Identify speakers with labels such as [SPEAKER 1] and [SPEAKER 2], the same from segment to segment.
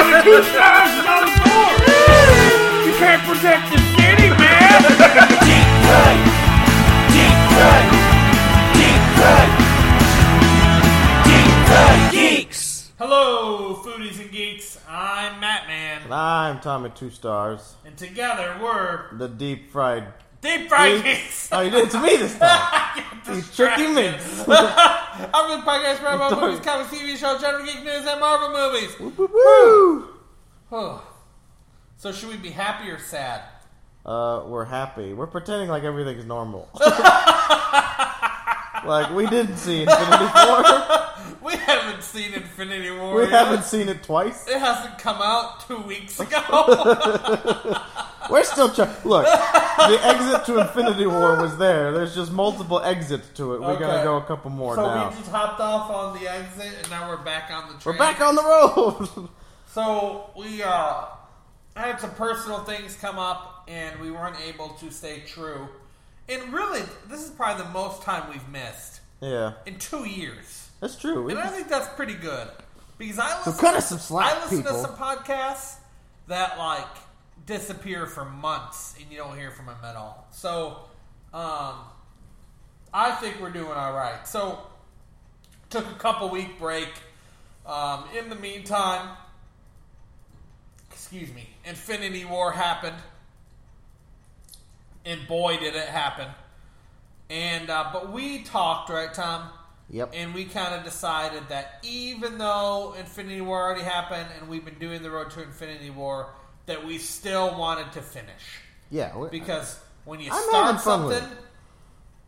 [SPEAKER 1] suicide's on the floor. You can't protect the city, man.
[SPEAKER 2] Deep cut. Deep cut. Deep cut. Deep cut geeks.
[SPEAKER 1] Hello, foodies and geeks. I'm Matt Man,
[SPEAKER 3] I'm Tommy Two Stars,
[SPEAKER 1] and together we're
[SPEAKER 3] the deep fried.
[SPEAKER 1] Deep Fried
[SPEAKER 3] Geeks.
[SPEAKER 1] Geeks.
[SPEAKER 3] Oh, you did it to me this time. You tricky me.
[SPEAKER 1] I'm with podcast right about movies, comics, TV shows, general geek news, and Marvel movies.
[SPEAKER 3] Woo woo.
[SPEAKER 1] Oh. So should we be happy or sad?
[SPEAKER 3] Uh, we're happy. We're pretending like everything's normal. like we didn't see Infinity War.
[SPEAKER 1] We haven't seen Infinity War.
[SPEAKER 3] We
[SPEAKER 1] yet.
[SPEAKER 3] haven't seen it twice.
[SPEAKER 1] It hasn't come out two weeks ago.
[SPEAKER 3] We're still trying. Look, the exit to Infinity War was there. There's just multiple exits to it. We
[SPEAKER 1] Okay.
[SPEAKER 3] gotta go a couple more
[SPEAKER 1] so
[SPEAKER 3] now.
[SPEAKER 1] we just hopped off on the exit, and now we're back on the train.
[SPEAKER 3] We're back on the road.
[SPEAKER 1] So we uh, had some personal things come up, and we weren't able to stay true. And really, this is probably the most time we've missed
[SPEAKER 3] yeah,
[SPEAKER 1] in two years,
[SPEAKER 3] that's true. We
[SPEAKER 1] and I
[SPEAKER 3] just,
[SPEAKER 1] think that's pretty good because I
[SPEAKER 3] so
[SPEAKER 1] listen,
[SPEAKER 3] cut us some slack,
[SPEAKER 1] I listen
[SPEAKER 3] people.
[SPEAKER 1] to some podcasts that like disappear for months, and you don't hear from them at all. So, um, I think we're doing all right. So, took a couple week break. Um, in the meantime, excuse me, Infinity War happened, and boy, did it happen. And uh, but we talked, right, Tom?
[SPEAKER 3] Yep.
[SPEAKER 1] And we kind of decided that even though Infinity War already happened and we've been doing the road to Infinity War, that we still wanted to finish
[SPEAKER 3] yeah. we-
[SPEAKER 1] because when you
[SPEAKER 3] I'm
[SPEAKER 1] start
[SPEAKER 3] having fun with
[SPEAKER 1] something,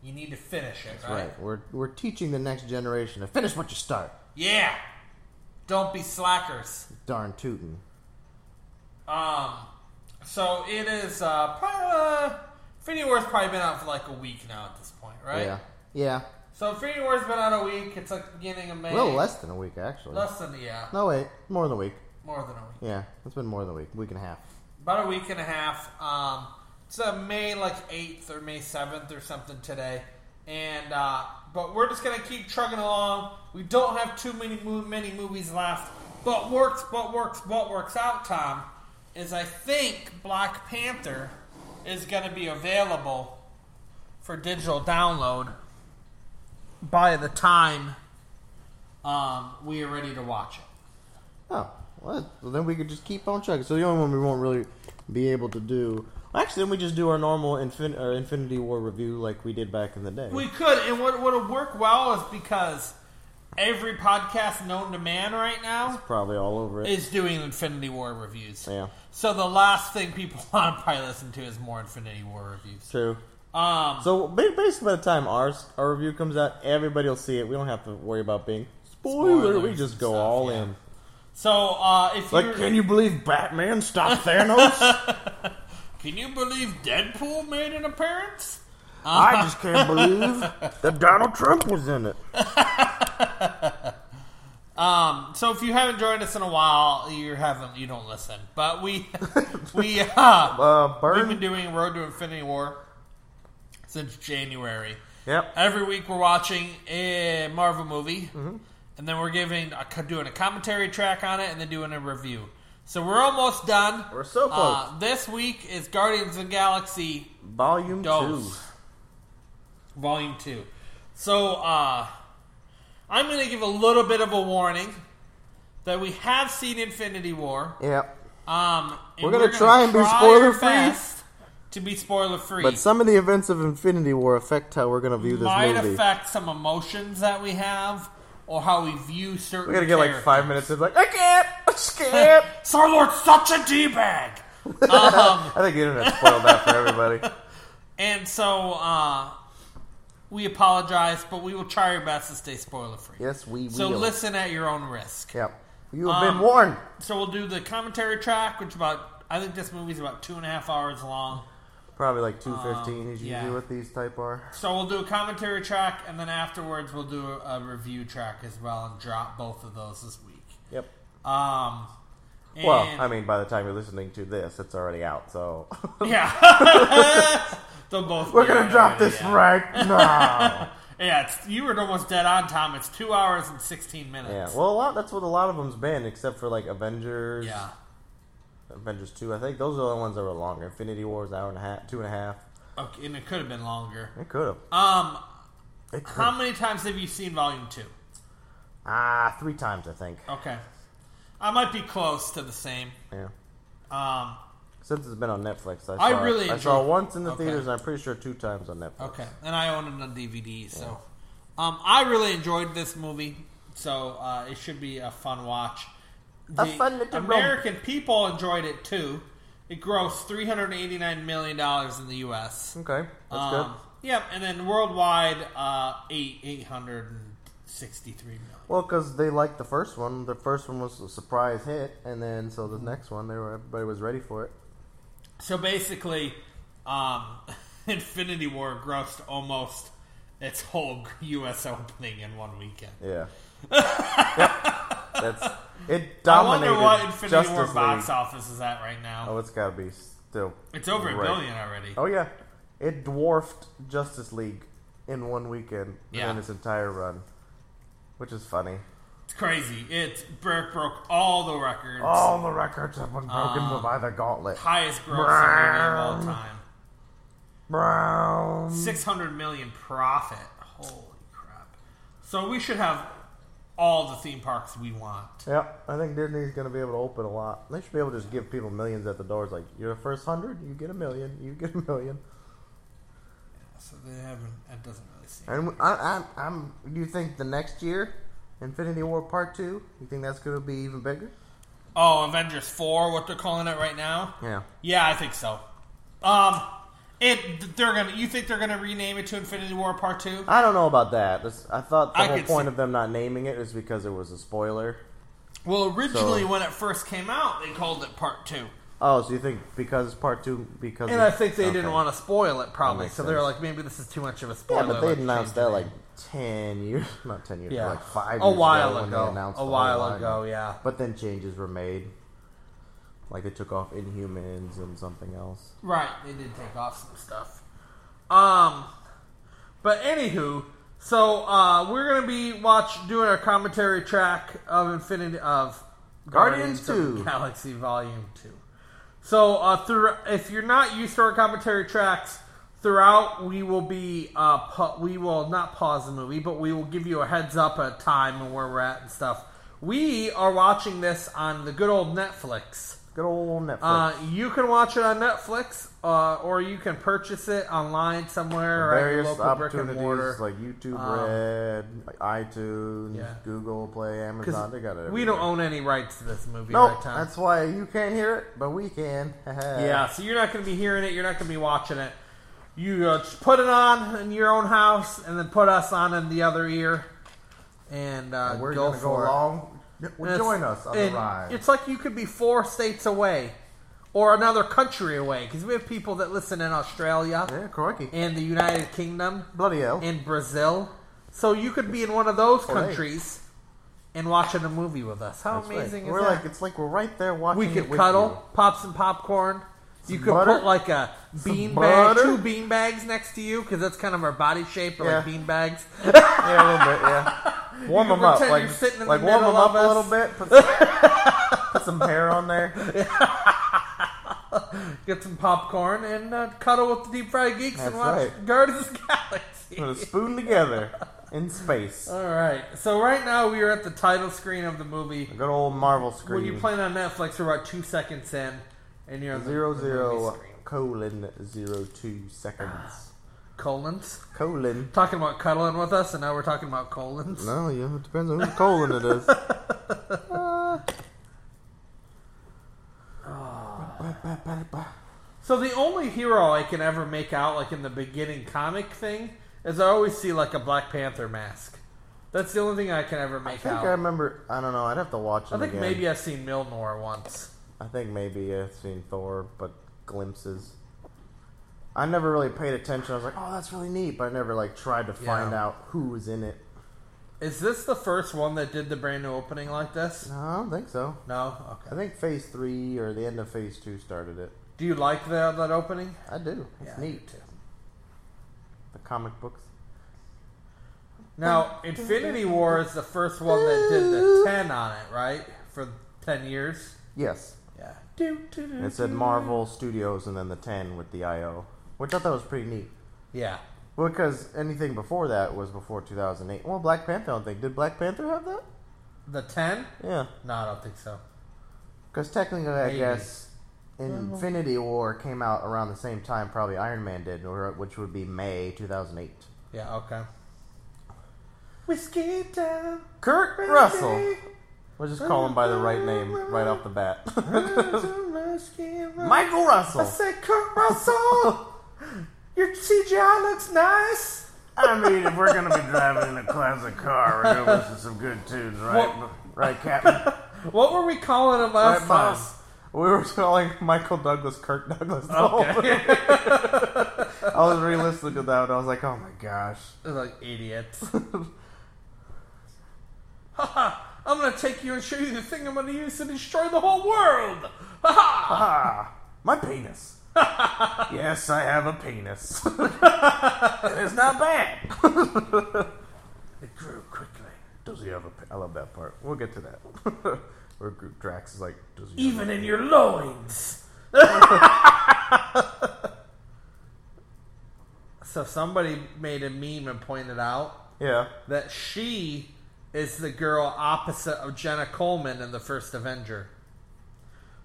[SPEAKER 1] you need to finish it, right?
[SPEAKER 3] Right. We're we're teaching the next generation to finish what you start.
[SPEAKER 1] Yeah. Don't be slackers.
[SPEAKER 3] Darn tootin'.
[SPEAKER 1] Um, so it is uh, probably, uh, Infinity War's probably been out for like a week now at this point, right?
[SPEAKER 3] Yeah. Yeah.
[SPEAKER 1] So Infinity War's been out a week. It's like the beginning of May.
[SPEAKER 3] A little less than a week actually.
[SPEAKER 1] Less than yeah,
[SPEAKER 3] No wait, more than a week.
[SPEAKER 1] more than a week.
[SPEAKER 3] Yeah, it's been more than a week, week and a half.
[SPEAKER 1] About a week and a half. Um, it's uh, May like eighth or May seventh or something today, and uh, but we're just gonna keep trucking along. We don't have too many mo- many movies left, but works, but works, but works out. Tom is I think Black Panther is gonna be available for digital download by the time um, we are ready to watch it.
[SPEAKER 3] Oh, well, well, then we could just keep on chugging. So the only one we won't really be able to do. Actually, then we just do our normal infin- or Infinity War review like we did back in the day.
[SPEAKER 1] We could, and what would work well is because every podcast known to man right now
[SPEAKER 3] Probably all over it.
[SPEAKER 1] is doing Infinity War reviews.
[SPEAKER 3] yeah,
[SPEAKER 1] So the last thing people want to probably listen to is more Infinity War reviews.
[SPEAKER 3] true.
[SPEAKER 1] Um,
[SPEAKER 3] So ba- basically, by the time ours our review comes out, everybody will see it. We don't have to worry about being spoiler. we
[SPEAKER 1] Spoilers
[SPEAKER 3] just
[SPEAKER 1] and
[SPEAKER 3] go
[SPEAKER 1] stuff,
[SPEAKER 3] all
[SPEAKER 1] yeah.
[SPEAKER 3] in.
[SPEAKER 1] so uh, if
[SPEAKER 3] Like,
[SPEAKER 1] you're,
[SPEAKER 3] can you believe Batman stopped Thanos?
[SPEAKER 1] can you believe Deadpool made an appearance?
[SPEAKER 3] I just can't believe that Donald Trump was in it.
[SPEAKER 1] Um, so if you haven't joined us in a while, you haven't, you don't listen. But we we uh,
[SPEAKER 3] Uh,
[SPEAKER 1] we've been
[SPEAKER 3] Burn.
[SPEAKER 1] doing Road to Infinity War since January.
[SPEAKER 3] Yep.
[SPEAKER 1] Every week we're watching a Marvel movie,
[SPEAKER 3] Mm-hmm.
[SPEAKER 1] and then we're giving a, doing a commentary track on it, and then doing a review. So we're almost done.
[SPEAKER 3] We're so close.
[SPEAKER 1] Uh, this week is Guardians of the Galaxy
[SPEAKER 3] Volume
[SPEAKER 1] Dose. Volume Two. So uh, I'm going to give a little bit of a warning that we have seen Infinity War.
[SPEAKER 3] two. Yep.
[SPEAKER 1] Um, and
[SPEAKER 3] We're gonna try and be spoiler-free.
[SPEAKER 1] fast To be spoiler free,
[SPEAKER 3] But some of the events of Infinity War affect how we're going to view this
[SPEAKER 1] might
[SPEAKER 3] movie.
[SPEAKER 1] affect some emotions that we have or how we view certain.
[SPEAKER 3] we're going to get like
[SPEAKER 1] characters.
[SPEAKER 3] five minutes of like, I can't, I'm scared.
[SPEAKER 1] Star Lord's such a d bag. um,
[SPEAKER 3] I think the internet spoiled that for everybody.
[SPEAKER 1] and so uh, we apologize, but we will try our best to stay spoiler free.
[SPEAKER 3] Yes, we
[SPEAKER 1] So
[SPEAKER 3] will.
[SPEAKER 1] listen at your own risk.
[SPEAKER 3] Yep. You have
[SPEAKER 1] Um,
[SPEAKER 3] been warned.
[SPEAKER 1] So we'll do the commentary track, which about I think this movie's about two and a half hours long.
[SPEAKER 3] Probably like 215 is
[SPEAKER 1] um, yeah.
[SPEAKER 3] usually what these type are.
[SPEAKER 1] So we'll do a commentary track, and then afterwards we'll do a review track as well, and drop both of those this week.
[SPEAKER 3] Yep.
[SPEAKER 1] Um,
[SPEAKER 3] Well,
[SPEAKER 1] and-
[SPEAKER 3] I mean, by the time you're listening to this, it's already out, so.
[SPEAKER 1] yeah, they'll both.
[SPEAKER 3] we're
[SPEAKER 1] be
[SPEAKER 3] going
[SPEAKER 1] out
[SPEAKER 3] to drop
[SPEAKER 1] already,
[SPEAKER 3] this
[SPEAKER 1] yeah.
[SPEAKER 3] right now.
[SPEAKER 1] Yeah, it's, you were almost dead on, Tom. It's two hours and sixteen minutes.
[SPEAKER 3] Yeah, well, a lot. That's what a lot of them's been, except for like Avengers.
[SPEAKER 1] Yeah.
[SPEAKER 3] Avengers two. I think those are the only ones that were longer. Infinity War was an hour and a half, two and a half.
[SPEAKER 1] Okay, and it could have been longer.
[SPEAKER 3] It could have.
[SPEAKER 1] Um,
[SPEAKER 3] It could.
[SPEAKER 1] how many times have you seen Volume Two?
[SPEAKER 3] ah, three times I think.
[SPEAKER 1] Okay, I might be close to the same.
[SPEAKER 3] Yeah.
[SPEAKER 1] Um,
[SPEAKER 3] Since it's been on Netflix, I,
[SPEAKER 1] I
[SPEAKER 3] saw it-
[SPEAKER 1] really
[SPEAKER 3] I saw
[SPEAKER 1] enjoyed-
[SPEAKER 3] it once in the
[SPEAKER 1] Okay.
[SPEAKER 3] theaters, and I'm pretty sure two times on Netflix.
[SPEAKER 1] okay, and I own it on DVD, so um, I really enjoyed this movie. So uh, it should be a fun watch. The
[SPEAKER 3] A fun little
[SPEAKER 1] American people enjoyed it too. It grossed three hundred eighty-nine million dollars in the U.S.
[SPEAKER 3] Okay, that's
[SPEAKER 1] Um,
[SPEAKER 3] good.
[SPEAKER 1] Yep, and then worldwide, uh, eight eight hundred and sixty-three million.
[SPEAKER 3] Well, because they liked the first one. The first one was a surprise hit, and then so the next one, they were everybody was ready for it.
[SPEAKER 1] So basically, um, Infinity War grossed almost its whole U.S. opening in one weekend.
[SPEAKER 3] Yeah. Yep. That's it.
[SPEAKER 1] I
[SPEAKER 3] Dominated
[SPEAKER 1] wonder what Infinity
[SPEAKER 3] Justice
[SPEAKER 1] War box
[SPEAKER 3] League.
[SPEAKER 1] office is at right now.
[SPEAKER 3] Oh, it's gotta be still.
[SPEAKER 1] it's over
[SPEAKER 3] great.
[SPEAKER 1] a billion already.
[SPEAKER 3] Oh yeah, it dwarfed Justice League in one weekend
[SPEAKER 1] Yeah.
[SPEAKER 3] in its entire run, which is funny.
[SPEAKER 1] It's crazy. It bro- broke all the records.
[SPEAKER 3] All the records have been broken
[SPEAKER 1] Um,
[SPEAKER 3] by the Gauntlet.
[SPEAKER 1] Highest grossing movie of all time.
[SPEAKER 3] Brown.
[SPEAKER 1] Six hundred million profit. Holy crap! So we should have all the theme parks we want.
[SPEAKER 3] Yep, I think Disney's going to be able to open a lot. They should be able to just give people millions at the doors. Like, you're the first hundred, you get a million, you get a million.
[SPEAKER 1] So they haven't. It doesn't really seem.
[SPEAKER 3] And I, I, I'm. You think the next year, Infinity War Part Two? You think that's going to be even bigger?
[SPEAKER 1] Oh, Avengers Four, what they're calling it right now.
[SPEAKER 3] Yeah.
[SPEAKER 1] Yeah, I think so. Um, it they're gonna. You think they're gonna rename it to Infinity War Part Two?
[SPEAKER 3] I don't know about that. This, I thought the
[SPEAKER 1] I
[SPEAKER 3] whole
[SPEAKER 1] could
[SPEAKER 3] point
[SPEAKER 1] see-
[SPEAKER 3] of them not naming it is because it was a spoiler.
[SPEAKER 1] Well, originally
[SPEAKER 3] So-
[SPEAKER 1] when it first came out, they called it Part Two,
[SPEAKER 3] Oh, so you think because it's Part Two? Because
[SPEAKER 1] and
[SPEAKER 3] it-
[SPEAKER 1] I think they didn't
[SPEAKER 3] okay.
[SPEAKER 1] want to spoil it, probably.
[SPEAKER 3] makes
[SPEAKER 1] So they were
[SPEAKER 3] sense.
[SPEAKER 1] like, maybe this is too much of a
[SPEAKER 3] Yeah,
[SPEAKER 1] spoiler.
[SPEAKER 3] but they
[SPEAKER 1] let's change
[SPEAKER 3] announced that
[SPEAKER 1] it.
[SPEAKER 3] like ten years, not ten years,
[SPEAKER 1] yeah,
[SPEAKER 3] like five.
[SPEAKER 1] a
[SPEAKER 3] years
[SPEAKER 1] while
[SPEAKER 3] ago. when they
[SPEAKER 1] ago,
[SPEAKER 3] announced
[SPEAKER 1] a
[SPEAKER 3] the whole
[SPEAKER 1] while
[SPEAKER 3] lineup.
[SPEAKER 1] ago. Yeah,
[SPEAKER 3] But then changes were made. Like they took off Inhumans and something else.
[SPEAKER 1] Right, they did take off some stuff. Um, but anywho, so uh, we're gonna be watch doing our commentary track of Infinity of
[SPEAKER 3] Guardians
[SPEAKER 1] of the
[SPEAKER 3] 2.
[SPEAKER 1] Galaxy Volume Two. So uh, through if you're not used to our commentary tracks throughout, we will be uh, pa- we will not pause the movie, but we will give you a heads up at time and where we're at and stuff. We are watching this on the good old Netflix.
[SPEAKER 3] Good old Netflix.
[SPEAKER 1] Uh, you can watch it on Netflix, uh, or you can purchase it online somewhere or at your
[SPEAKER 3] various
[SPEAKER 1] local brick and mortar. Um,
[SPEAKER 3] opportunities like YouTube Red, like iTunes,
[SPEAKER 1] yeah.
[SPEAKER 3] Google Play, Amazon. They got it.
[SPEAKER 1] we don't own any rights to this movie
[SPEAKER 3] No,
[SPEAKER 1] right now.
[SPEAKER 3] that's why you can't hear it, but we can.
[SPEAKER 1] Yeah, so you're not going to be hearing it. You're not going to be watching it. You uh, just put it on in your own house, and then put us on in the other ear, and, uh,
[SPEAKER 3] we're
[SPEAKER 1] go
[SPEAKER 3] gonna
[SPEAKER 1] for
[SPEAKER 3] go
[SPEAKER 1] it.
[SPEAKER 3] along. Well,
[SPEAKER 1] And
[SPEAKER 3] join
[SPEAKER 1] it's-
[SPEAKER 3] us on the
[SPEAKER 1] and
[SPEAKER 3] ride.
[SPEAKER 1] It's like you could be four states away, or another country away, because we have people that listen in Australia
[SPEAKER 3] yeah, crikey!
[SPEAKER 1] and the United Kingdom.
[SPEAKER 3] Bloody hell!
[SPEAKER 1] in Brazil. So you could be in one of those
[SPEAKER 3] Olay.
[SPEAKER 1] countries and watching a movie with us. How
[SPEAKER 3] Oh, That's right.
[SPEAKER 1] amazing is
[SPEAKER 3] We're
[SPEAKER 1] that?
[SPEAKER 3] like it's like we're right there watching.
[SPEAKER 1] we
[SPEAKER 3] it
[SPEAKER 1] could
[SPEAKER 3] with
[SPEAKER 1] cuddle, pop some popcorn. You could
[SPEAKER 3] butter.
[SPEAKER 1] put like a bean bag,
[SPEAKER 3] butter.
[SPEAKER 1] two bean bags next to you because that's kind of our body shape, or like
[SPEAKER 3] Yeah.
[SPEAKER 1] bean bags.
[SPEAKER 3] you. Yeah, a little bit. Yeah. Warm
[SPEAKER 1] You
[SPEAKER 3] them up,
[SPEAKER 1] pretend
[SPEAKER 3] like
[SPEAKER 1] you're sitting in
[SPEAKER 3] like
[SPEAKER 1] the
[SPEAKER 3] warm
[SPEAKER 1] middle
[SPEAKER 3] them up
[SPEAKER 1] of
[SPEAKER 3] a little
[SPEAKER 1] us.
[SPEAKER 3] bit. Put some, put some hair on there.
[SPEAKER 1] Get some popcorn and uh, cuddle with the deep fried geeks and
[SPEAKER 3] That's
[SPEAKER 1] watch
[SPEAKER 3] right.
[SPEAKER 1] Guardians of the Galaxy.
[SPEAKER 3] Put a spoon together in space.
[SPEAKER 1] All right. So right now we are at the title screen of the movie.
[SPEAKER 3] A good old Marvel
[SPEAKER 1] When
[SPEAKER 3] screen.
[SPEAKER 1] you're playing on Netflix, we're about two seconds in, and you're on the,
[SPEAKER 3] Zero
[SPEAKER 1] the movie
[SPEAKER 3] zero
[SPEAKER 1] screen.
[SPEAKER 3] colon zero two
[SPEAKER 1] Ah.
[SPEAKER 3] seconds.
[SPEAKER 1] colons.
[SPEAKER 3] colon.
[SPEAKER 1] talking about cuddling with us, and now we're talking about colons.
[SPEAKER 3] No, yeah, it depends on whose colon it is. Ah.
[SPEAKER 1] So the only hero I can ever make out, like in the beginning comic thing, is I always see like a Black Panther mask. That's the only thing I can ever
[SPEAKER 3] I
[SPEAKER 1] make
[SPEAKER 3] think I
[SPEAKER 1] out.
[SPEAKER 3] remember. I don't know. I'd have to watch it.
[SPEAKER 1] i think
[SPEAKER 3] again.
[SPEAKER 1] maybe I've seen Milnor once.
[SPEAKER 3] I think maybe I've seen Thor, but glimpses. I never really paid attention. I was like, "Oh, that's really neat," but I never like tried to find
[SPEAKER 1] Yeah.
[SPEAKER 3] out who was in it.
[SPEAKER 1] Is this the first one that did the brand new opening like this?
[SPEAKER 3] No, I don't think so.
[SPEAKER 1] No.
[SPEAKER 3] I
[SPEAKER 1] Okay.
[SPEAKER 3] think Phase Three or the end of Phase Two started it.
[SPEAKER 1] Do you like that that opening?
[SPEAKER 3] I do. It's
[SPEAKER 1] Yeah, I
[SPEAKER 3] neat. The comic books.
[SPEAKER 1] Now, Infinity War is the first one that did the ten on it, right? For ten years.
[SPEAKER 3] Yes.
[SPEAKER 1] Yeah. Do, do, do,
[SPEAKER 3] It said
[SPEAKER 1] do.
[SPEAKER 3] Marvel Studios and then the 10 with the IO, which I thought was pretty neat.
[SPEAKER 1] Yeah.
[SPEAKER 3] Because anything before that was before 2008. Well, Black Panther, I don't think. Did Black Panther have that?
[SPEAKER 1] The ten?
[SPEAKER 3] Yeah.
[SPEAKER 1] No, I don't think so.
[SPEAKER 3] Because technically, I
[SPEAKER 1] Maybe.
[SPEAKER 3] guess Infinity War came out around the same time probably Iron Man did, or which would be May 2008.
[SPEAKER 1] Yeah. Okay. Whiskey down. Kurt
[SPEAKER 3] Russell. We'll just call him by the right name right off the bat.
[SPEAKER 1] Mike.
[SPEAKER 3] Michael
[SPEAKER 1] I
[SPEAKER 3] Russell.
[SPEAKER 1] said, Kurt Russell, your CGI looks nice.
[SPEAKER 4] I mean, if we're gonna be driving in a classic car, we're gonna listen to some good tunes, right?
[SPEAKER 1] What-
[SPEAKER 4] right, Captain?
[SPEAKER 1] What were we calling him last time?
[SPEAKER 3] Right, boss. We were calling Michael Douglas Kirk Douglas. the whole
[SPEAKER 1] Okay.
[SPEAKER 3] time. I was re-listening to that and I was like, oh my gosh.
[SPEAKER 1] They're like idiots. Haha, I'm gonna take you and show you the thing I'm gonna use to destroy the whole world. Haha.
[SPEAKER 4] ah, my penis. yes, I have a penis. And it's not bad. it grew quickly.
[SPEAKER 3] Does he have a? pe- I love that part. We'll get to that. Where Group Drax is like, does he?
[SPEAKER 1] Even in your loins. so somebody made a meme and pointed out
[SPEAKER 3] yeah.
[SPEAKER 1] that she is the girl opposite of Jenna Coleman in the first Avenger.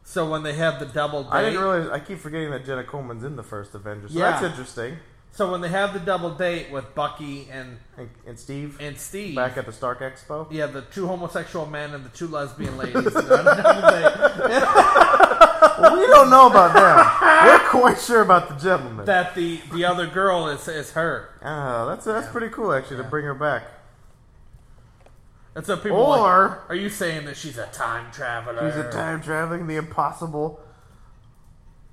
[SPEAKER 1] So when they have the double date,
[SPEAKER 3] I didn't realize. I keep forgetting that Jenna Coleman's in the first Avengers. So
[SPEAKER 1] Yeah.
[SPEAKER 3] that's interesting.
[SPEAKER 1] so when they have the double date with Bucky and
[SPEAKER 3] And, and Steve
[SPEAKER 1] and Steve,
[SPEAKER 3] back at the Stark Expo.
[SPEAKER 1] yeah, the two homosexual men and the two lesbian ladies. They're on a double date.
[SPEAKER 3] Well, we don't know about them. We're quite sure about the gentleman.
[SPEAKER 1] that the the other girl is is her.
[SPEAKER 3] Ah, that's that's pretty cool actually to bring her back.
[SPEAKER 1] That's what people. are like,
[SPEAKER 3] Or
[SPEAKER 1] are you saying that she's a time traveler?
[SPEAKER 3] he's a time traveling, the impossible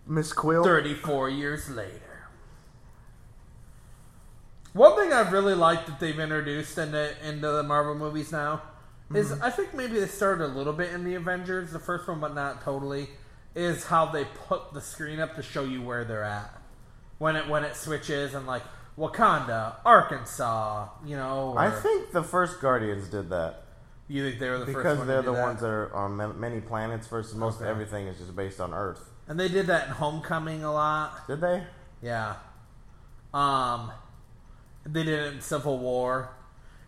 [SPEAKER 3] Miss Quill.
[SPEAKER 1] Thirty-four years later. One thing I've really liked that they've introduced into into the Marvel movies now is
[SPEAKER 3] Mm-hmm.
[SPEAKER 1] I think maybe they started a little bit in the Avengers, the first one, but not totally. Is how they put the screen up to show you where they're at when it when it switches and like Wakanda, Arkansas, you know.
[SPEAKER 3] I
[SPEAKER 1] or-
[SPEAKER 3] think the first Guardians did that.
[SPEAKER 1] you think they were the first
[SPEAKER 3] Because
[SPEAKER 1] one
[SPEAKER 3] they're
[SPEAKER 1] to do
[SPEAKER 3] the
[SPEAKER 1] that?
[SPEAKER 3] ones that are on ma- many planets versus most
[SPEAKER 1] Okay.
[SPEAKER 3] of everything is just based on Earth.
[SPEAKER 1] And they did that in Homecoming a lot.
[SPEAKER 3] Did they?
[SPEAKER 1] Yeah. Um, they did it in Civil War.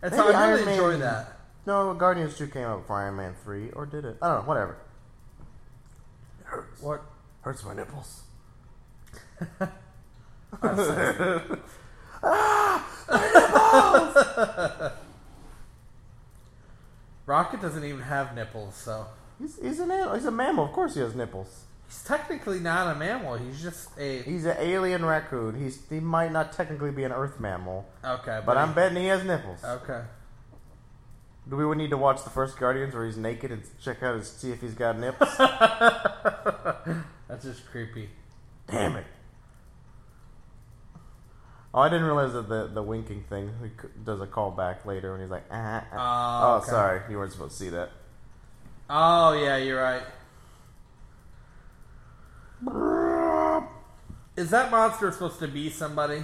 [SPEAKER 1] And so
[SPEAKER 3] Maybe
[SPEAKER 1] I really
[SPEAKER 3] Iron Man-
[SPEAKER 1] enjoy that.
[SPEAKER 3] No, Guardians 2 came out for Iron Man 3, or did it? I don't know, whatever.
[SPEAKER 4] It hurts.
[SPEAKER 1] What?
[SPEAKER 4] Hurts my nipples.
[SPEAKER 1] Rocket doesn't even have nipples, so
[SPEAKER 3] He's, he's, an, an- he's a mammal, of course he has nipples.
[SPEAKER 1] he's technically not a mammal. He's just a
[SPEAKER 3] He's an alien raccoon. He's He might not technically be an Earth mammal,
[SPEAKER 1] okay.
[SPEAKER 3] but I'm
[SPEAKER 1] he-
[SPEAKER 3] betting he has nipples.
[SPEAKER 1] okay.
[SPEAKER 3] Do we need to watch the first Guardians where he's naked and check out and see if he's got nipples?
[SPEAKER 1] That's just creepy.
[SPEAKER 3] Damn it. Oh, I didn't realize that the, the winking thing he c- does a callback later when he's like, ah, ah.
[SPEAKER 1] Oh,
[SPEAKER 3] oh,
[SPEAKER 1] okay.
[SPEAKER 3] sorry, you weren't supposed to see that.
[SPEAKER 1] Oh yeah, you're right. Is that monster supposed to be somebody?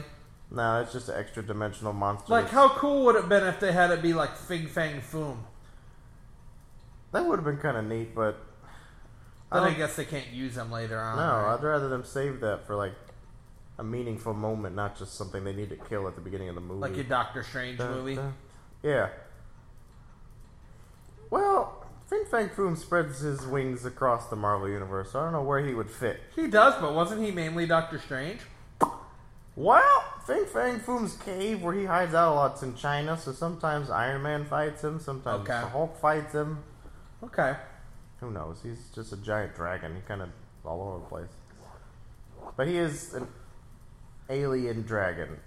[SPEAKER 3] No, it's just an extra dimensional monster.
[SPEAKER 1] Like,
[SPEAKER 3] that's-
[SPEAKER 1] how cool would it have been if they had it be like Fing Fang Foom?
[SPEAKER 3] that would have been kind of neat, but
[SPEAKER 1] Then I,
[SPEAKER 3] don't-
[SPEAKER 1] guess they can't use them later on.
[SPEAKER 3] Um, no,
[SPEAKER 1] right?
[SPEAKER 3] I'd rather them save that for like a meaningful moment, not just something they need to kill at the beginning of the movie.
[SPEAKER 1] like a Doctor Strange
[SPEAKER 3] Dun,
[SPEAKER 1] movie.
[SPEAKER 3] dun. Yeah. Well, Fing Fang Foom spreads his wings across the Marvel universe. So I don't know where he would fit.
[SPEAKER 1] He does, but wasn't he mainly Doctor Strange?
[SPEAKER 3] Well, Fing Fang Foom's cave where he hides out a lot's in China, so sometimes Iron Man fights him, sometimes
[SPEAKER 1] Okay.
[SPEAKER 3] the Hulk fights him.
[SPEAKER 1] Okay.
[SPEAKER 3] Who knows? He's just a giant dragon. He kind of all over the place. But he is an alien dragon.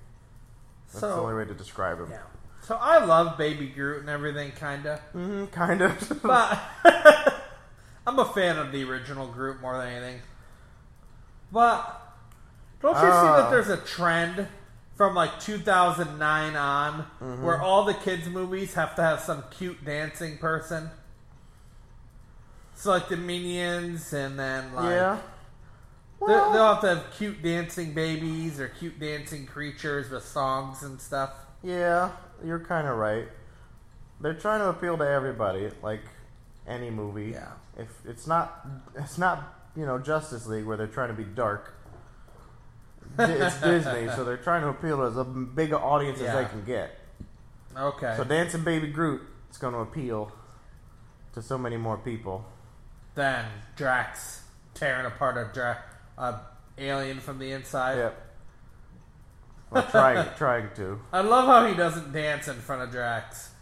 [SPEAKER 3] That's the only
[SPEAKER 1] so
[SPEAKER 3] way to describe him.
[SPEAKER 1] yeah. So I love Baby Groot and everything, kinda,
[SPEAKER 3] Mm, kind of.
[SPEAKER 1] but I'm a fan of the original Groot more than anything. But don't you see that
[SPEAKER 3] Ah.
[SPEAKER 1] there's a trend from like 2009 on
[SPEAKER 3] Mm-hmm.
[SPEAKER 1] where all the kids movies have to have some cute dancing person? So like the Minions, and then like
[SPEAKER 3] yeah.
[SPEAKER 1] They-
[SPEAKER 3] Well,
[SPEAKER 1] They'll have to have cute dancing babies or cute dancing creatures with songs and stuff.
[SPEAKER 3] Yeah, you're kind of right. They're trying to appeal to everybody. Like, any movie.
[SPEAKER 1] Yeah.
[SPEAKER 3] If it's not, it's not you know Justice League where they're trying to be dark. Di- it's Disney, so they're trying to appeal to as a big audience as
[SPEAKER 1] Yeah.
[SPEAKER 3] they can get.
[SPEAKER 1] Okay.
[SPEAKER 3] So Dancing Baby Groot is going to appeal to so many more people.
[SPEAKER 1] then Drax tearing apart a, dra- a alien from the inside.
[SPEAKER 3] Yep. Well, trying, trying to.
[SPEAKER 1] I love how he doesn't dance in front of Drax.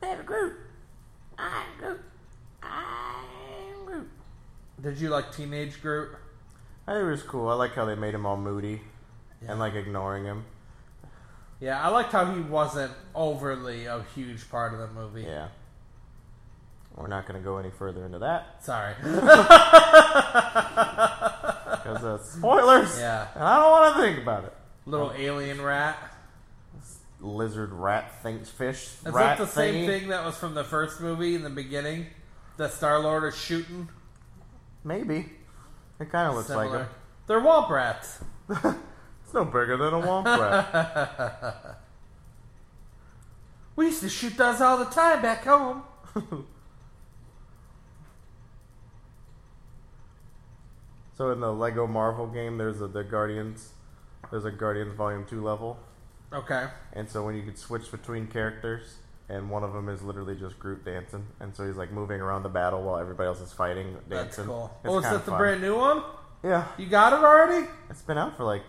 [SPEAKER 2] Baby Groot. I'm Groot. I'm Groot.
[SPEAKER 1] Did you like Teenage Groot?
[SPEAKER 3] I think it was cool. I like how they made him all moody and like ignoring him.
[SPEAKER 1] Yeah, I liked how he wasn't overly a huge part of the movie.
[SPEAKER 3] Yeah. We're not going to go any further into that
[SPEAKER 1] Sorry.
[SPEAKER 3] because uh, spoilers.
[SPEAKER 1] Yeah.
[SPEAKER 3] And I don't want to think about it.
[SPEAKER 1] Little alien rat.
[SPEAKER 3] Lizard, rat, things, fish,
[SPEAKER 1] Is
[SPEAKER 3] rat
[SPEAKER 1] that the same
[SPEAKER 3] thingy.
[SPEAKER 1] thing that was from the first movie in the beginning? The Star Lord is shooting.
[SPEAKER 3] Maybe. It kind of looks
[SPEAKER 1] Similar.
[SPEAKER 3] like him.
[SPEAKER 1] They're wall rats.
[SPEAKER 3] It's no bigger than a womp rat.
[SPEAKER 1] We used to shoot those all the time back home.
[SPEAKER 3] so in the Lego Marvel game, there's a, the Guardians. There's a Guardians Volume Two level.
[SPEAKER 1] Okay.
[SPEAKER 3] And so when you could switch between characters, and one of them is literally just Groot dancing, and so he's like moving around the battle while everybody else is fighting, dancing.
[SPEAKER 1] That's cool.
[SPEAKER 3] It's
[SPEAKER 1] Oh, is
[SPEAKER 3] kinda
[SPEAKER 1] that the
[SPEAKER 3] fun.
[SPEAKER 1] brand new one?
[SPEAKER 3] Yeah,
[SPEAKER 1] You got it already?
[SPEAKER 3] it's been out for like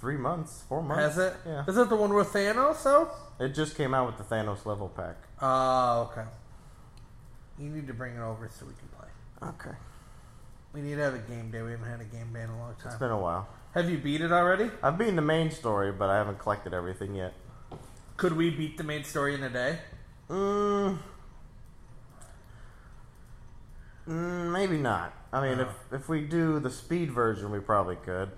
[SPEAKER 3] three months, four months.
[SPEAKER 1] Has it?
[SPEAKER 3] Yeah,
[SPEAKER 1] Is it the one with Thanos though?
[SPEAKER 3] it just came out with the Thanos level pack.
[SPEAKER 1] Oh, okay. You need to bring it over so we can play.
[SPEAKER 3] Okay,
[SPEAKER 1] We need to have a game day. We haven't had a game day in a long
[SPEAKER 3] it's
[SPEAKER 1] time.
[SPEAKER 3] been a while.
[SPEAKER 1] Have you beat it already?
[SPEAKER 3] I've beaten the main story, but I haven't collected everything yet.
[SPEAKER 1] Could we beat the main story in a day?
[SPEAKER 3] Mm, mm, maybe not. I
[SPEAKER 1] Uh-huh.
[SPEAKER 3] mean, if if we do the speed version, we probably could.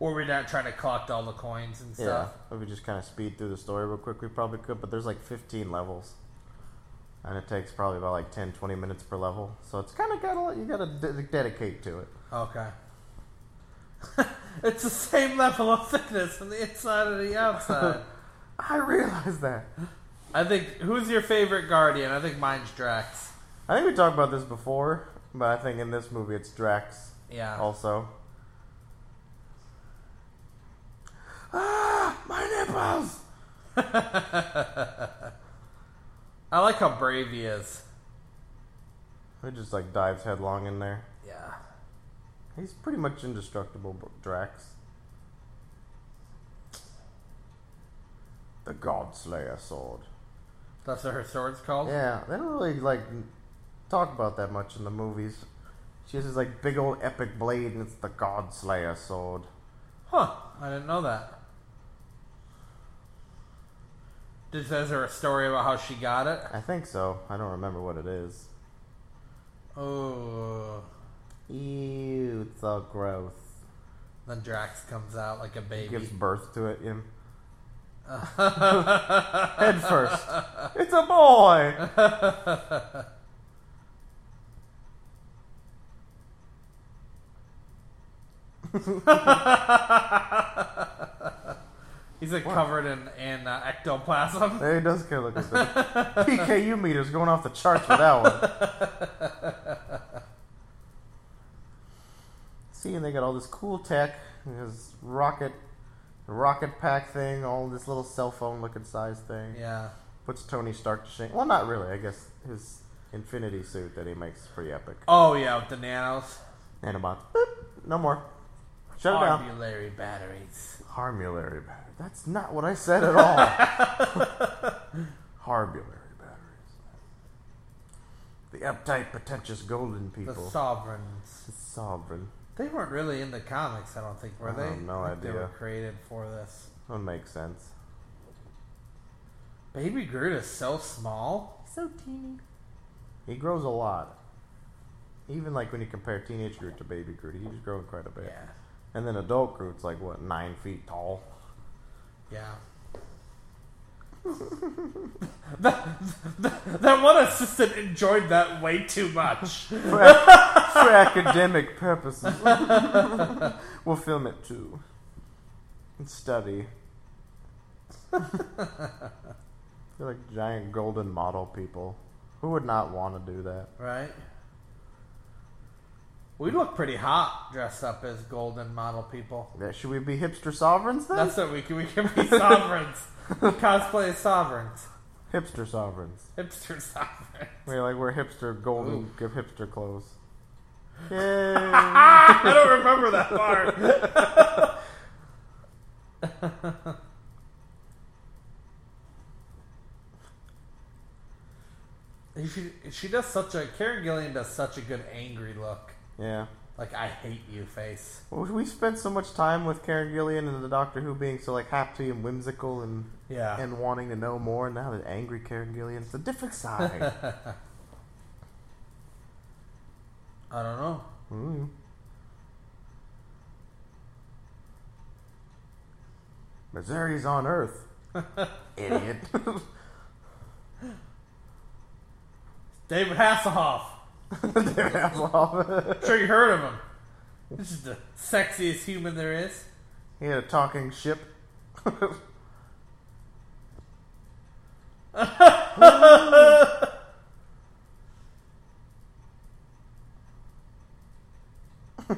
[SPEAKER 1] Or we're not trying to collect all the coins and
[SPEAKER 3] Yeah,
[SPEAKER 1] stuff.
[SPEAKER 3] if we just kind of speed through the story real quick, we probably could. But there's like 15 levels, and it takes probably about like 10, 20 minutes per level. So it's kind of gotta you gotta de- dedicate to it.
[SPEAKER 1] Okay. it's the same level of thickness from the inside and the outside.
[SPEAKER 3] I realize that.
[SPEAKER 1] I think who's your favorite guardian? I think mine's Drax.
[SPEAKER 3] I think we talked about this before, but I think in this movie it's Drax.
[SPEAKER 1] Yeah.
[SPEAKER 3] Also. Ah, my nipples!
[SPEAKER 1] I like how brave he is.
[SPEAKER 3] He just like dives headlong in there.
[SPEAKER 1] Yeah.
[SPEAKER 3] He's pretty much indestructible, Br- Drax. The God Slayer sword.
[SPEAKER 1] That's what her sword's called.
[SPEAKER 3] Yeah, they don't really like n- talk about that much in the movies. She has this like big old epic blade, and it's the God Slayer sword.
[SPEAKER 1] Huh. I didn't know that. Just is there a story about how she got it?
[SPEAKER 3] I think so. I don't remember what it is.
[SPEAKER 1] Oh.
[SPEAKER 3] Ew, it's so gross.
[SPEAKER 1] Then Drax comes out like a baby.
[SPEAKER 3] Gives birth to it. Him. Head first. It's a boy.
[SPEAKER 1] He's like covered in in uh, ectoplasm.
[SPEAKER 3] It does kind of look like that. PKU meter's going off the charts with that one. See, and they got all this cool tech, this rocket, rocket pack thing, all this little cell phone looking size thing.
[SPEAKER 1] Yeah.
[SPEAKER 3] Puts Tony Stark to shame. Well, not really. I guess his Infinity suit that he makes is pretty epic.
[SPEAKER 1] Oh yeah, with the nanos.
[SPEAKER 3] Nanobots. Boop. No more. Shut it down.
[SPEAKER 1] Armulary batteries.
[SPEAKER 3] Harmulary battery. That's not what I said at all. Harmulary batteries. The uptight, pretentious golden
[SPEAKER 1] The
[SPEAKER 3] people.
[SPEAKER 1] sovereigns.
[SPEAKER 3] Sovereign.
[SPEAKER 1] They weren't really in the comics, I don't think, were
[SPEAKER 3] I
[SPEAKER 1] they?
[SPEAKER 3] have no
[SPEAKER 1] I think They
[SPEAKER 3] idea.
[SPEAKER 1] were created for this.
[SPEAKER 3] That makes sense.
[SPEAKER 1] Baby Groot is so small.
[SPEAKER 3] So teeny. He grows a lot. Even like when you compare teenage Groot to baby Groot, he's growing quite a bit.
[SPEAKER 1] Yeah.
[SPEAKER 3] And then adult Groot's like what nine feet tall.
[SPEAKER 1] Yeah. that, that, that one assistant enjoyed that way too much.
[SPEAKER 3] For, ac- for academic purposes, we'll film it too and study. They're like giant golden model people. Who would not want to do that?
[SPEAKER 1] Right? We look pretty hot dressed up as golden model people.
[SPEAKER 3] Yeah, should we be hipster sovereigns then?
[SPEAKER 1] That's what we can, we can be sovereigns. Cosplay as sovereigns.
[SPEAKER 3] hipster sovereigns.
[SPEAKER 1] Hipster sovereigns.
[SPEAKER 3] We're like we're hipster golden, give hipster clothes. Yay!
[SPEAKER 1] Ah, I don't remember that part. she, she does such a Karen Gillian does such a good angry look,
[SPEAKER 3] yeah.
[SPEAKER 1] like I hate you face.
[SPEAKER 3] Well, we spent so much time with Karen Gillian and the Doctor Who being so like happy and whimsical and
[SPEAKER 1] Yeah,
[SPEAKER 3] and wanting to know more. Now that angry Karen Gillian, it's a different side.
[SPEAKER 1] I don't know.
[SPEAKER 3] mm. Missouri's on Earth, idiot.
[SPEAKER 1] David Hasselhoff. I'm sure you heard of him. This is the sexiest human there is.
[SPEAKER 3] he had a talking ship.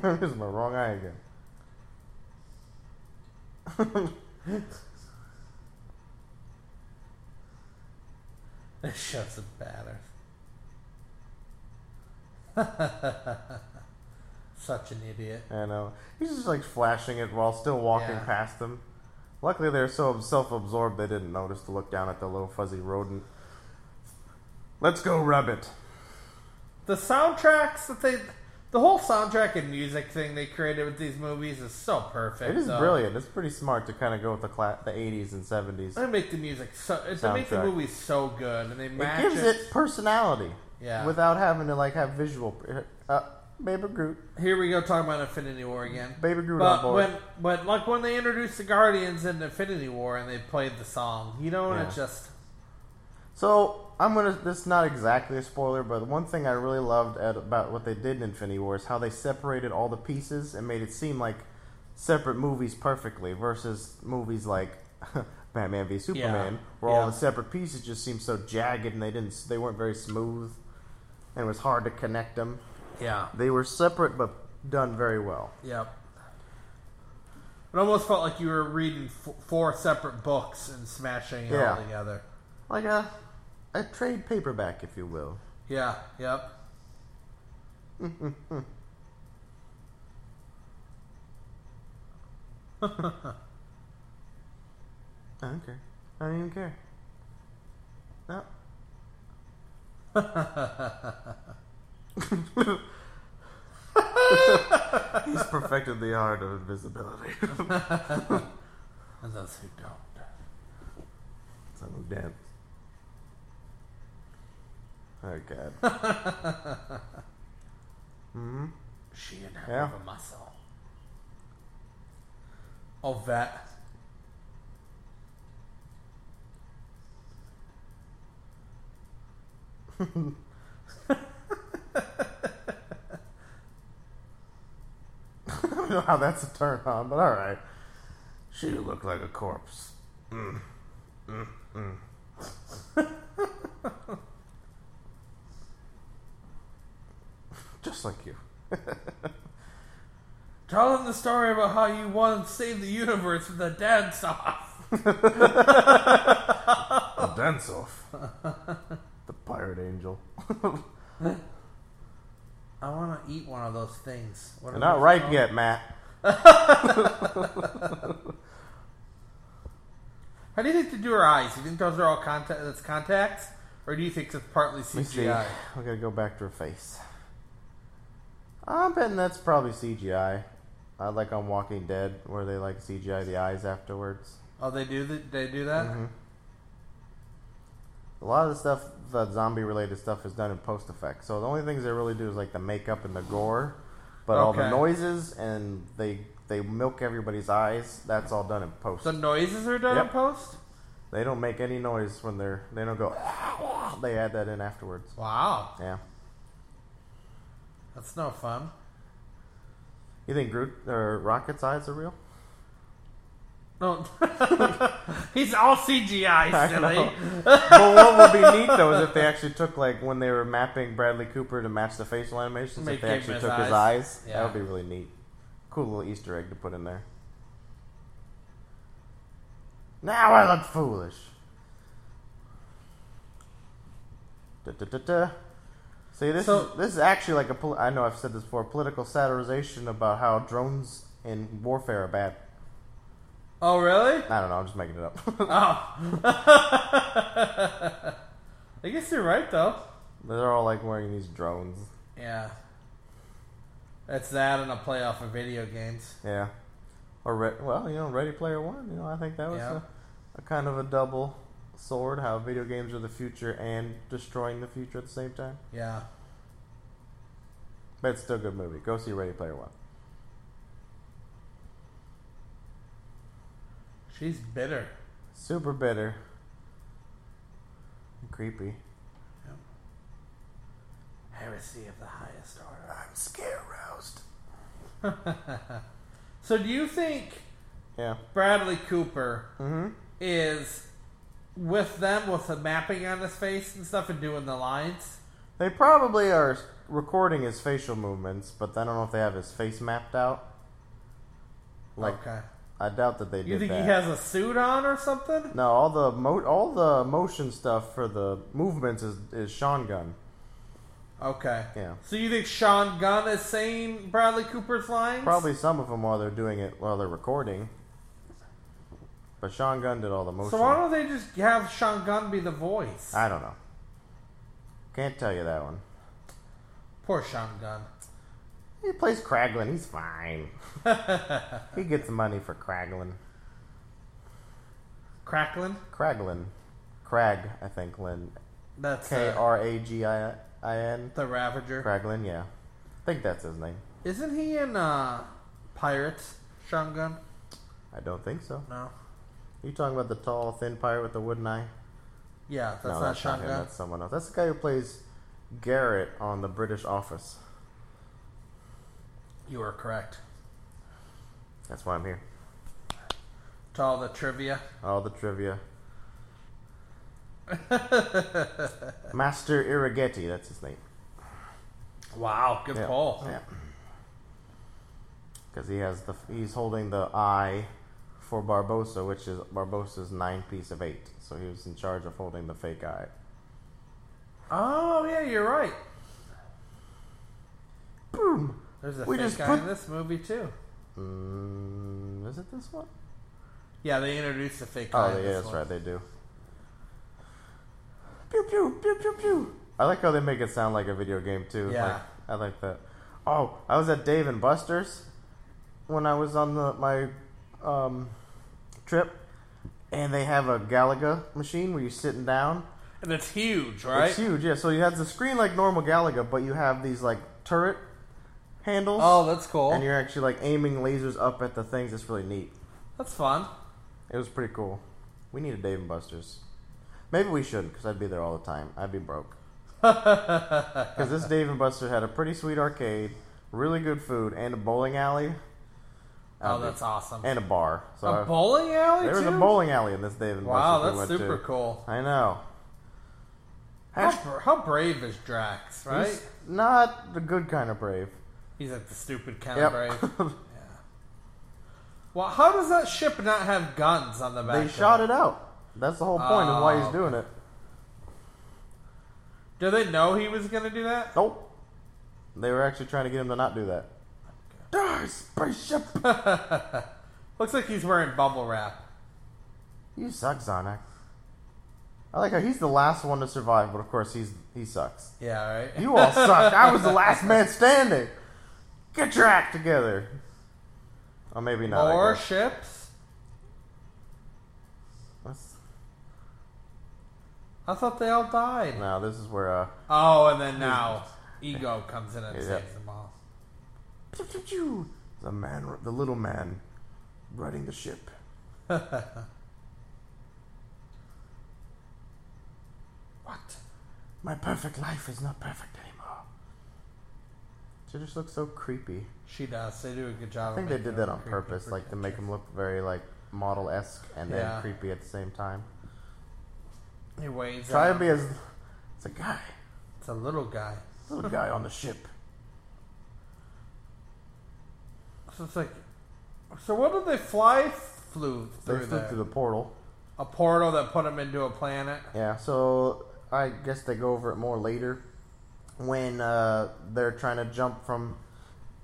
[SPEAKER 3] Here's my wrong eye again.
[SPEAKER 1] This show's a batter. Such an idiot.
[SPEAKER 3] I know. He's just like flashing it while still walking
[SPEAKER 1] Yeah.
[SPEAKER 3] past them. Luckily, they're so self absorbed they didn't notice to look down at the little fuzzy rodent. Let's go rub it.
[SPEAKER 1] The soundtracks that they, the whole soundtrack and music thing they created with these movies is so perfect.
[SPEAKER 3] It is
[SPEAKER 1] though.
[SPEAKER 3] brilliant. It's pretty smart to kind of go with the cla- the 80s and 70s.
[SPEAKER 1] They make the music so. They make the
[SPEAKER 3] Soundtrack.
[SPEAKER 1] movies so good, and they
[SPEAKER 3] It
[SPEAKER 1] match
[SPEAKER 3] gives it personality.
[SPEAKER 1] Yeah.
[SPEAKER 3] Without having to like have visual. Uh, Baby Groot.
[SPEAKER 1] Here we go talking about Infinity War again.
[SPEAKER 3] Baby Groot
[SPEAKER 1] But
[SPEAKER 3] on board.
[SPEAKER 1] when, but like when they introduced the Guardians in Infinity War and they played the song, you know, and it
[SPEAKER 3] Yeah.
[SPEAKER 1] just
[SPEAKER 3] So I'm gonna. This is not exactly a spoiler, but one thing I really loved at, about what they did in Infinity War is how they separated all the pieces and made it seem like separate movies perfectly, versus movies like Batman v Superman,
[SPEAKER 1] Yeah.
[SPEAKER 3] where
[SPEAKER 1] Yeah.
[SPEAKER 3] all the separate pieces just seemed so jagged and they didn't. They weren't very smooth, and it was hard to connect them.
[SPEAKER 1] yeah,
[SPEAKER 3] They were separate but done very well.
[SPEAKER 1] yep. It almost felt like you were reading f- four separate books and smashing it all
[SPEAKER 3] Yeah.
[SPEAKER 1] together.
[SPEAKER 3] Like a a trade paperback, if you will.
[SPEAKER 1] Yeah, yep.
[SPEAKER 3] I don't care. I don't even care. No. He's perfected the art of invisibility.
[SPEAKER 1] And those who don't.
[SPEAKER 3] Son of dance. Oh god.
[SPEAKER 1] She didn't have
[SPEAKER 3] Yeah.
[SPEAKER 1] a muscle. Oh, that.
[SPEAKER 3] I don't know how that's a turn on, but alright. She looked like a corpse. Mm. Mm. Mm. Just like you.
[SPEAKER 1] Tell them the story about how you once saved the universe with a dance off.
[SPEAKER 3] A dance off. the pirate angel.
[SPEAKER 1] I want to eat one of those things. What are
[SPEAKER 3] They're not
[SPEAKER 1] those
[SPEAKER 3] ripe
[SPEAKER 1] called?
[SPEAKER 3] yet, Matt.
[SPEAKER 1] How do you think they do her eyes? You think those are all contact? That's contacts, or do you think that's partly
[SPEAKER 3] Let me see.
[SPEAKER 1] CGI?
[SPEAKER 3] We gotta go back to her face. I'm betting that's probably CGI. I like on Walking Dead where they like CGI the eyes afterwards.
[SPEAKER 1] Oh, they do. th- They do that.
[SPEAKER 3] Mm-hmm. A lot of the stuff, the zombie related stuff, is done in post effects. So the only things they really do is like the makeup and the gore, but all the
[SPEAKER 1] Okay.
[SPEAKER 3] noises and they they milk everybody's eyes. That's all done in post.
[SPEAKER 1] The noises are done in
[SPEAKER 3] Yep.
[SPEAKER 1] post.
[SPEAKER 3] They don't make any noise when they're they don't go. "Ah, They add that in afterwards.
[SPEAKER 1] Wow,
[SPEAKER 3] Yeah.
[SPEAKER 1] that's no fun.
[SPEAKER 3] You think Groot or Rocket's eyes are real?
[SPEAKER 1] No, He's all CGI,
[SPEAKER 3] I
[SPEAKER 1] silly.
[SPEAKER 3] know. but what would be neat though is if they actually took like when they were mapping Bradley Cooper to match the facial animations,
[SPEAKER 1] Make
[SPEAKER 3] if they
[SPEAKER 1] him
[SPEAKER 3] actually
[SPEAKER 1] his
[SPEAKER 3] took his
[SPEAKER 1] eyes.
[SPEAKER 3] eyes,
[SPEAKER 1] Yeah.
[SPEAKER 3] that would be really neat. Cool little Easter egg to put in there. Now I look foolish. Da, da, da, da. See, this
[SPEAKER 1] So-
[SPEAKER 3] is this is actually like a poli- I know I've said this before political satirization about how drones in warfare are bad.
[SPEAKER 1] Oh, really?
[SPEAKER 3] I don't know. I'm just making it up.
[SPEAKER 1] Oh. I guess you're right, though.
[SPEAKER 3] They're all like wearing these drones.
[SPEAKER 1] Yeah. That's that and a playoff of video games.
[SPEAKER 3] Yeah. Or re- well, you know, Ready Player One. You know, I think that was
[SPEAKER 1] Yeah.
[SPEAKER 3] a, a kind of a double sword. How video games are the future and destroying the future at the same time.
[SPEAKER 1] Yeah.
[SPEAKER 3] But it's still a good movie. Go see Ready Player One.
[SPEAKER 1] She's bitter.
[SPEAKER 3] Super bitter. And creepy.
[SPEAKER 1] Heresy of the highest order.
[SPEAKER 3] I'm scared roused.
[SPEAKER 1] So, do you think
[SPEAKER 3] Yeah.
[SPEAKER 1] Bradley Cooper
[SPEAKER 3] Mm-hmm.
[SPEAKER 1] is with them with the mapping on his face and stuff and doing the lines?
[SPEAKER 3] They probably are recording his facial movements, but I don't know if they have his face mapped out. Like,
[SPEAKER 1] okay.
[SPEAKER 3] I doubt that they did
[SPEAKER 1] You think
[SPEAKER 3] that.
[SPEAKER 1] he has a suit on or something?
[SPEAKER 3] No, all the mo- all the motion stuff for the movements is is Sean Gunn.
[SPEAKER 1] Okay.
[SPEAKER 3] Yeah.
[SPEAKER 1] So you think Sean Gunn is saying Bradley Cooper's lines?
[SPEAKER 3] Probably some of them while they're doing it while they're recording. But Sean Gunn did all the motion.
[SPEAKER 1] So why don't they just have Sean Gunn be the voice?
[SPEAKER 3] I don't know. Can't tell you that one.
[SPEAKER 1] Poor Sean Gunn.
[SPEAKER 3] He plays Kraglin. He's fine. he gets money for Kraglin.
[SPEAKER 1] Cracklin?
[SPEAKER 3] Kraglin. Crag, I think, Lynn.
[SPEAKER 1] That's uh,
[SPEAKER 3] K R A G I I N.
[SPEAKER 1] the Ravager.
[SPEAKER 3] Kraglin, yeah. I think that's his name.
[SPEAKER 1] Isn't he in uh, Pirates? Sean Gunn?
[SPEAKER 3] I don't think so.
[SPEAKER 1] No.
[SPEAKER 3] You talking about the tall, thin pirate with the wooden eye?
[SPEAKER 1] Yeah, that's
[SPEAKER 3] no,
[SPEAKER 1] not
[SPEAKER 3] that's not
[SPEAKER 1] Sean
[SPEAKER 3] him.
[SPEAKER 1] Gunn.
[SPEAKER 3] That's someone else. That's the guy who plays Garrett on The British Office.
[SPEAKER 1] You are correct.
[SPEAKER 3] That's why I'm here.
[SPEAKER 1] To all the trivia.
[SPEAKER 3] All the trivia. Master Irrigetti, that's his name.
[SPEAKER 1] Wow, good
[SPEAKER 3] Yeah.
[SPEAKER 1] poll.
[SPEAKER 3] Yeah. Because he has the he's holding the eye for Barbosa, which is Barbosa's nine piece of eight. So he was in charge of holding the fake eye.
[SPEAKER 1] Oh yeah, you're right.
[SPEAKER 3] Boom.
[SPEAKER 1] There's a
[SPEAKER 3] We
[SPEAKER 1] fake
[SPEAKER 3] just
[SPEAKER 1] guy
[SPEAKER 3] put-
[SPEAKER 1] in this movie too.
[SPEAKER 3] Mm, is it this one?
[SPEAKER 1] Yeah, they introduced the fake guy.
[SPEAKER 3] Oh,
[SPEAKER 1] in
[SPEAKER 3] yeah,
[SPEAKER 1] this
[SPEAKER 3] that's
[SPEAKER 1] one.
[SPEAKER 3] right. They do. Pew pew pew pew pew. I like how they make it sound like a video game too.
[SPEAKER 1] Yeah.
[SPEAKER 3] Like, I like that. Oh, I was at Dave and Buster's when I was on the my um, trip, and they have a Galaga machine where you're sitting down.
[SPEAKER 1] And it's huge, right?
[SPEAKER 3] It's huge, yeah. So you have the screen like normal Galaga, but you have these like turret handles,
[SPEAKER 1] Oh, that's
[SPEAKER 3] and
[SPEAKER 1] cool.
[SPEAKER 3] you're actually like aiming lasers up at the things. It's really neat.
[SPEAKER 1] That's fun.
[SPEAKER 3] It was pretty cool. We need a Dave and Buster's. Maybe we should, because I'd be there all the time. I'd be broke. Because this Dave and Buster had a pretty sweet arcade, really good food, and a bowling alley.
[SPEAKER 1] Oh,
[SPEAKER 3] I'd be-
[SPEAKER 1] that's awesome.
[SPEAKER 3] and a bar. So I-
[SPEAKER 1] a bowling alley
[SPEAKER 3] Uh, there
[SPEAKER 1] too.
[SPEAKER 3] was a bowling alley in this Dave and
[SPEAKER 1] Wow,
[SPEAKER 3] Buster's. we
[SPEAKER 1] that's
[SPEAKER 3] went
[SPEAKER 1] super
[SPEAKER 3] to.
[SPEAKER 1] cool.
[SPEAKER 3] I know.
[SPEAKER 1] How,
[SPEAKER 3] Hash-
[SPEAKER 1] br- how brave is Drax? Right?
[SPEAKER 3] He's not the good kind of brave.
[SPEAKER 1] He's like the stupid kind
[SPEAKER 3] Yep.
[SPEAKER 1] of brave. Yeah. Well, how does that ship not have guns on the back? Oh,
[SPEAKER 3] they
[SPEAKER 1] of
[SPEAKER 3] shot it out. That's the whole point of why he's doing it.
[SPEAKER 1] Do they know he was going to do that?
[SPEAKER 3] Nope. They were actually trying to get him to not do that. Die, spaceship!
[SPEAKER 1] Looks like he's wearing bubble wrap.
[SPEAKER 3] You suck, Zonak. I like how he's the last one to survive, but of course he's he sucks.
[SPEAKER 1] Yeah, right.
[SPEAKER 3] You all suck. I was the last man standing. Get your act together. Oh, maybe not. I
[SPEAKER 1] More
[SPEAKER 3] guess.
[SPEAKER 1] ships?
[SPEAKER 3] That's-
[SPEAKER 1] I thought they all died.
[SPEAKER 3] no, this is where uh,
[SPEAKER 1] Oh, and then now Ego comes in and
[SPEAKER 3] Yeah.
[SPEAKER 1] saves them all.
[SPEAKER 3] the man, the little man, riding the ship.
[SPEAKER 1] What?
[SPEAKER 3] My perfect life is not perfect anymore. She just looks so creepy.
[SPEAKER 1] She does. They do a good job.
[SPEAKER 3] I think they did that on purpose, like to make him look very like model esque and then
[SPEAKER 1] Yeah.
[SPEAKER 3] creepy at the same time.
[SPEAKER 1] He waves.
[SPEAKER 3] Try
[SPEAKER 1] at
[SPEAKER 3] and be
[SPEAKER 1] him.
[SPEAKER 3] as it's a guy,
[SPEAKER 1] It's a little guy.
[SPEAKER 3] little guy on the ship.
[SPEAKER 1] So it's like, so what did they fly flew
[SPEAKER 3] They
[SPEAKER 1] through
[SPEAKER 3] flew
[SPEAKER 1] there?
[SPEAKER 3] through the portal.
[SPEAKER 1] a portal that put him into a planet.
[SPEAKER 3] Yeah, so I guess they go over it more later when uh, they're trying to jump from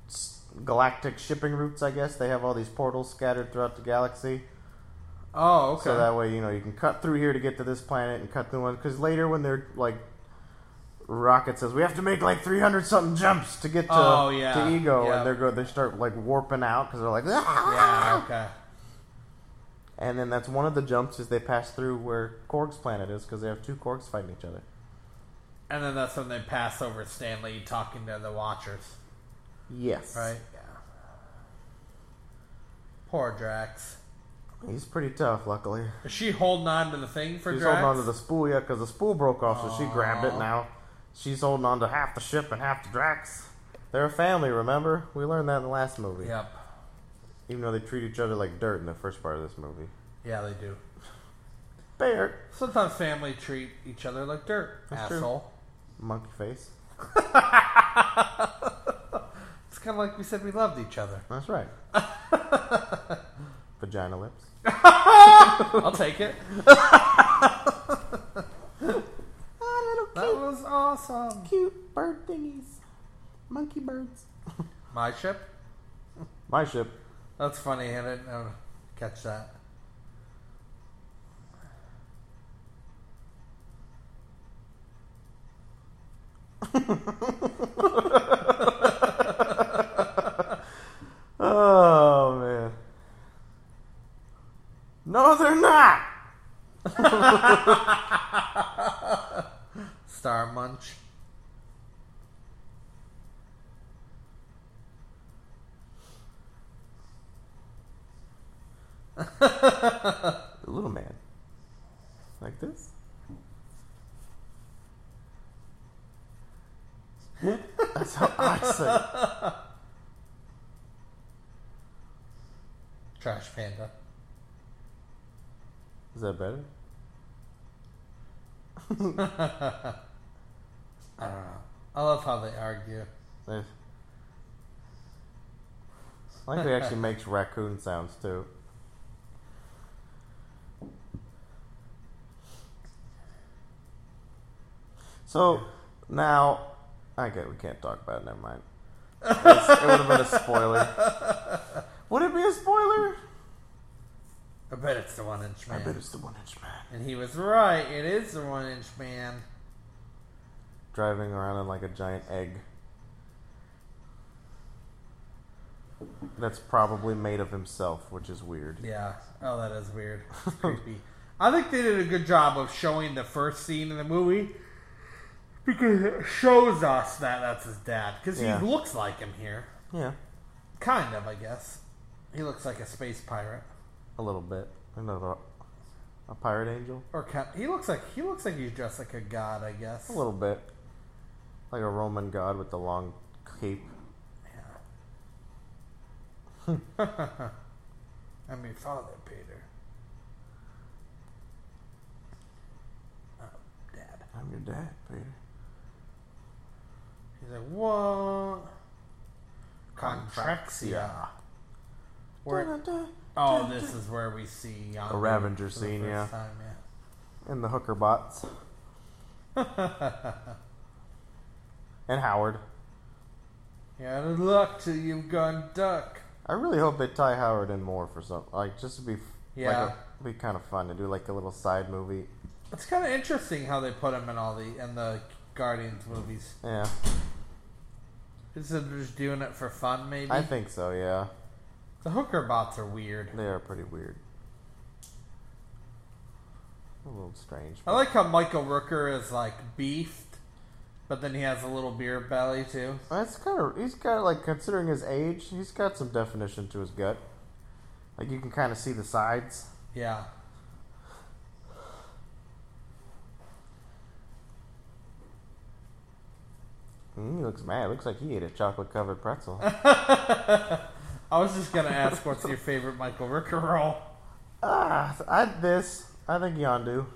[SPEAKER 3] s- galactic shipping routes. I guess they have all these portals scattered throughout the galaxy,
[SPEAKER 1] Oh, okay.
[SPEAKER 3] so that way you know you can cut through here to get to this planet and cut through one. Because later when they're like. Rocket says we have to make like three hundred something jumps to get to,
[SPEAKER 1] Oh, yeah.
[SPEAKER 3] to Ego,
[SPEAKER 1] Yeah.
[SPEAKER 3] and they go they start like warping out because they're like, "Ah!"
[SPEAKER 1] yeah. Okay.
[SPEAKER 3] and then that's one of the jumps is they pass through where Korg's planet is because they have two Korgs fighting each other.
[SPEAKER 1] And then that's when they pass over Stanley talking to the Watchers,
[SPEAKER 3] Yes,
[SPEAKER 1] right? Yeah. Poor Drax.
[SPEAKER 3] He's pretty tough, luckily.
[SPEAKER 1] Is she holding on to the thing for
[SPEAKER 3] She's
[SPEAKER 1] Drax?
[SPEAKER 3] holding on to the spool, yeah, because the spool broke off, so she grabbed it. Now she's holding on to half the ship and half the Drax. They're a family, remember? We learned that in the last movie.
[SPEAKER 1] Yep.
[SPEAKER 3] Even though they treat each other like dirt in the first part of this movie.
[SPEAKER 1] Yeah, they do.
[SPEAKER 3] Bear,
[SPEAKER 1] Sometimes family treat each other like dirt.
[SPEAKER 3] That's true.
[SPEAKER 1] asshole.
[SPEAKER 3] monkey face.
[SPEAKER 1] It's kind of like we said we loved each other.
[SPEAKER 3] That's right. Vagina lips.
[SPEAKER 1] I'll take it. that was awesome.
[SPEAKER 3] Cute bird thingies, monkey birds.
[SPEAKER 1] My ship.
[SPEAKER 3] My ship.
[SPEAKER 1] That's funny. I didn't uh, catch that.
[SPEAKER 3] Oh man. No, they're not.
[SPEAKER 1] Star Munch.
[SPEAKER 3] The little man. Like this. That's how I say. it.
[SPEAKER 1] Trash Panda.
[SPEAKER 3] Is that better?
[SPEAKER 1] I don't know. I love how they argue.
[SPEAKER 3] Nice. I think it actually makes raccoon sounds too. So now, I get we can't talk about it. Never mind. It's- it would have been a spoiler. Would it be a spoiler?
[SPEAKER 1] I bet it's the One Inch Man.
[SPEAKER 3] it's the One Inch Man
[SPEAKER 1] and he was right. It is the One Inch Man.
[SPEAKER 3] driving around in like a giant egg. That's probably made of himself, which is weird.
[SPEAKER 1] Yeah. Oh, that is weird. It's creepy. I think they did a good job of showing the first scene in the movie because it shows us that that's his dad. Because
[SPEAKER 3] Yeah.
[SPEAKER 1] he looks like him here.
[SPEAKER 3] Yeah,
[SPEAKER 1] Kind of, I guess. He looks like a space pirate.
[SPEAKER 3] a little bit. Another a pirate angel,
[SPEAKER 1] Or cap- he looks like he looks like he's dressed like a god, I guess.
[SPEAKER 3] a little bit, like a Roman god with the long cape.
[SPEAKER 1] I'm your father, Peter. Oh, Dad.
[SPEAKER 3] I'm your dad, Peter.
[SPEAKER 1] He's like, what? Contraxia. Where,
[SPEAKER 3] Dun-dun-dun.
[SPEAKER 1] oh, this is where we see Yondu
[SPEAKER 3] A Ravager
[SPEAKER 1] for the
[SPEAKER 3] scene,
[SPEAKER 1] first
[SPEAKER 3] yeah.
[SPEAKER 1] time, yeah.
[SPEAKER 3] And the hooker bots. and Howard.
[SPEAKER 1] Yeah, good luck till you've gone duck.
[SPEAKER 3] I really hope they tie Howard in more for some, like just to be,
[SPEAKER 1] Yeah.
[SPEAKER 3] like a, be kind of fun to do like a little side movie.
[SPEAKER 1] It's kind of interesting how they put him in all the in the Guardians movies.
[SPEAKER 3] Yeah,
[SPEAKER 1] Is it just doing it for fun? Maybe
[SPEAKER 3] I think so. Yeah,
[SPEAKER 1] the hooker bots are weird.
[SPEAKER 3] they are pretty weird. A little strange.
[SPEAKER 1] I like how Michael Rooker is like beefed, but then he has a little beer belly too.
[SPEAKER 3] That's kind of Uh, he's got like considering his age, he's got some definition to his gut. Like you can kind of see the sides.
[SPEAKER 1] Yeah.
[SPEAKER 3] Mm, he looks mad. Looks like he ate a chocolate covered pretzel.
[SPEAKER 1] I was just gonna ask, what's your favorite Michael Rooker role?
[SPEAKER 3] Ah, I this. I think Yondu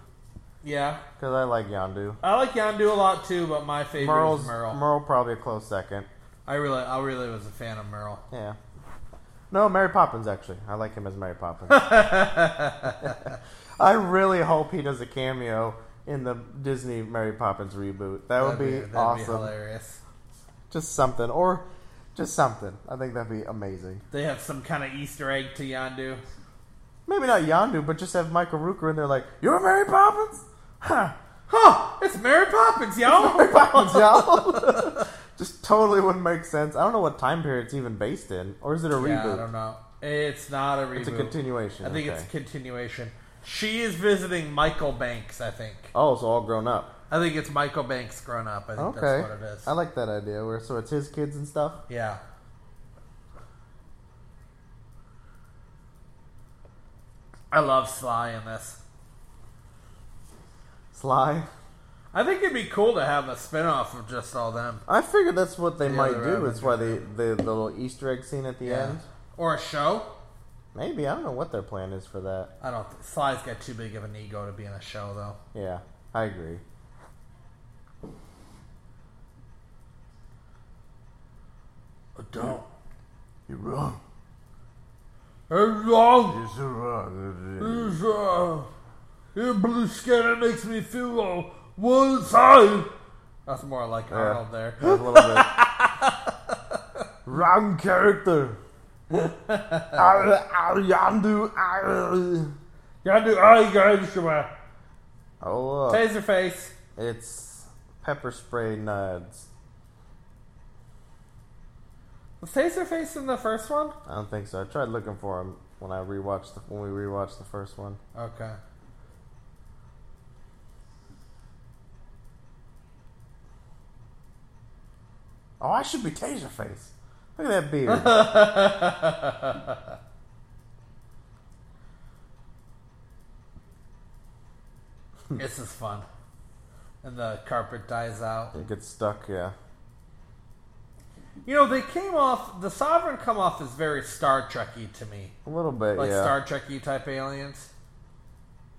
[SPEAKER 1] Yeah,
[SPEAKER 3] because I like Yondu.
[SPEAKER 1] I like Yondu a lot too, but my favorite
[SPEAKER 3] Merle's
[SPEAKER 1] is Merle.
[SPEAKER 3] Merle probably a close second.
[SPEAKER 1] I really, I really was a fan of Merle.
[SPEAKER 3] Yeah. No, Mary Poppins actually. I like him as Mary Poppins. I really hope he does a cameo in the Disney Mary Poppins reboot. That would
[SPEAKER 1] That'd
[SPEAKER 3] be,
[SPEAKER 1] that'd
[SPEAKER 3] awesome.
[SPEAKER 1] hilarious.
[SPEAKER 3] just something or just something. I think that'd be amazing.
[SPEAKER 1] They have some kind of Easter egg to Yondu.
[SPEAKER 3] Maybe not Yondu, but just have Michael Rooker in there like, "You're Mary Poppins." Huh.
[SPEAKER 1] Huh? It's Mary Poppins, y'all.
[SPEAKER 3] Mary Poppins, y'all. just totally wouldn't make sense. I don't know what time period it's even based in, or is it a
[SPEAKER 1] yeah, I
[SPEAKER 3] reboot?
[SPEAKER 1] don't know. It's not a reboot.
[SPEAKER 3] It's a continuation.
[SPEAKER 1] I think
[SPEAKER 3] okay.
[SPEAKER 1] it's a continuation. She is visiting Michael Banks. I think.
[SPEAKER 3] oh, so all grown up.
[SPEAKER 1] I think it's Michael Banks grown up. I think
[SPEAKER 3] Okay,
[SPEAKER 1] that's what it is.
[SPEAKER 3] I like that idea. Where so it's his kids and stuff.
[SPEAKER 1] yeah. I love Sly in this.
[SPEAKER 3] Sly.
[SPEAKER 1] I think it'd be cool to have a spinoff of just all them.
[SPEAKER 3] I figured that's what they
[SPEAKER 1] Yeah,
[SPEAKER 3] might
[SPEAKER 1] they're
[SPEAKER 3] do.
[SPEAKER 1] having
[SPEAKER 3] It's why the, the the little Easter egg scene at the end.
[SPEAKER 1] Or a show.
[SPEAKER 3] Maybe I don't know what their plan is for that.
[SPEAKER 1] I don't. Th- Sly's got too big of an ego to be in a show, though.
[SPEAKER 3] Yeah, I agree.
[SPEAKER 4] Don't. You're wrong.
[SPEAKER 1] It's wrong.
[SPEAKER 4] You're so wrong.
[SPEAKER 1] It's, uh, your blue skin makes me feel on one side. That's more like Arnold there.
[SPEAKER 3] A little bit.
[SPEAKER 4] Wrong character. I, I, Yandu, I.
[SPEAKER 1] Yandu, I got
[SPEAKER 3] Oh, look.
[SPEAKER 1] Taser face.
[SPEAKER 3] it's pepper spray nuds.
[SPEAKER 1] Was Taser face in the first one?
[SPEAKER 3] I don't think so. I tried looking for him when I rewatched the when we rewatched the first one.
[SPEAKER 1] Okay.
[SPEAKER 3] Oh, I should be Taserface. Look at that beard.
[SPEAKER 1] this is fun. And the carpet dies out.
[SPEAKER 3] it gets stuck. Yeah.
[SPEAKER 1] You know, they came off. The Sovereign come off as very Star Trekky to me,
[SPEAKER 3] A little bit,
[SPEAKER 1] like
[SPEAKER 3] yeah.
[SPEAKER 1] Star Trekky type aliens.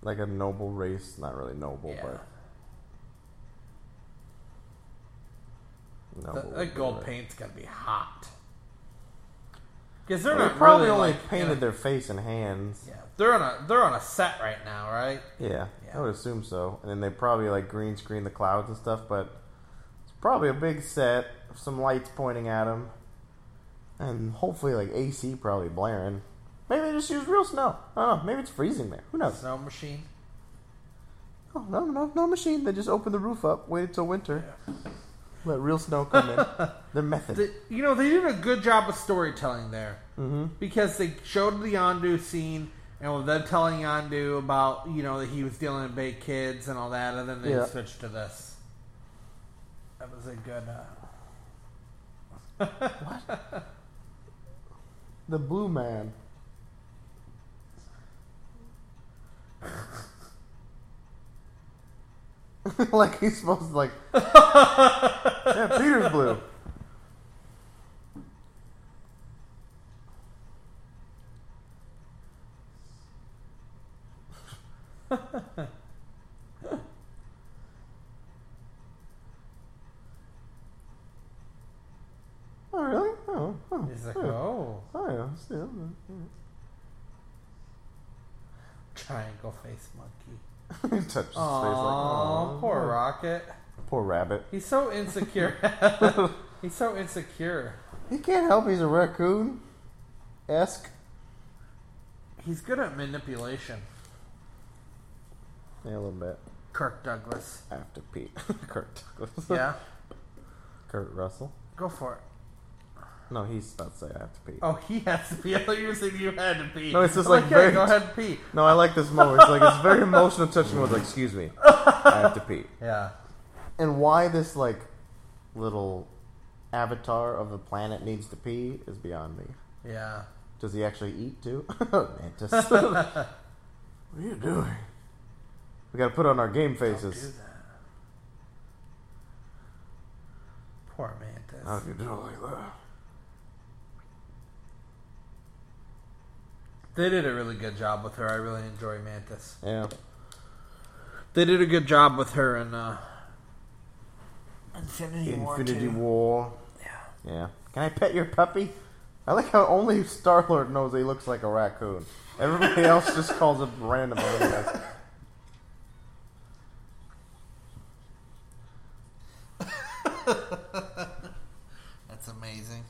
[SPEAKER 3] Like a noble race, not really noble,
[SPEAKER 1] Yeah.
[SPEAKER 3] but
[SPEAKER 1] The,
[SPEAKER 3] noble.
[SPEAKER 1] that gold paint's gonna be hot. Because they're
[SPEAKER 3] They
[SPEAKER 1] not
[SPEAKER 3] probably
[SPEAKER 1] really,
[SPEAKER 3] only
[SPEAKER 1] like,
[SPEAKER 3] painted
[SPEAKER 1] in a-
[SPEAKER 3] their face and hands.
[SPEAKER 1] yeah, they're on a they're on a set right now, right?
[SPEAKER 3] Yeah.
[SPEAKER 1] Yeah.
[SPEAKER 3] I would assume so. And then they probably like green screen the clouds and stuff, but it's probably a big set, some lights pointing at them, and hopefully like AC probably blaring. Maybe they just use real snow. I don't know. Maybe it's freezing there. Who knows?
[SPEAKER 1] Snow machine.
[SPEAKER 3] Oh, no, no, no machine. They just opened the roof up, waited till winter, let real snow come in. Their method.
[SPEAKER 1] The, you know, they did a good job of storytelling there mm-hmm. because they showed the Yondu scene and with them telling Yondu about you know that he was dealing with big kids and all that, and then they
[SPEAKER 3] Yeah.
[SPEAKER 1] switched to this. That was a good. Uh,
[SPEAKER 3] the blue man. like he's supposed to like Yeah, Peter's blue. Oh really? Oh, oh.
[SPEAKER 1] he's like,
[SPEAKER 3] oh.
[SPEAKER 1] oh,
[SPEAKER 3] Oh yeah, still.
[SPEAKER 1] triangle face monkey.
[SPEAKER 3] Touches his face like, oh.
[SPEAKER 1] Aw,
[SPEAKER 3] "Aw,
[SPEAKER 1] poor Rocket.
[SPEAKER 3] poor rabbit.
[SPEAKER 1] He's so insecure. He's so insecure.
[SPEAKER 3] He can't help he's a raccoon. Esque.
[SPEAKER 1] He's good at manipulation.
[SPEAKER 3] Yeah, a little bit.
[SPEAKER 1] Kirk Douglas.
[SPEAKER 3] After Pete. Kurt Douglas.
[SPEAKER 1] Yeah,
[SPEAKER 3] Kurt Russell.
[SPEAKER 1] go for it.
[SPEAKER 3] No, he's about to say after Pete.
[SPEAKER 1] Oh, he has to pee. I thought you were saying you had to pee.
[SPEAKER 3] No, it's just
[SPEAKER 1] I'm
[SPEAKER 3] like
[SPEAKER 1] yeah,
[SPEAKER 3] very-
[SPEAKER 1] go ahead and pee.
[SPEAKER 3] No, I like this moment. It's like it's very emotional touching moment. Like, excuse me. I have to pee.
[SPEAKER 1] Yeah,
[SPEAKER 3] And why this like little avatar of the planet needs to pee is beyond me.
[SPEAKER 1] yeah.
[SPEAKER 3] Does he actually eat too? Oh, Mantis. what are you doing? We gotta put on our game faces.
[SPEAKER 1] Do that. Poor Mantis.
[SPEAKER 3] if you do it like that.
[SPEAKER 1] They did a really good job with her. I really enjoy Mantis.
[SPEAKER 3] Yeah.
[SPEAKER 1] They did a good job with her in uh, Infinity, War.
[SPEAKER 3] Infinity
[SPEAKER 1] 2.
[SPEAKER 3] War.
[SPEAKER 1] Yeah.
[SPEAKER 3] Yeah. Can I pet your puppy? I like how only Star Lord knows he looks like a raccoon. Everybody else just calls him random. otherwise.
[SPEAKER 1] That's amazing.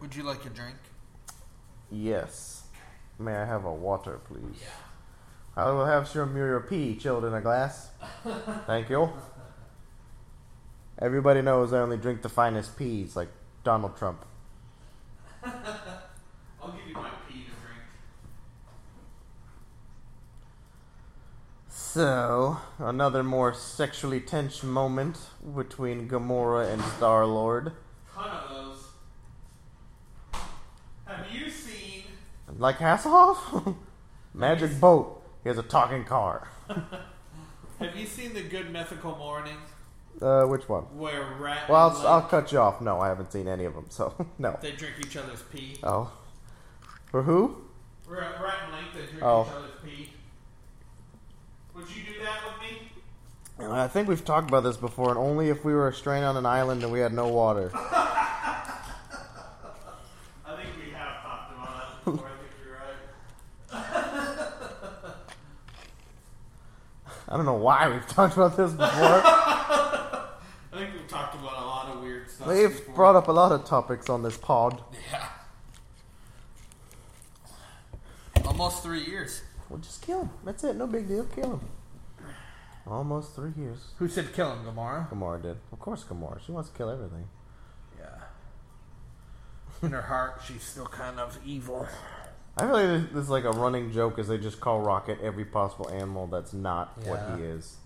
[SPEAKER 1] Would you like a drink?
[SPEAKER 3] Yes. May I have a water, please? I will have some your pee chilled in a glass. Thank you. Everybody knows I only drink the finest peas, like Donald Trump.
[SPEAKER 1] I'll give you my pee to drink.
[SPEAKER 3] So, another more sexually tense moment between Gamora and Star Lord.
[SPEAKER 1] Ton of those. Have you seen?
[SPEAKER 3] Like Hasselhoff? Magic boat. He has a talking car.
[SPEAKER 1] Have you seen the Good Mythical Morning
[SPEAKER 3] Uh, which one?
[SPEAKER 1] where Rat?
[SPEAKER 3] Well,
[SPEAKER 1] and
[SPEAKER 3] I'll, I'll
[SPEAKER 1] Link,
[SPEAKER 3] cut you off. No, I haven't seen any of them, so no.
[SPEAKER 1] they drink each other's pee.
[SPEAKER 3] Oh. For who?
[SPEAKER 1] Rat, Rat and Link, they drink
[SPEAKER 3] Oh.
[SPEAKER 1] each other's pee. Would you do that with me?
[SPEAKER 3] I think we've talked about this before, and only if we were stranded on an island and we had no water.
[SPEAKER 1] I think we have talked about that before. I think you're right.
[SPEAKER 3] I don't know why we've talked about this before.
[SPEAKER 1] I think we've talked about a lot of weird stuff.
[SPEAKER 3] They've
[SPEAKER 1] before.
[SPEAKER 3] brought up a lot of topics on this pod.
[SPEAKER 1] Yeah. Almost three years.
[SPEAKER 3] Well, just kill him. That's it. No big deal. Kill him. Almost three years.
[SPEAKER 1] Who said kill him, Gamora?
[SPEAKER 3] Gamora did. Of course, Gamora. She wants to kill everything.
[SPEAKER 1] Yeah. In her heart, she's still kind of evil.
[SPEAKER 3] I feel like this- this is like a running joke is they just call Rocket every possible animal that's not
[SPEAKER 1] Yeah.
[SPEAKER 3] what he is.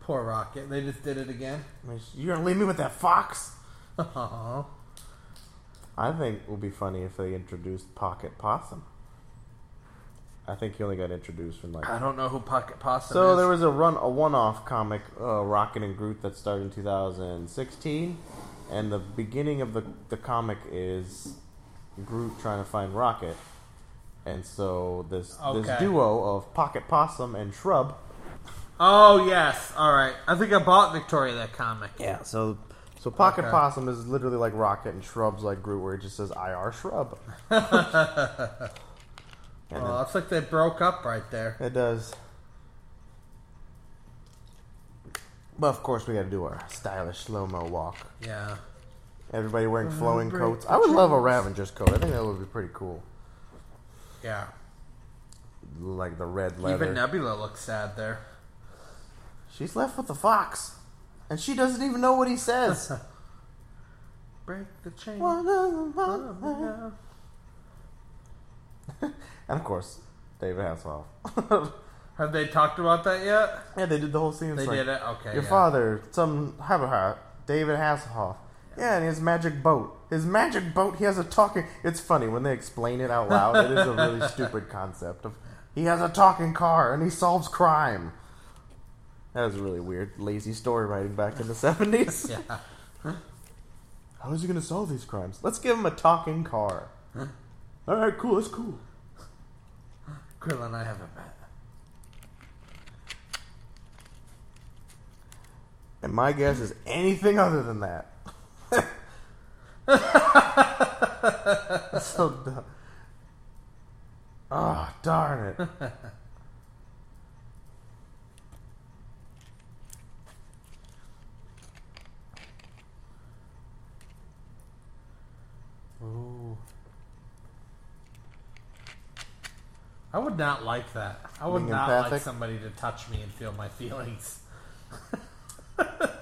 [SPEAKER 1] Poor Rocket. They just did it again.
[SPEAKER 3] I mean, You're gonna leave me with that fox?
[SPEAKER 1] Aw.
[SPEAKER 3] I think it would be funny if they introduced Pocket Possum. I think he only got introduced in like
[SPEAKER 1] I don't know who Pocket Possum
[SPEAKER 3] So
[SPEAKER 1] is.
[SPEAKER 3] there was a run, a one-off comic, uh, Rocket and Groot, that started in 2016, and the beginning of the the comic is Groot trying to find Rocket, and so this
[SPEAKER 1] Okay.
[SPEAKER 3] this duo of Pocket Possum and Shrub.
[SPEAKER 1] oh, yes. All right. I think I bought Victoria that comic.
[SPEAKER 3] Yeah. So so Pocket
[SPEAKER 1] Okay.
[SPEAKER 3] Possum is literally like Rocket, and Shrub's like Groot, where it just says "IR Shrub." And
[SPEAKER 1] Well, it's Oh, like they broke up right there.
[SPEAKER 3] It does. But of course, we got to do our stylish slow mo walk.
[SPEAKER 1] Yeah.
[SPEAKER 3] Everybody wearing flowing
[SPEAKER 1] break
[SPEAKER 3] coats.
[SPEAKER 1] the
[SPEAKER 3] I would love a Ravenger's coat. I think that would be pretty cool.
[SPEAKER 1] Yeah.
[SPEAKER 3] Like the red leather.
[SPEAKER 1] Even Nebula looks sad there.
[SPEAKER 3] She's left with the fox, and she doesn't even know what he says.
[SPEAKER 1] Break the chain.
[SPEAKER 3] One of
[SPEAKER 1] Oh,
[SPEAKER 3] my-
[SPEAKER 1] yeah.
[SPEAKER 3] and of course, David Hasselhoff.
[SPEAKER 1] Have they talked about that yet?
[SPEAKER 3] yeah, they did the whole scene. It's
[SPEAKER 1] They
[SPEAKER 3] like,
[SPEAKER 1] did it? Okay.
[SPEAKER 3] Your
[SPEAKER 1] yeah.
[SPEAKER 3] father, some habitat, David Hasselhoff. Yeah, and his magic boat. His magic boat. He has a talking. It's funny when they explain it out loud. it is a really stupid concept. Of he has a talking car and he solves crime. That was really weird, lazy story writing back in the seventies.
[SPEAKER 1] Yeah.
[SPEAKER 3] How is he going to solve these crimes? Let's give him a talking car. All right, cool. That's cool.
[SPEAKER 1] Krillin, I haven't met.
[SPEAKER 3] And my guess is anything other than that. That's so dumb. Oh, darn it.
[SPEAKER 1] Ooh. I would not like that. I would
[SPEAKER 3] Being
[SPEAKER 1] not like
[SPEAKER 3] empathic?
[SPEAKER 1] somebody to touch me and feel my feelings.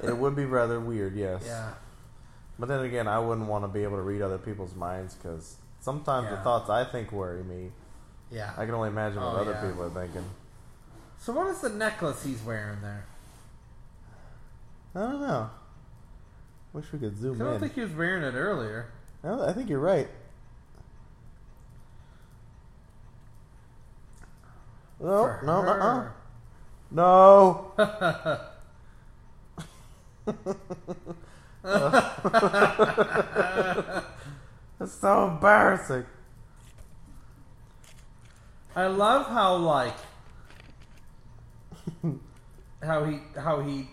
[SPEAKER 3] It would be rather weird, yes.
[SPEAKER 1] Yeah.
[SPEAKER 3] But then again, I wouldn't want to be able to read other people's minds because sometimes the
[SPEAKER 1] Yeah.
[SPEAKER 3] thoughts I think worry me.
[SPEAKER 1] Yeah.
[SPEAKER 3] I can only imagine what
[SPEAKER 1] Oh,
[SPEAKER 3] other
[SPEAKER 1] yeah.
[SPEAKER 3] people are thinking.
[SPEAKER 1] so what is the necklace he's wearing there?
[SPEAKER 3] I don't know. Wish we could
[SPEAKER 1] 'Cause
[SPEAKER 3] zoom
[SPEAKER 1] I don't
[SPEAKER 3] in.
[SPEAKER 1] think he was wearing it earlier.
[SPEAKER 3] No, I think you're right. No,
[SPEAKER 1] For
[SPEAKER 3] no, uh-uh.
[SPEAKER 1] her.
[SPEAKER 3] No. That's so embarrassing.
[SPEAKER 1] I love how like how he how he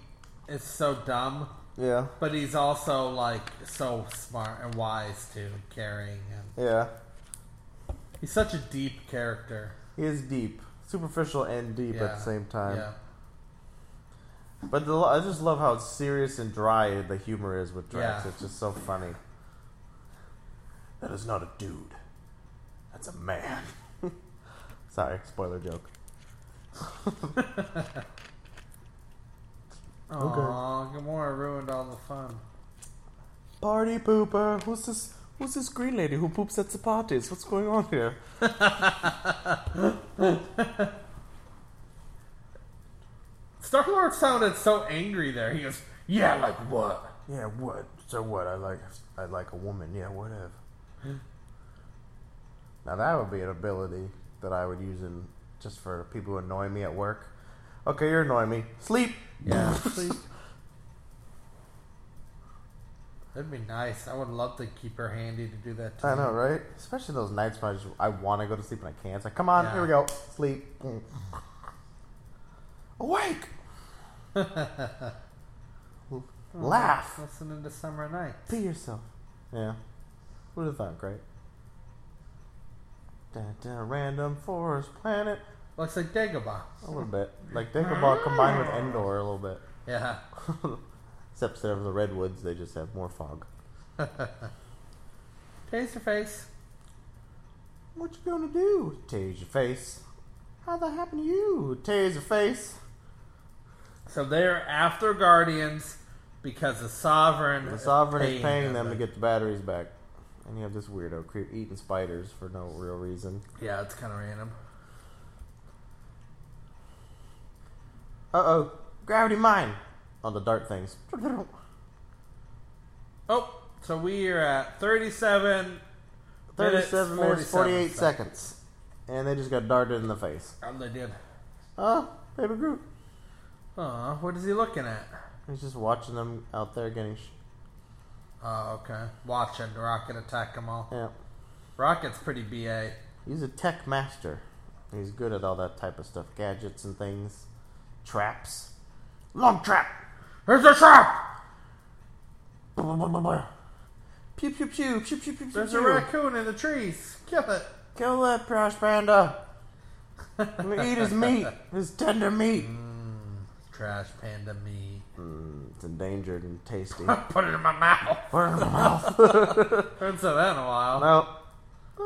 [SPEAKER 1] is so dumb,
[SPEAKER 3] Yeah.
[SPEAKER 1] but he's also like so smart and wise too, and caring and
[SPEAKER 3] Yeah.
[SPEAKER 1] he's such a deep character.
[SPEAKER 3] He is deep, superficial and deep
[SPEAKER 1] Yeah.
[SPEAKER 3] at the same time.
[SPEAKER 1] Yeah.
[SPEAKER 3] But the, I just love how serious and dry the humor is with Drax.
[SPEAKER 1] Yeah.
[SPEAKER 3] It's just so funny.
[SPEAKER 4] That is not a dude. That's a man.
[SPEAKER 3] Sorry, spoiler joke. Okay.
[SPEAKER 1] Aw, Gamora ruined all the fun.
[SPEAKER 3] Party pooper. Who's this? Who's this green lady who poops at the parties? What's going on here?
[SPEAKER 1] Star Lord sounded so angry there. He goes,
[SPEAKER 4] Yeah, like what? Yeah, what? So what? I like I like a woman. Yeah, whatever.
[SPEAKER 3] Hmm. Now that would be an ability that I would use in just for people who annoy me at work. Okay, you're annoying me. Sleep.
[SPEAKER 1] "Yeah, please." That'd be nice. I would love to keep her handy to do that. Too.
[SPEAKER 3] I know, right? Especially those nights when I, just, I want to go to sleep and I can't. It's like, come on,
[SPEAKER 1] Yeah.
[SPEAKER 3] here we go. Sleep. Awake. Laugh.
[SPEAKER 1] Listening to Summer Night.
[SPEAKER 3] Be yourself. Yeah. Who'd have thought, right? Dun, dun, random forest planet.
[SPEAKER 1] Looks like Dagobah.
[SPEAKER 3] A little bit. Like Dagobah combined with Endor a little bit.
[SPEAKER 1] Yeah.
[SPEAKER 3] Except instead of the redwoods, they just have more fog.
[SPEAKER 1] Taser face.
[SPEAKER 3] What you gonna do? Tase your face. How that happen to you? Tase your face.
[SPEAKER 1] So they're after Guardians because the Sovereign.
[SPEAKER 3] The sovereign is paying them to
[SPEAKER 1] to
[SPEAKER 3] get the batteries back, and you have this weirdo creep eating spiders for no real reason.
[SPEAKER 1] Yeah, it's kind of random.
[SPEAKER 3] Uh oh, gravity mine on the dart things.
[SPEAKER 1] Oh, so we are at 37.
[SPEAKER 3] Thirty-seven minutes,
[SPEAKER 1] 47
[SPEAKER 3] forty-eight seconds, and they just got darted in the face.
[SPEAKER 1] Oh, they did.
[SPEAKER 3] Oh, baby Groot.
[SPEAKER 1] Aw, what is he looking at?
[SPEAKER 3] He's just watching them out there getting. Sh-
[SPEAKER 1] Oh, okay. Watching Rocket attack them all.
[SPEAKER 3] yeah,
[SPEAKER 1] Rocket's pretty BA.
[SPEAKER 3] he's a tech master. He's good at all that type of stuff, gadgets and things, traps. Long trap.
[SPEAKER 1] There's a trap!
[SPEAKER 3] Blah, blah, blah, blah. Pew pew pew pew pew pew.
[SPEAKER 1] There's
[SPEAKER 3] pew,
[SPEAKER 1] a
[SPEAKER 3] pew.
[SPEAKER 1] raccoon in the trees. Kill it.
[SPEAKER 3] Kill that trash panda. I'm gonna eat his meat, his tender meat.
[SPEAKER 1] Mm. Trash panda meat.
[SPEAKER 3] It's endangered and tasty.
[SPEAKER 1] Put it in my mouth.
[SPEAKER 3] Put it in my mouth.
[SPEAKER 1] Haven't said that in a while.
[SPEAKER 3] No.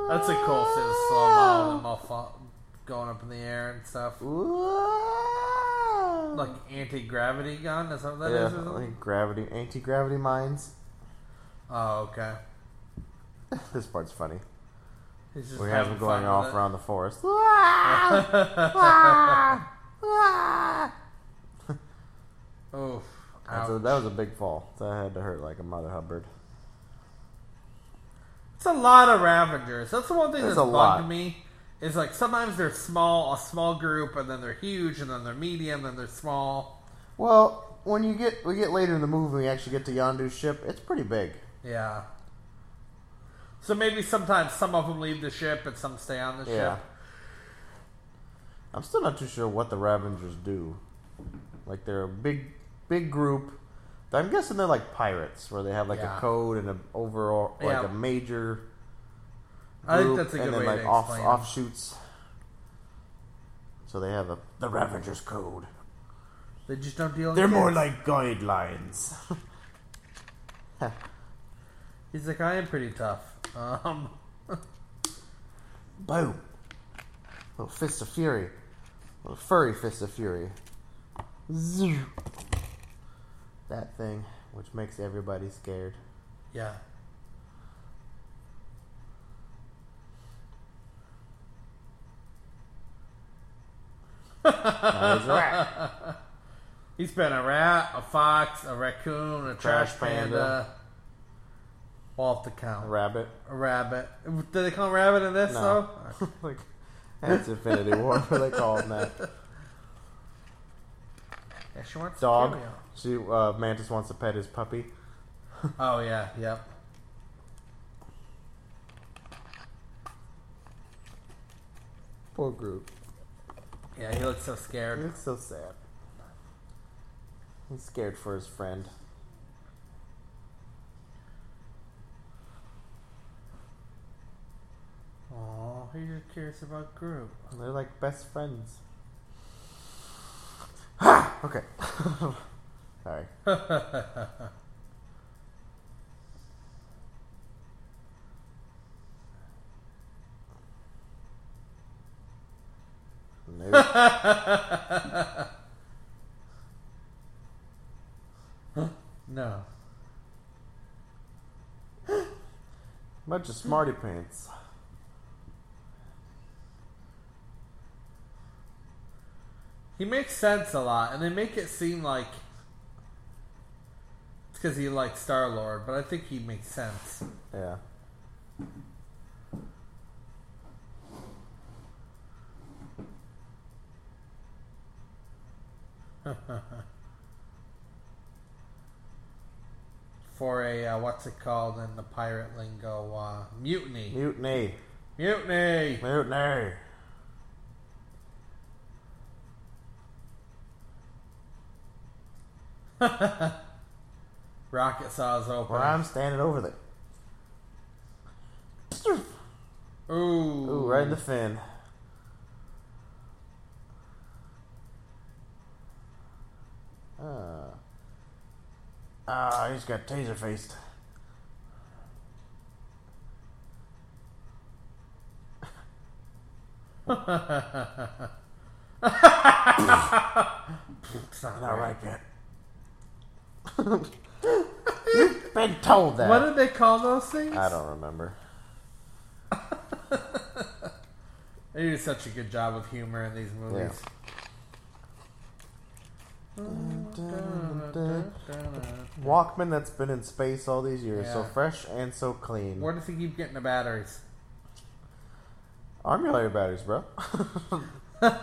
[SPEAKER 1] That's a cool scene, the slow mo and them all fall, going up in the air and stuff.
[SPEAKER 3] Whoa.
[SPEAKER 1] Like anti gravity gun, is that what that is?
[SPEAKER 3] yeah,
[SPEAKER 1] or something?
[SPEAKER 3] like gravity, anti-gravity mines.
[SPEAKER 1] Oh, okay.
[SPEAKER 3] This part's funny.
[SPEAKER 1] He's just
[SPEAKER 3] We have them
[SPEAKER 1] having
[SPEAKER 3] going
[SPEAKER 1] fun
[SPEAKER 3] off
[SPEAKER 1] with it.
[SPEAKER 3] around the forest. Ah! Ah!
[SPEAKER 1] Oof.
[SPEAKER 3] That's a-
[SPEAKER 1] Ouch.
[SPEAKER 3] that was a big fall. That had to hurt like a mother hubbard.
[SPEAKER 1] It's a lot of Ravengers. That's the one thing
[SPEAKER 3] There's
[SPEAKER 1] that's
[SPEAKER 3] a lot.
[SPEAKER 1] bugged me. Is like sometimes they're small, a small group, and then they're huge, and then they're medium, then they're small.
[SPEAKER 3] Well, when you get we get later in the movie, we actually get to Yondu's ship. It's pretty big.
[SPEAKER 1] Yeah. So maybe sometimes some of them leave the ship and some stay on the
[SPEAKER 3] Yeah.
[SPEAKER 1] ship.
[SPEAKER 3] I'm still not too sure what the Ravengers do. Like they're a big, big group. I'm guessing they're like pirates, where they have like
[SPEAKER 1] Yeah.
[SPEAKER 3] a code and an overall, like
[SPEAKER 1] Yeah.
[SPEAKER 3] a major.
[SPEAKER 1] I think
[SPEAKER 3] group,
[SPEAKER 1] that's a good
[SPEAKER 3] and then
[SPEAKER 1] way
[SPEAKER 3] like
[SPEAKER 1] to
[SPEAKER 3] off,
[SPEAKER 1] explain. it.
[SPEAKER 3] offshoots. So they have a
[SPEAKER 4] The Ravager's code.
[SPEAKER 1] They just don't deal. in
[SPEAKER 4] They're more
[SPEAKER 1] kids.
[SPEAKER 4] like guidelines.
[SPEAKER 1] He's like, I am pretty tough. Um,
[SPEAKER 4] Boom.
[SPEAKER 3] little fist of fury, little furry fist of fury. Zoom. That thing, which makes everybody scared.
[SPEAKER 1] yeah.
[SPEAKER 3] Now there's a rat.
[SPEAKER 1] He's been a rat, a fox, a raccoon, a trash,
[SPEAKER 3] Trash
[SPEAKER 1] panda.
[SPEAKER 3] panda.
[SPEAKER 1] Off the count.
[SPEAKER 3] A rabbit.
[SPEAKER 1] A rabbit. Did they call him rabbit in this
[SPEAKER 3] No.
[SPEAKER 1] though?
[SPEAKER 3] like that's Infinity War. What they call them that?
[SPEAKER 1] Yeah, she wants to
[SPEAKER 3] Dog.
[SPEAKER 1] kill you.
[SPEAKER 3] She uh, Mantis wants to pet his puppy.
[SPEAKER 1] Oh yeah, yep.
[SPEAKER 3] Boop, Poor Groot.
[SPEAKER 1] Yeah, he looks so scared.
[SPEAKER 3] It's so sad. He's scared for his friend.
[SPEAKER 1] Oh, he's just curious about Groot.
[SPEAKER 3] They're like best friends. okay. Sorry. Nope.
[SPEAKER 1] No.
[SPEAKER 3] Bunch of smarty pants.
[SPEAKER 1] He makes sense a lot, and they make it seem like it's because he likes Star Lord, but I think he makes sense.
[SPEAKER 3] Yeah.
[SPEAKER 1] For a, uh, what's it called in the pirate lingo? Uh, mutiny.
[SPEAKER 3] Mutiny.
[SPEAKER 1] Mutiny!
[SPEAKER 3] Mutiny.
[SPEAKER 1] Rocket saws open.
[SPEAKER 3] Where I'm standing over there.
[SPEAKER 1] Ooh.
[SPEAKER 3] Ooh, right in
[SPEAKER 1] Mm.
[SPEAKER 3] the fin. Ah. Ah, he just got taser faced.
[SPEAKER 1] It's not
[SPEAKER 3] Not
[SPEAKER 1] right.
[SPEAKER 3] right yet. You've been told that.
[SPEAKER 1] What did they call those things?
[SPEAKER 3] I don't remember.
[SPEAKER 1] They do such a good job with humor in these movies.
[SPEAKER 3] Walkman that's been in space all these years, so
[SPEAKER 1] Yeah.
[SPEAKER 3] fresh and so clean.
[SPEAKER 1] Where does he keep getting the batteries?
[SPEAKER 3] Armulary batteries, bro.
[SPEAKER 1] That's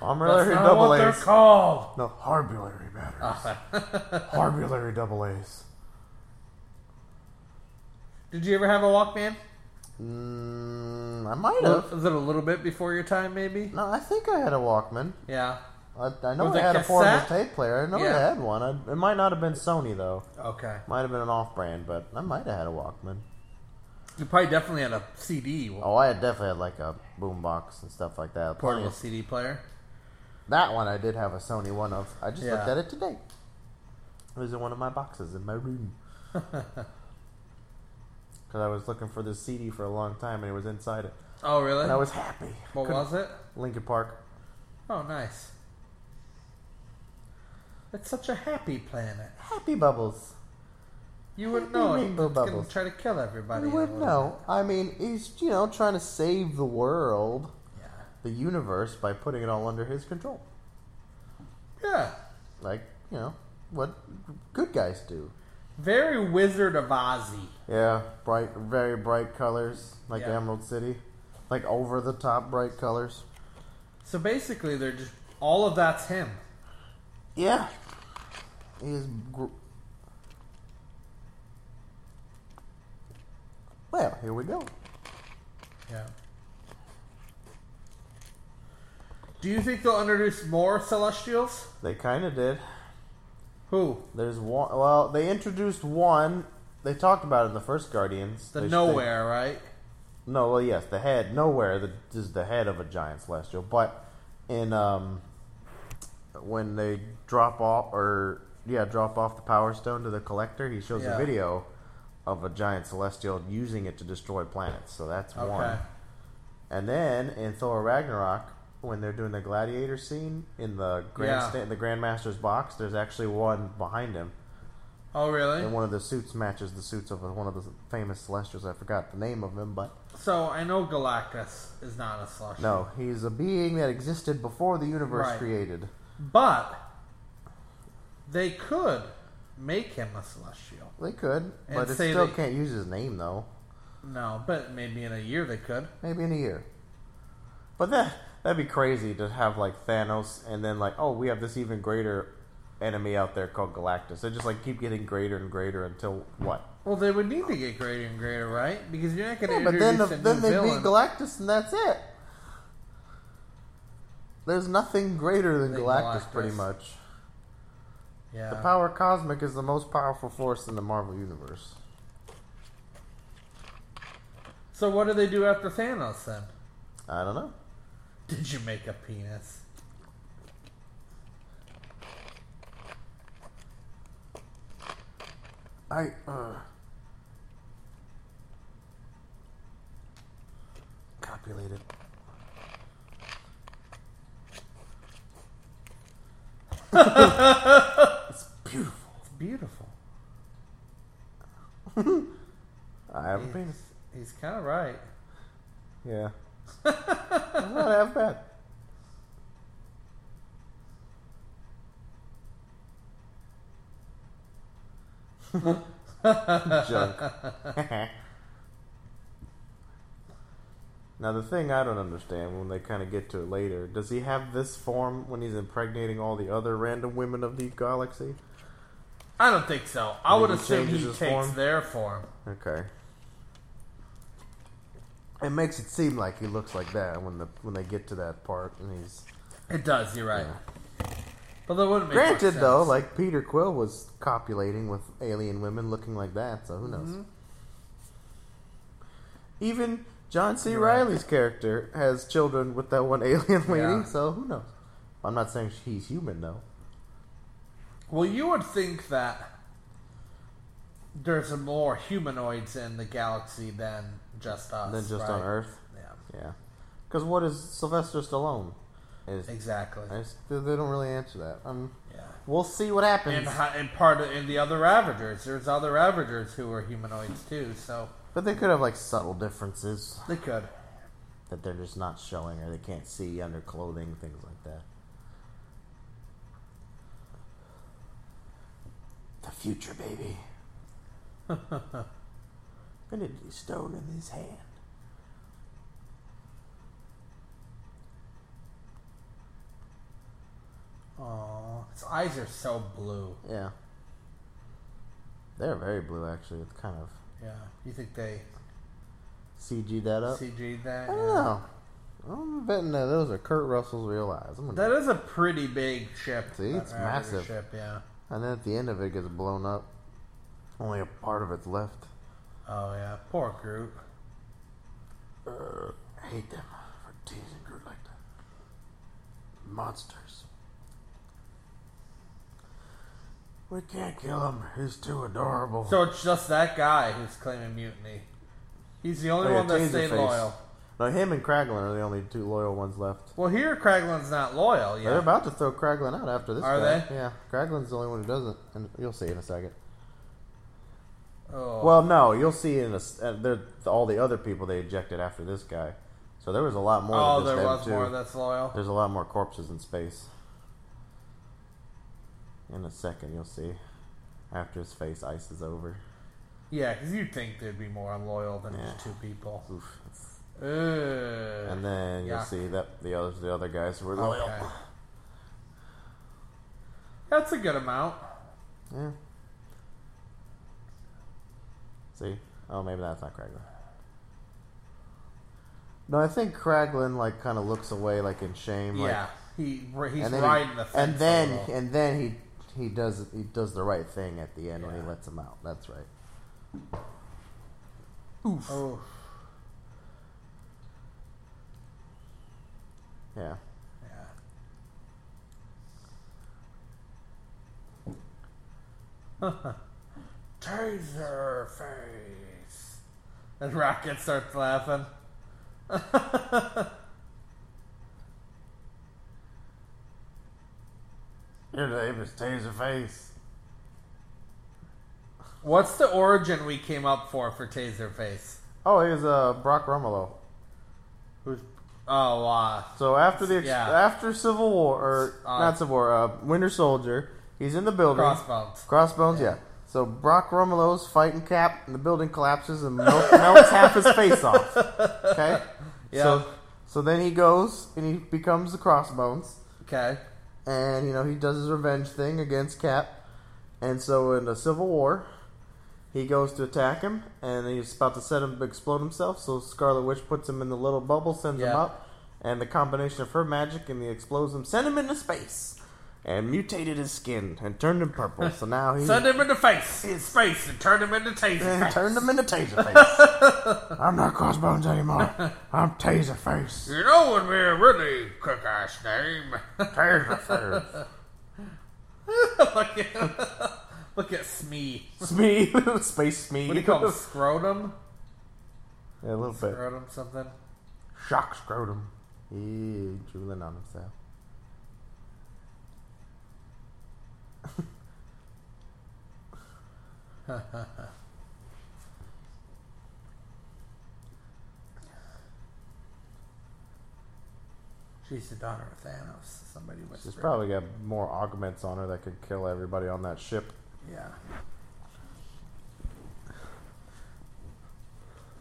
[SPEAKER 3] Armulary
[SPEAKER 1] not
[SPEAKER 3] double
[SPEAKER 1] what they're
[SPEAKER 3] A's.
[SPEAKER 1] called.
[SPEAKER 3] No, Harbulary batteries. Harbulary double A's.
[SPEAKER 1] Did you ever have a Walkman?
[SPEAKER 3] Mm, I might have.
[SPEAKER 1] Was it a little bit before your time, maybe?
[SPEAKER 3] No, I think I had a Walkman.
[SPEAKER 1] Yeah.
[SPEAKER 3] I, I know
[SPEAKER 1] Was
[SPEAKER 3] I
[SPEAKER 1] it
[SPEAKER 3] had a portable
[SPEAKER 1] cassette?
[SPEAKER 3] tape player. I know I
[SPEAKER 1] Yeah.
[SPEAKER 3] had one. I, it might not have been Sony though.
[SPEAKER 1] Okay.
[SPEAKER 3] Might have been an off-brand, but I might have had a Walkman.
[SPEAKER 1] You probably definitely had a CD,
[SPEAKER 3] Oh, I had definitely had like a boombox and stuff like that.
[SPEAKER 1] portable CD player.
[SPEAKER 3] That one I did have a Sony one of. I just looked
[SPEAKER 1] Yeah.
[SPEAKER 3] at it today. It was in one of my boxes in my room. Because I was looking for this CD for a long time and it was inside it.
[SPEAKER 1] Oh, really?
[SPEAKER 3] And I was happy.
[SPEAKER 1] what
[SPEAKER 3] Couldn't-
[SPEAKER 1] was it?
[SPEAKER 3] Linkin Park.
[SPEAKER 1] Oh, nice. It's such a happy planet.
[SPEAKER 3] Happy Bubbles.
[SPEAKER 1] You wouldn't
[SPEAKER 3] Happy
[SPEAKER 1] know it.
[SPEAKER 3] rainbow
[SPEAKER 1] It's gonna
[SPEAKER 3] bubbles.
[SPEAKER 1] try to kill everybody.
[SPEAKER 3] You
[SPEAKER 1] in a
[SPEAKER 3] would
[SPEAKER 1] little
[SPEAKER 3] know. I mean, he's, you know, trying to save the world,
[SPEAKER 1] bit.
[SPEAKER 3] the universe, by putting it all under his control.
[SPEAKER 1] Yeah. Yeah.
[SPEAKER 3] Like, you know, what good guys do.
[SPEAKER 1] Very Wizard of Ozzy.
[SPEAKER 3] Yeah, bright, very bright colors, like
[SPEAKER 1] Yeah.
[SPEAKER 3] Emerald City, like over the top bright colors.
[SPEAKER 1] So basically, they're just all of that's him.
[SPEAKER 3] Yeah, he is. Gr- well, here we go.
[SPEAKER 1] Yeah. Do you think they'll introduce more Celestials?
[SPEAKER 3] They kind of did.
[SPEAKER 1] Who?
[SPEAKER 3] There's one. Well, they introduced one. They talked about it in the first Guardians.
[SPEAKER 1] The
[SPEAKER 3] They- they-
[SPEAKER 1] Nowhere, right?
[SPEAKER 3] no, well, yes, the head. Nowhere the, is the head of a giant celestial, but in um, when they drop off or yeah, drop off the power stone to the collector, he shows
[SPEAKER 1] Yeah.
[SPEAKER 3] a video of a giant celestial using it to destroy planets. So that's
[SPEAKER 1] Okay.
[SPEAKER 3] one. And then in Thor Ragnarok, when they're doing the gladiator scene in the grand
[SPEAKER 1] Yeah.
[SPEAKER 3] the grandmaster's box, there's actually one behind him.
[SPEAKER 1] Oh, really?
[SPEAKER 3] And one of the suits matches the suits of one of the famous Celestials. I forgot the name of him, but
[SPEAKER 1] So I know Galactus is not a Celestial.
[SPEAKER 3] no, he's a being that existed before the universe
[SPEAKER 1] Right.
[SPEAKER 3] created.
[SPEAKER 1] But they could make him a Celestial.
[SPEAKER 3] They could,
[SPEAKER 1] And
[SPEAKER 3] but it
[SPEAKER 1] say
[SPEAKER 3] still
[SPEAKER 1] they-
[SPEAKER 3] can't use his name though.
[SPEAKER 1] No, but maybe in a year they could.
[SPEAKER 3] Maybe in a year. But that that'd be crazy to have like Thanos, and then like, oh, we have this even greater enemy out there called Galactus. They just like keep getting greater and greater until what?
[SPEAKER 1] Well, they would need to get greater and greater, right? Because you're not going to
[SPEAKER 3] Yeah, but
[SPEAKER 1] introduce
[SPEAKER 3] then the,
[SPEAKER 1] a
[SPEAKER 3] then
[SPEAKER 1] new
[SPEAKER 3] they
[SPEAKER 1] villain.
[SPEAKER 3] beat Galactus, and that's it. There's nothing greater than
[SPEAKER 1] Than
[SPEAKER 3] Galactus, pretty
[SPEAKER 1] Galactus.
[SPEAKER 3] much.
[SPEAKER 1] Yeah.
[SPEAKER 3] The power cosmic is the most powerful force in the Marvel universe.
[SPEAKER 1] so what do they do after Thanos then?
[SPEAKER 3] I don't know.
[SPEAKER 1] Did you make a penis?
[SPEAKER 3] I uh copulated. it's beautiful.
[SPEAKER 1] It's beautiful.
[SPEAKER 3] I have a
[SPEAKER 1] He's-
[SPEAKER 3] penis.
[SPEAKER 1] He's kind of right.
[SPEAKER 3] Yeah. I'm not half bad. Junk. now the thing I don't understand when they kind of get to it later, does he have this form when he's impregnating all the other random women of the galaxy?
[SPEAKER 1] I don't think so. I
[SPEAKER 3] Maybe
[SPEAKER 1] would
[SPEAKER 3] he
[SPEAKER 1] assume he
[SPEAKER 3] changes
[SPEAKER 1] takes
[SPEAKER 3] his form?
[SPEAKER 1] their form.
[SPEAKER 3] Okay. It makes it seem like he looks like that when the when they get to that part and he's
[SPEAKER 1] It does. You're right. But that wouldn't make much
[SPEAKER 3] Granted,
[SPEAKER 1] sense.
[SPEAKER 3] though, like Peter Quill was copulating with alien women looking like that, so who knows?
[SPEAKER 1] Mm-hmm.
[SPEAKER 3] Even John C.
[SPEAKER 1] You're right.
[SPEAKER 3] Riley's character has children with that one alien lady,
[SPEAKER 1] Yeah.
[SPEAKER 3] so who knows? I'm not saying he's human, though.
[SPEAKER 1] well, you would think that there's more humanoids in the galaxy than just us.
[SPEAKER 3] than just
[SPEAKER 1] right?
[SPEAKER 3] on Earth.
[SPEAKER 1] Yeah,
[SPEAKER 3] Yeah. Because what is Sylvester Stallone? Is,
[SPEAKER 1] exactly.
[SPEAKER 3] I just- they don't really answer that. Um,
[SPEAKER 1] Yeah.
[SPEAKER 3] we'll see what happens.
[SPEAKER 1] And, hi- and part of, and the other Ravagers. There's other Ravagers who are humanoids too, so
[SPEAKER 3] but they could have, like, subtle differences
[SPEAKER 1] they could.
[SPEAKER 3] that they're just not showing or they can't see under clothing, things like that. The future, baby. Infinity Stone in his hand.
[SPEAKER 1] Aww, his eyes are so blue.
[SPEAKER 3] Yeah. They're very blue, actually. It's kind of
[SPEAKER 1] Yeah, you think they
[SPEAKER 3] CG that up.
[SPEAKER 1] CG'd that?
[SPEAKER 3] I don't
[SPEAKER 1] Yeah.
[SPEAKER 3] know. I'm betting that those are Kurt Russell's real eyes. I'm gonna-
[SPEAKER 1] That is a pretty big ship.
[SPEAKER 3] See,
[SPEAKER 1] that
[SPEAKER 3] it's
[SPEAKER 1] Ravager
[SPEAKER 3] massive.
[SPEAKER 1] Ship, yeah.
[SPEAKER 3] and then at the end of it gets blown up. Only a part of it's left.
[SPEAKER 1] Oh yeah, poor Groot.
[SPEAKER 3] Uh, I hate them for teasing Groot like that. Monsters. We can't kill him. He's too adorable.
[SPEAKER 1] So it's just that guy who's claiming mutiny. He's the only
[SPEAKER 3] Oh, yeah,
[SPEAKER 1] one that
[SPEAKER 3] change the
[SPEAKER 1] stayed
[SPEAKER 3] face.
[SPEAKER 1] loyal.
[SPEAKER 3] now him and Kraglin are the only two loyal ones left.
[SPEAKER 1] Well, here Kraglin's not loyal.
[SPEAKER 3] They're
[SPEAKER 1] Yeah,
[SPEAKER 3] about to throw Kraglin out after this.
[SPEAKER 1] Are
[SPEAKER 3] guy.
[SPEAKER 1] they?
[SPEAKER 3] Yeah, Kraglin's the only one who doesn't, and you'll see in a second.
[SPEAKER 1] oh,
[SPEAKER 3] Well, no, you'll see in a. s- Uh, they're, all the other people they ejected after this guy. So there was a lot more.
[SPEAKER 1] oh,
[SPEAKER 3] than just
[SPEAKER 1] there
[SPEAKER 3] them
[SPEAKER 1] was
[SPEAKER 3] two.
[SPEAKER 1] more that's loyal.
[SPEAKER 3] There's a lot more corpses in space. In a second, you'll see. After his face ices over.
[SPEAKER 1] Yeah, because you'd think there'd be more loyal than
[SPEAKER 3] Yeah.
[SPEAKER 1] just two people.
[SPEAKER 3] Oof.
[SPEAKER 1] Ugh.
[SPEAKER 3] And then you'll
[SPEAKER 1] Yeah.
[SPEAKER 3] see that the others, the other guys were loyal.
[SPEAKER 1] Okay. That's a good amount.
[SPEAKER 3] Yeah. See? Oh, maybe that's not Kraglin. No, I think Kraglin like kind of looks away, like in shame. Like,
[SPEAKER 1] yeah, he where he's
[SPEAKER 3] and then
[SPEAKER 1] riding
[SPEAKER 3] he,
[SPEAKER 1] the fence.
[SPEAKER 3] and then
[SPEAKER 1] a little.
[SPEAKER 3] and then he he does he does the right thing at the end when he
[SPEAKER 1] Yeah.
[SPEAKER 3] lets him out. That's right.
[SPEAKER 1] oh
[SPEAKER 3] Yeah.
[SPEAKER 1] yeah. Taser face. And Rocket starts laughing.
[SPEAKER 3] Your name is Taserface.
[SPEAKER 1] What's the origin we came up for for Taser face?
[SPEAKER 3] Oh, he was uh, Brock Rummelow.
[SPEAKER 1] Who's oh uh
[SPEAKER 3] So after the ex-
[SPEAKER 1] Yeah.
[SPEAKER 3] after Civil War or
[SPEAKER 1] Uh,
[SPEAKER 3] not Civil War, uh, Winter Soldier, he's in the building.
[SPEAKER 1] Crossbones.
[SPEAKER 3] Crossbones, yeah. So Brock Romulus fighting Cap, and the building collapses and melts, melts half his face off. Okay.
[SPEAKER 1] Yeah.
[SPEAKER 3] So so then he goes and he becomes the Crossbones,
[SPEAKER 1] Okay.
[SPEAKER 3] and you know he does his revenge thing against Cap, and so in the Civil War. He goes to attack him, and he's about to set him explode himself. So Scarlet Witch puts him in the little bubble, sends him
[SPEAKER 1] Yeah.
[SPEAKER 3] up, and the combination of her magic and the explosive sent him into space and mutated his skin and turned him purple. So now he
[SPEAKER 1] Send him in the face, in space, and turn him into
[SPEAKER 3] and
[SPEAKER 1] taser.
[SPEAKER 3] turned him into Taserface. I'm not Crossbones anymore. I'm Taserface.
[SPEAKER 1] You know would be a really kick ass name.
[SPEAKER 3] Taserface.
[SPEAKER 1] look at look at Smee.
[SPEAKER 3] Smee. Space Smee.
[SPEAKER 1] What do you call him? Scrotum?
[SPEAKER 3] Yeah, a little bit.
[SPEAKER 1] Scrotum something.
[SPEAKER 3] Shock scrotum. He drooling on himself.
[SPEAKER 1] She's the daughter of Thanos. Somebody
[SPEAKER 3] She's
[SPEAKER 1] whispered.
[SPEAKER 3] probably got more augments on her that could kill everybody on that ship.
[SPEAKER 1] yeah.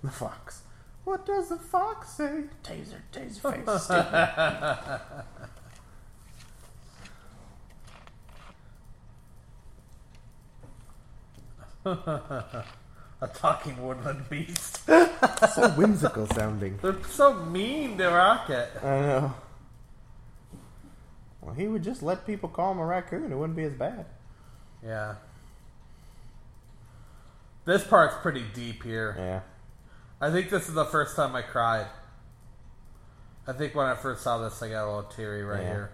[SPEAKER 3] The fox. What does the fox say? Taser, taser face.
[SPEAKER 1] A talking woodland beast.
[SPEAKER 3] so whimsical sounding.
[SPEAKER 1] They're so mean to Rocket.
[SPEAKER 3] I know. Well, he would just let people call him a raccoon. It wouldn't be as bad.
[SPEAKER 1] Yeah. This part's pretty deep here.
[SPEAKER 3] Yeah.
[SPEAKER 1] I think this is the first time I cried. I think when I first saw this, I got a little teary right
[SPEAKER 3] Yeah.
[SPEAKER 1] here.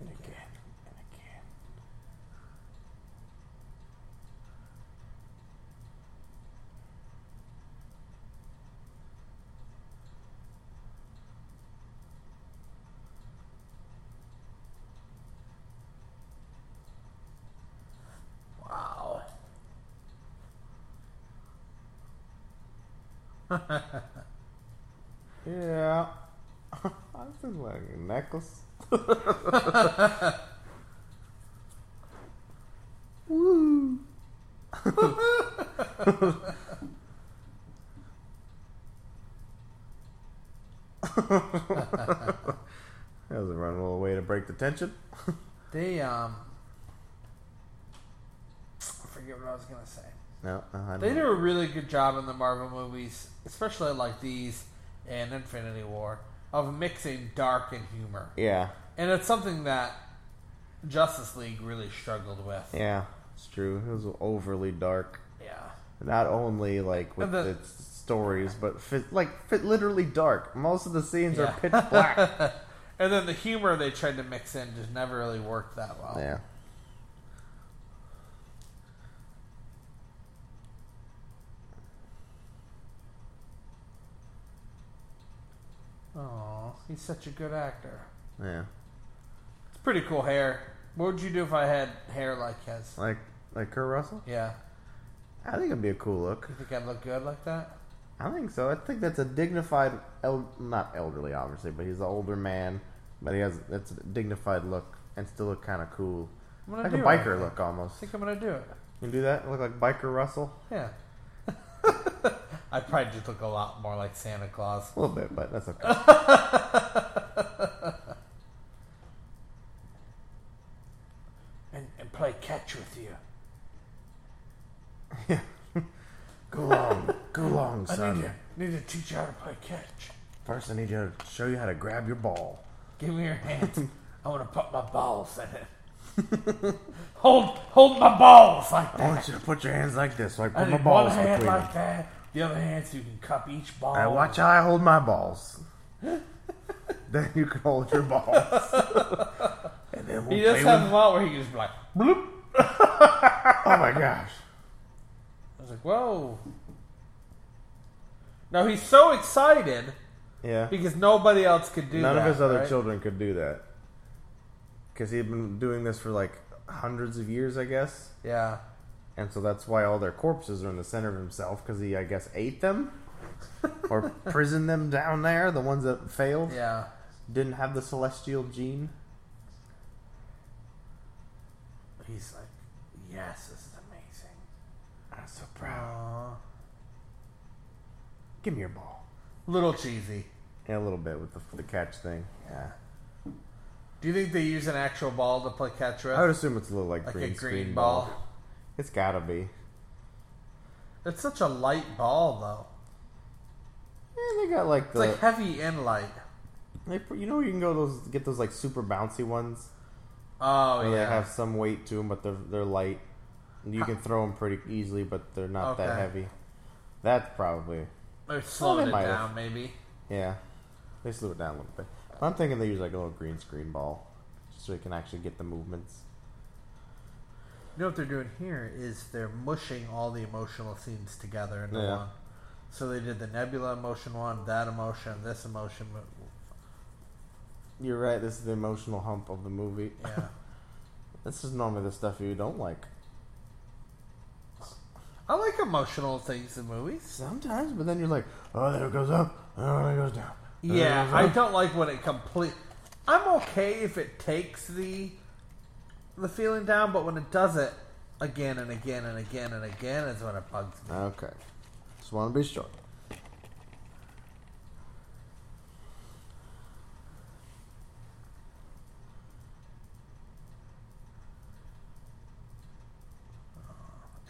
[SPEAKER 3] And again. And again.
[SPEAKER 1] Wow.
[SPEAKER 3] Yeah. I feel like a necklace. Woo. that was a run little way to break the tension.
[SPEAKER 1] They, um. I forget what I was going to say.
[SPEAKER 3] No, no I
[SPEAKER 1] They
[SPEAKER 3] don't.
[SPEAKER 1] do a really good job in the Marvel movies, especially like these and Infinity War, of mixing dark and humor.
[SPEAKER 3] Yeah,
[SPEAKER 1] And it's something that Justice League really struggled with.
[SPEAKER 3] yeah, it's true. It was overly dark.
[SPEAKER 1] Yeah.
[SPEAKER 3] Not only like
[SPEAKER 1] And
[SPEAKER 3] with
[SPEAKER 1] the-
[SPEAKER 3] its stories, but fit, like fit literally dark. Most of the scenes
[SPEAKER 1] Yeah.
[SPEAKER 3] are pitch black.
[SPEAKER 1] And then the humor they tried to mix in just never really worked that well.
[SPEAKER 3] Yeah.
[SPEAKER 1] Aw, he's such a good actor.
[SPEAKER 3] Yeah.
[SPEAKER 1] It's pretty cool hair. What would you do if I had hair like his?
[SPEAKER 3] Like like Kurt Russell?
[SPEAKER 1] Yeah.
[SPEAKER 3] I think it'd be a cool look.
[SPEAKER 1] You think I'd look good like that?
[SPEAKER 3] I think so. I think that's a dignified el- not elderly obviously, but he's an older man, but he has that's a dignified look and still look kind of cool.
[SPEAKER 1] I'm gonna
[SPEAKER 3] Like a
[SPEAKER 1] do it, I
[SPEAKER 3] biker
[SPEAKER 1] think.
[SPEAKER 3] look
[SPEAKER 1] I
[SPEAKER 3] almost. You
[SPEAKER 1] think I'm gonna do it.
[SPEAKER 3] can do that? Look like biker Russell?
[SPEAKER 1] Yeah. I'd probably just look a lot more like Santa Claus.
[SPEAKER 3] A little bit, but that's okay.
[SPEAKER 1] And, and play catch with you.
[SPEAKER 3] go long. Go long, son.
[SPEAKER 1] Need to teach you how to play catch.
[SPEAKER 3] First I need you to show you how to grab your ball.
[SPEAKER 1] Give me your hand. I want to put my balls in it. hold, hold my balls like
[SPEAKER 3] I
[SPEAKER 1] that.
[SPEAKER 3] want you to put your hands like this so I
[SPEAKER 1] I
[SPEAKER 3] put my
[SPEAKER 1] need one
[SPEAKER 3] balls
[SPEAKER 1] hand
[SPEAKER 3] between them.
[SPEAKER 1] like that, the other hand so you can cup each ball.
[SPEAKER 3] Now watch how I hold my balls. then you can hold your balls. and then we'll
[SPEAKER 1] He does
[SPEAKER 3] play
[SPEAKER 1] have
[SPEAKER 3] with-
[SPEAKER 1] a lot where he just be like, bloop.
[SPEAKER 3] Oh my gosh.
[SPEAKER 1] I was like, whoa. Now he's so excited
[SPEAKER 3] Yeah.
[SPEAKER 1] because nobody else could do
[SPEAKER 3] None
[SPEAKER 1] that.
[SPEAKER 3] of his other
[SPEAKER 1] right?
[SPEAKER 3] children could do that. Because he'd been doing this for like hundreds of years, I guess.
[SPEAKER 1] Yeah.
[SPEAKER 3] And so that's why all their corpses are in the center of himself, because he, I guess, ate them or prisoned them down there, the ones that failed,
[SPEAKER 1] Yeah.
[SPEAKER 3] didn't have the celestial gene.
[SPEAKER 1] He's like,
[SPEAKER 4] Yes, this is amazing.
[SPEAKER 3] I'm so proud. Give me your ball.
[SPEAKER 1] Little cheesy.
[SPEAKER 3] Yeah, a little bit with the, the catch thing. Yeah.
[SPEAKER 1] Do you think they use an actual ball to play catch with?
[SPEAKER 3] I would assume it's a little like,
[SPEAKER 1] like
[SPEAKER 3] green
[SPEAKER 1] a green
[SPEAKER 3] screen
[SPEAKER 1] ball.
[SPEAKER 3] It's gotta be.
[SPEAKER 1] It's such a light ball though.
[SPEAKER 3] Yeah, they got like
[SPEAKER 1] It's
[SPEAKER 3] the.
[SPEAKER 1] like heavy and light.
[SPEAKER 3] they pr- you know, where you can go those get those like super bouncy ones.
[SPEAKER 1] Oh
[SPEAKER 3] Where
[SPEAKER 1] yeah.
[SPEAKER 3] They have some weight to them, but they're they're light. And you can throw them pretty easily, but they're not that
[SPEAKER 1] Okay.
[SPEAKER 3] heavy. That's probably
[SPEAKER 1] Or slowed
[SPEAKER 3] they
[SPEAKER 1] it
[SPEAKER 3] might
[SPEAKER 1] down
[SPEAKER 3] have.
[SPEAKER 1] maybe.
[SPEAKER 3] yeah. They slow it down a little bit. But I'm thinking they use like a little green screen ball, just so you can actually get the movements.
[SPEAKER 1] You know what they're doing here is they're mushing all the emotional scenes together into
[SPEAKER 3] Yeah.
[SPEAKER 1] one. So they did the Nebula emotion one, that emotion, this emotion.
[SPEAKER 3] You're right. This is the emotional hump of the movie.
[SPEAKER 1] Yeah.
[SPEAKER 3] this is normally the stuff you don't like.
[SPEAKER 1] I like emotional things in movies.
[SPEAKER 3] Sometimes, but then you're like, oh, there it goes up, oh, there it goes down. there it
[SPEAKER 1] Yeah,
[SPEAKER 3] goes
[SPEAKER 1] I
[SPEAKER 3] up."
[SPEAKER 1] don't like when it complete. I'm okay if it takes the the feeling down, but when it does it again and again and again and again is when it bugs me.
[SPEAKER 3] Okay, just want to be sure.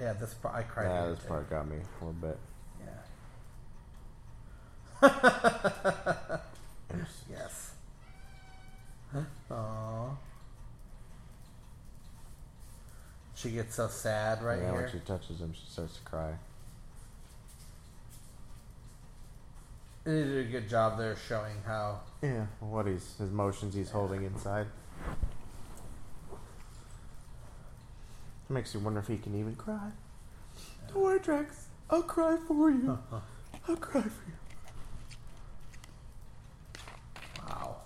[SPEAKER 1] Yeah, this part I cried.
[SPEAKER 3] Yeah,
[SPEAKER 1] here,
[SPEAKER 3] this
[SPEAKER 1] too.
[SPEAKER 3] part got me a little bit.
[SPEAKER 1] Yeah. Yes. Aww. She gets so sad right
[SPEAKER 3] yeah,
[SPEAKER 1] here.
[SPEAKER 3] when she touches him, she starts to cry.
[SPEAKER 1] They did a good job there showing how.
[SPEAKER 3] Yeah, what he's his emotions he's holding inside. makes you wonder if he can even cry. Don't worry, Drax. I'll cry for you. I'll cry for you.
[SPEAKER 1] Wow.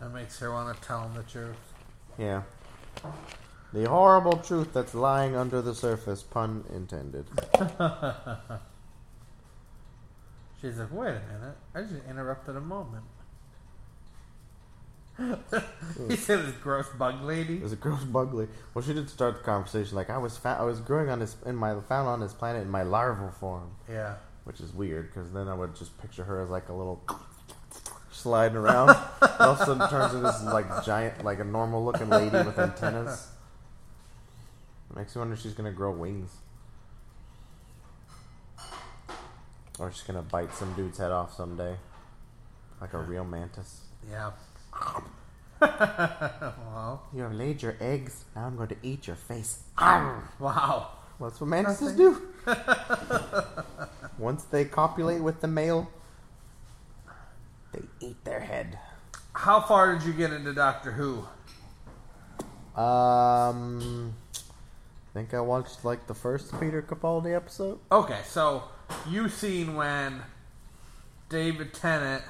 [SPEAKER 1] That makes her want to tell him the truth.
[SPEAKER 3] Yeah. The horrible truth that's lying under the surface, pun intended.
[SPEAKER 1] She's like, wait a minute. I just interrupted a moment. he said this gross bug lady.
[SPEAKER 3] It was a gross bugly. Well, she did start the conversation like I was found, I was growing on this in my found on this planet in my larval form,
[SPEAKER 1] Yeah.
[SPEAKER 3] which is weird because then I would just picture her as like a little sliding around. and all of a sudden, turns into this like giant, like a normal looking lady with antennas. Makes me wonder if she's gonna grow wings, or she's gonna bite some dude's head off someday, like a real mantis.
[SPEAKER 1] Yeah. wow.
[SPEAKER 3] You have laid your eggs. Now I'm going to eat your face.
[SPEAKER 1] Wow.
[SPEAKER 3] Well, that's what mantises do. Once they copulate with the male, they eat their head.
[SPEAKER 1] How far did you get into Doctor Who?
[SPEAKER 3] Um, I think I watched like the first Peter Capaldi episode.
[SPEAKER 1] Okay, so you seen when David Tennant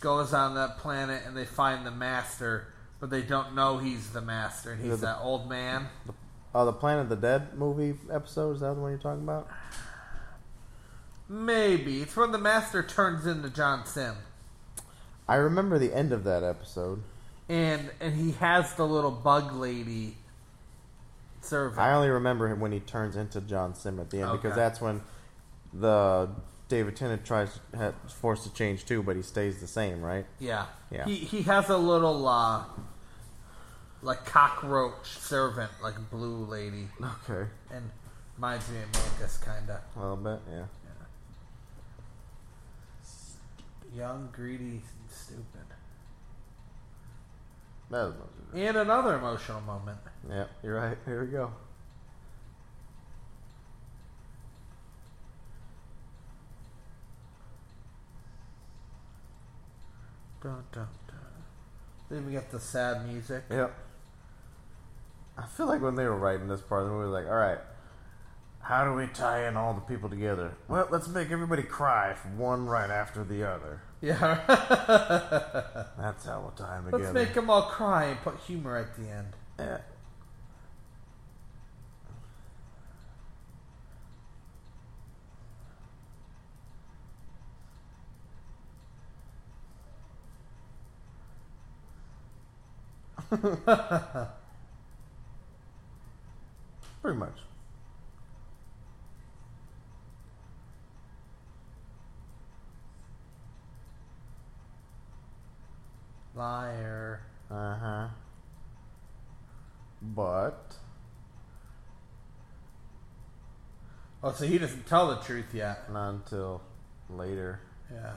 [SPEAKER 1] goes on that planet and they find the master, but they don't know he's the master and he's
[SPEAKER 3] The-
[SPEAKER 1] that old man.
[SPEAKER 3] Oh, the Planet of the Dead movie episode. Is that the one you're talking about?
[SPEAKER 1] Maybe it's when the master turns into John Sim,
[SPEAKER 3] I remember the end of that episode.
[SPEAKER 1] and and he has the little bug lady servant.
[SPEAKER 3] I only remember him when he turns into John Sim at the end because
[SPEAKER 1] Okay.
[SPEAKER 3] that's when the David Tennant tries ha- forced to change too, but he stays the same, right?
[SPEAKER 1] yeah,
[SPEAKER 3] Yeah.
[SPEAKER 1] He he has a little uh, like cockroach servant, like blue lady,
[SPEAKER 3] Okay,
[SPEAKER 1] and reminds me of Mantis kinda.
[SPEAKER 3] a little bit, yeah.
[SPEAKER 1] Young, greedy, and stupid.
[SPEAKER 3] That was most of it.
[SPEAKER 1] And another emotional moment.
[SPEAKER 3] Yeah, you're right. Here we go.
[SPEAKER 1] Dun, dun, dun. Then we get the sad music.
[SPEAKER 3] Yep. I feel like when they were writing this part of the movie, like, all right, how do we tie in all the people together? Well, let's make everybody cry from one right after the other.
[SPEAKER 1] Yeah,
[SPEAKER 3] That's how we'll tie them
[SPEAKER 1] let's
[SPEAKER 3] together.
[SPEAKER 1] make them all cry and put humor at the end.
[SPEAKER 3] yeah. Pretty much.
[SPEAKER 1] Liar.
[SPEAKER 3] Uh huh. But
[SPEAKER 1] Oh, so he doesn't tell the truth yet.
[SPEAKER 3] not until later,
[SPEAKER 1] Yeah.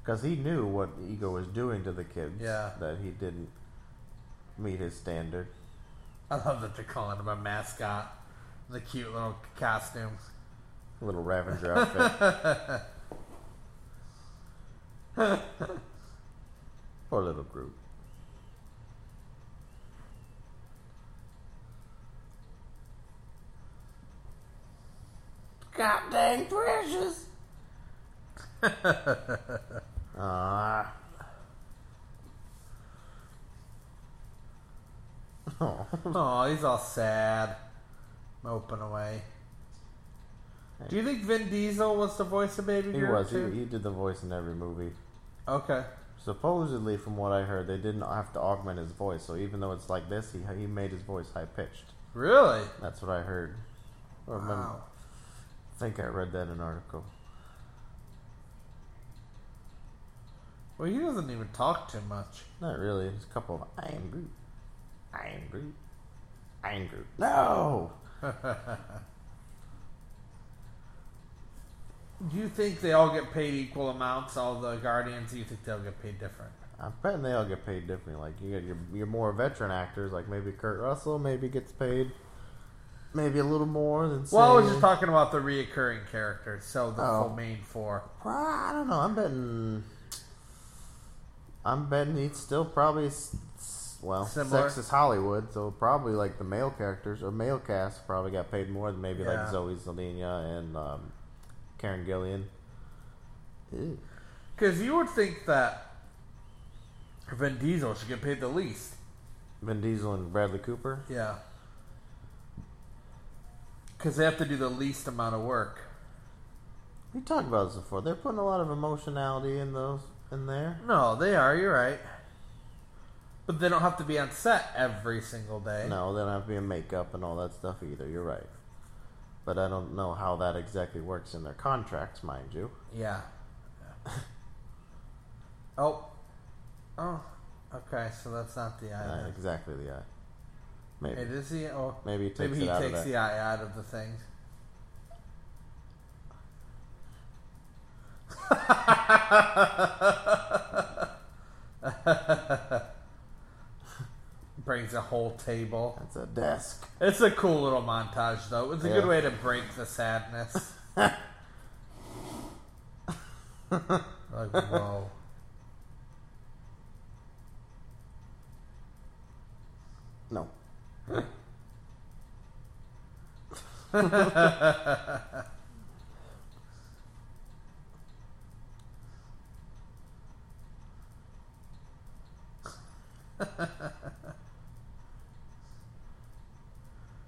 [SPEAKER 3] because he knew what ego was doing to the kids.
[SPEAKER 1] Yeah.
[SPEAKER 3] That he didn't meet his standard.
[SPEAKER 1] I love that they're calling him a mascot. The cute little costumes.
[SPEAKER 3] Little Ravenger outfit. Poor little Groot.
[SPEAKER 2] God dang precious.
[SPEAKER 3] Ah. Oh,
[SPEAKER 1] Oh, he's all sad. Moping away. Do you think Vin Diesel was the voice of Baby
[SPEAKER 3] he
[SPEAKER 1] Groot?
[SPEAKER 3] was. He,
[SPEAKER 1] too?
[SPEAKER 3] he did the voice in every movie.
[SPEAKER 1] Okay.
[SPEAKER 3] Supposedly, from what I heard, they didn't have to augment his voice. So even though it's like this, he he made his voice high pitched.
[SPEAKER 1] Really?
[SPEAKER 3] That's what I heard. I remember-
[SPEAKER 1] Wow.
[SPEAKER 3] I think I read that in an article.
[SPEAKER 1] Well, he doesn't even talk too much.
[SPEAKER 3] Not really. It's a couple of I am Groot. I am Groot. I am Groot. No.
[SPEAKER 1] Do you think they all get paid equal amounts, all the Guardians? Do you think they'll get paid different?
[SPEAKER 3] I'm betting they all get paid differently. Like you got your your more veteran actors, like maybe Kurt Russell, maybe gets paid maybe a little more than.
[SPEAKER 1] Well, I
[SPEAKER 3] say-
[SPEAKER 1] was just talking about the reoccurring characters, so the
[SPEAKER 3] Mm. Oh.
[SPEAKER 1] full main four.
[SPEAKER 3] Pro- I don't know. I'm betting. I'm betting he's still probably s- s- well.
[SPEAKER 1] Similar.
[SPEAKER 3] Sex is Hollywood, so probably like the male characters or male cast probably got paid more than maybe
[SPEAKER 1] Yeah.
[SPEAKER 3] like Zoe Saldana and um, Karen Gillian. Ew.
[SPEAKER 1] Because you would think that Vin Diesel should get paid the least.
[SPEAKER 3] Vin Diesel and Bradley Cooper.
[SPEAKER 1] Yeah. Because they have to do the least amount of work.
[SPEAKER 3] We talked about this before. They're putting a lot of emotionality in those in there.
[SPEAKER 1] No, they are. You're right. But they don't have to be on set every single day.
[SPEAKER 3] No, they don't have to be in makeup and all that stuff either. You're right. But I don't know how that exactly works in their contracts, mind you.
[SPEAKER 1] Yeah. oh. Oh. Okay, so that's not the
[SPEAKER 3] Uh,
[SPEAKER 1] eye.
[SPEAKER 3] exactly the eye. Maybe.
[SPEAKER 1] It is the oh.
[SPEAKER 3] Maybe he takes
[SPEAKER 1] Maybe he
[SPEAKER 3] it out
[SPEAKER 1] takes
[SPEAKER 3] of
[SPEAKER 1] the
[SPEAKER 3] that.
[SPEAKER 1] eye out of the thing. Brings a whole table.
[SPEAKER 3] That's a desk.
[SPEAKER 1] It's a cool little montage, though. It's a good
[SPEAKER 3] Yeah.
[SPEAKER 1] way to break the sadness. like, whoa.
[SPEAKER 3] No.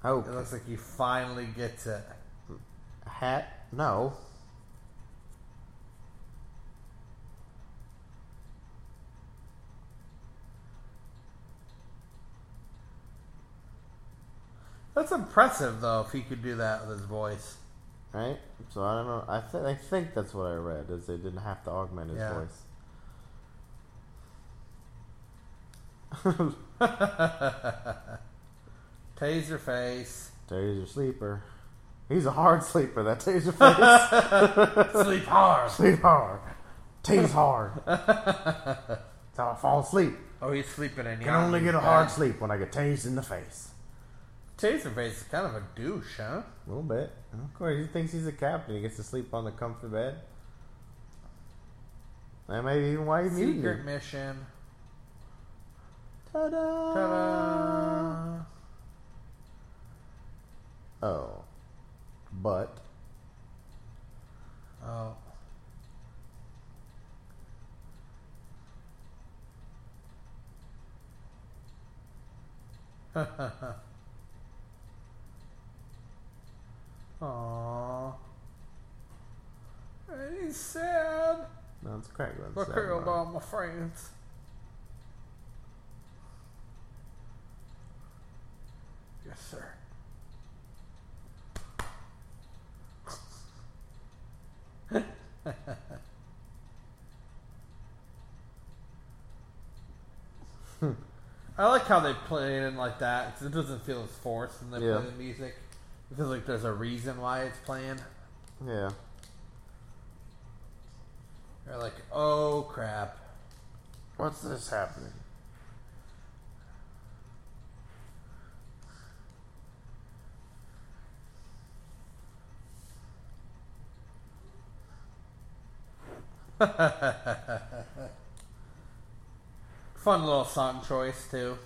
[SPEAKER 3] oh,
[SPEAKER 1] It looks like he finally gets it.
[SPEAKER 3] hat? No.
[SPEAKER 1] That's impressive, though, if he could do that with his voice.
[SPEAKER 3] Right? So I don't know. I, th- I think that's what I read, is they didn't have to augment his
[SPEAKER 1] Yeah.
[SPEAKER 3] voice.
[SPEAKER 1] Taser face.
[SPEAKER 3] Taser sleeper. He's a hard sleeper, that taser face.
[SPEAKER 1] Sleep hard.
[SPEAKER 3] Sleep hard. Tease hard. That's how I fall asleep.
[SPEAKER 1] Oh, he's sleeping in.
[SPEAKER 3] Can only get a hard sleep when I get tased in the face.
[SPEAKER 1] Taser face is kind of a douche, huh?
[SPEAKER 3] A little bit. Of course, he thinks he's a captain. He gets to sleep on the comfy bed. That may be even why he's muted.
[SPEAKER 1] Secret mission.
[SPEAKER 3] Ta-da!
[SPEAKER 1] Ta-da.
[SPEAKER 3] Oh. But.
[SPEAKER 1] Oh. Aww. And he's sad.
[SPEAKER 3] No, it's Craig.
[SPEAKER 1] Look here, all my friends.
[SPEAKER 4] Yes, sir.
[SPEAKER 1] I like how they play it in like that because it doesn't feel as forced when they
[SPEAKER 3] Yeah.
[SPEAKER 1] play the music. It feels like there's a reason why it's playing.
[SPEAKER 3] Yeah.
[SPEAKER 1] They're like, oh crap.
[SPEAKER 3] What's this happening?
[SPEAKER 1] Fun little song choice too.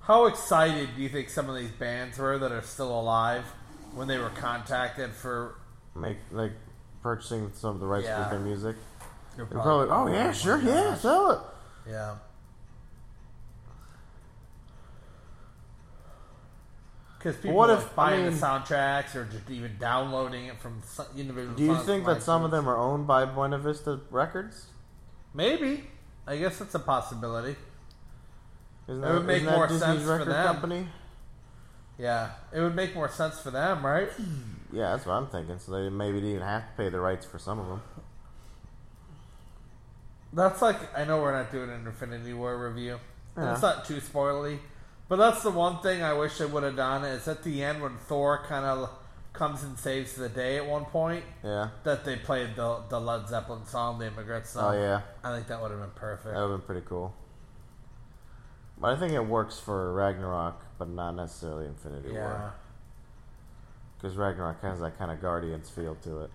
[SPEAKER 1] How excited do you think some of these bands were that are still alive when they were contacted for?
[SPEAKER 3] Make like purchasing some of the rights
[SPEAKER 1] Yeah.
[SPEAKER 3] for their music. They're probably, oh yeah, sure, yeah, sell it.
[SPEAKER 1] Yeah. Because people
[SPEAKER 3] What
[SPEAKER 1] what
[SPEAKER 3] if- I
[SPEAKER 1] if, buying
[SPEAKER 3] mean-
[SPEAKER 1] the soundtracks or just even downloading it from so- individual.
[SPEAKER 3] Do you
[SPEAKER 1] song
[SPEAKER 3] think that some of
[SPEAKER 1] libraries.
[SPEAKER 3] them are owned by Buena Vista Records?
[SPEAKER 1] Maybe. I guess that's a possibility.
[SPEAKER 3] Isn't
[SPEAKER 1] It would make
[SPEAKER 3] isn't that
[SPEAKER 1] more
[SPEAKER 3] Disney's
[SPEAKER 1] sense for
[SPEAKER 3] record
[SPEAKER 1] them.
[SPEAKER 3] company?
[SPEAKER 1] Yeah, it would make more sense for them, right?
[SPEAKER 3] Yeah, that's what I'm thinking. So they maybe didn't even have to pay the rights for some of them.
[SPEAKER 1] That's like I know we're not doing an Infinity War review.
[SPEAKER 3] Yeah.
[SPEAKER 1] It's not too spoily, but that's the one thing I wish they would have done is at the end when Thor kind of comes and saves the day at one point
[SPEAKER 3] Yeah.
[SPEAKER 1] that they played the the Led Zeppelin song, the Immigrant
[SPEAKER 3] Oh
[SPEAKER 1] song.
[SPEAKER 3] yeah,
[SPEAKER 1] I think that would have been perfect.
[SPEAKER 3] that would have been pretty cool. But I think it works for Ragnarok, but not necessarily Infinity
[SPEAKER 1] yeah,
[SPEAKER 3] War, because Ragnarok has that kind of Guardians feel to it,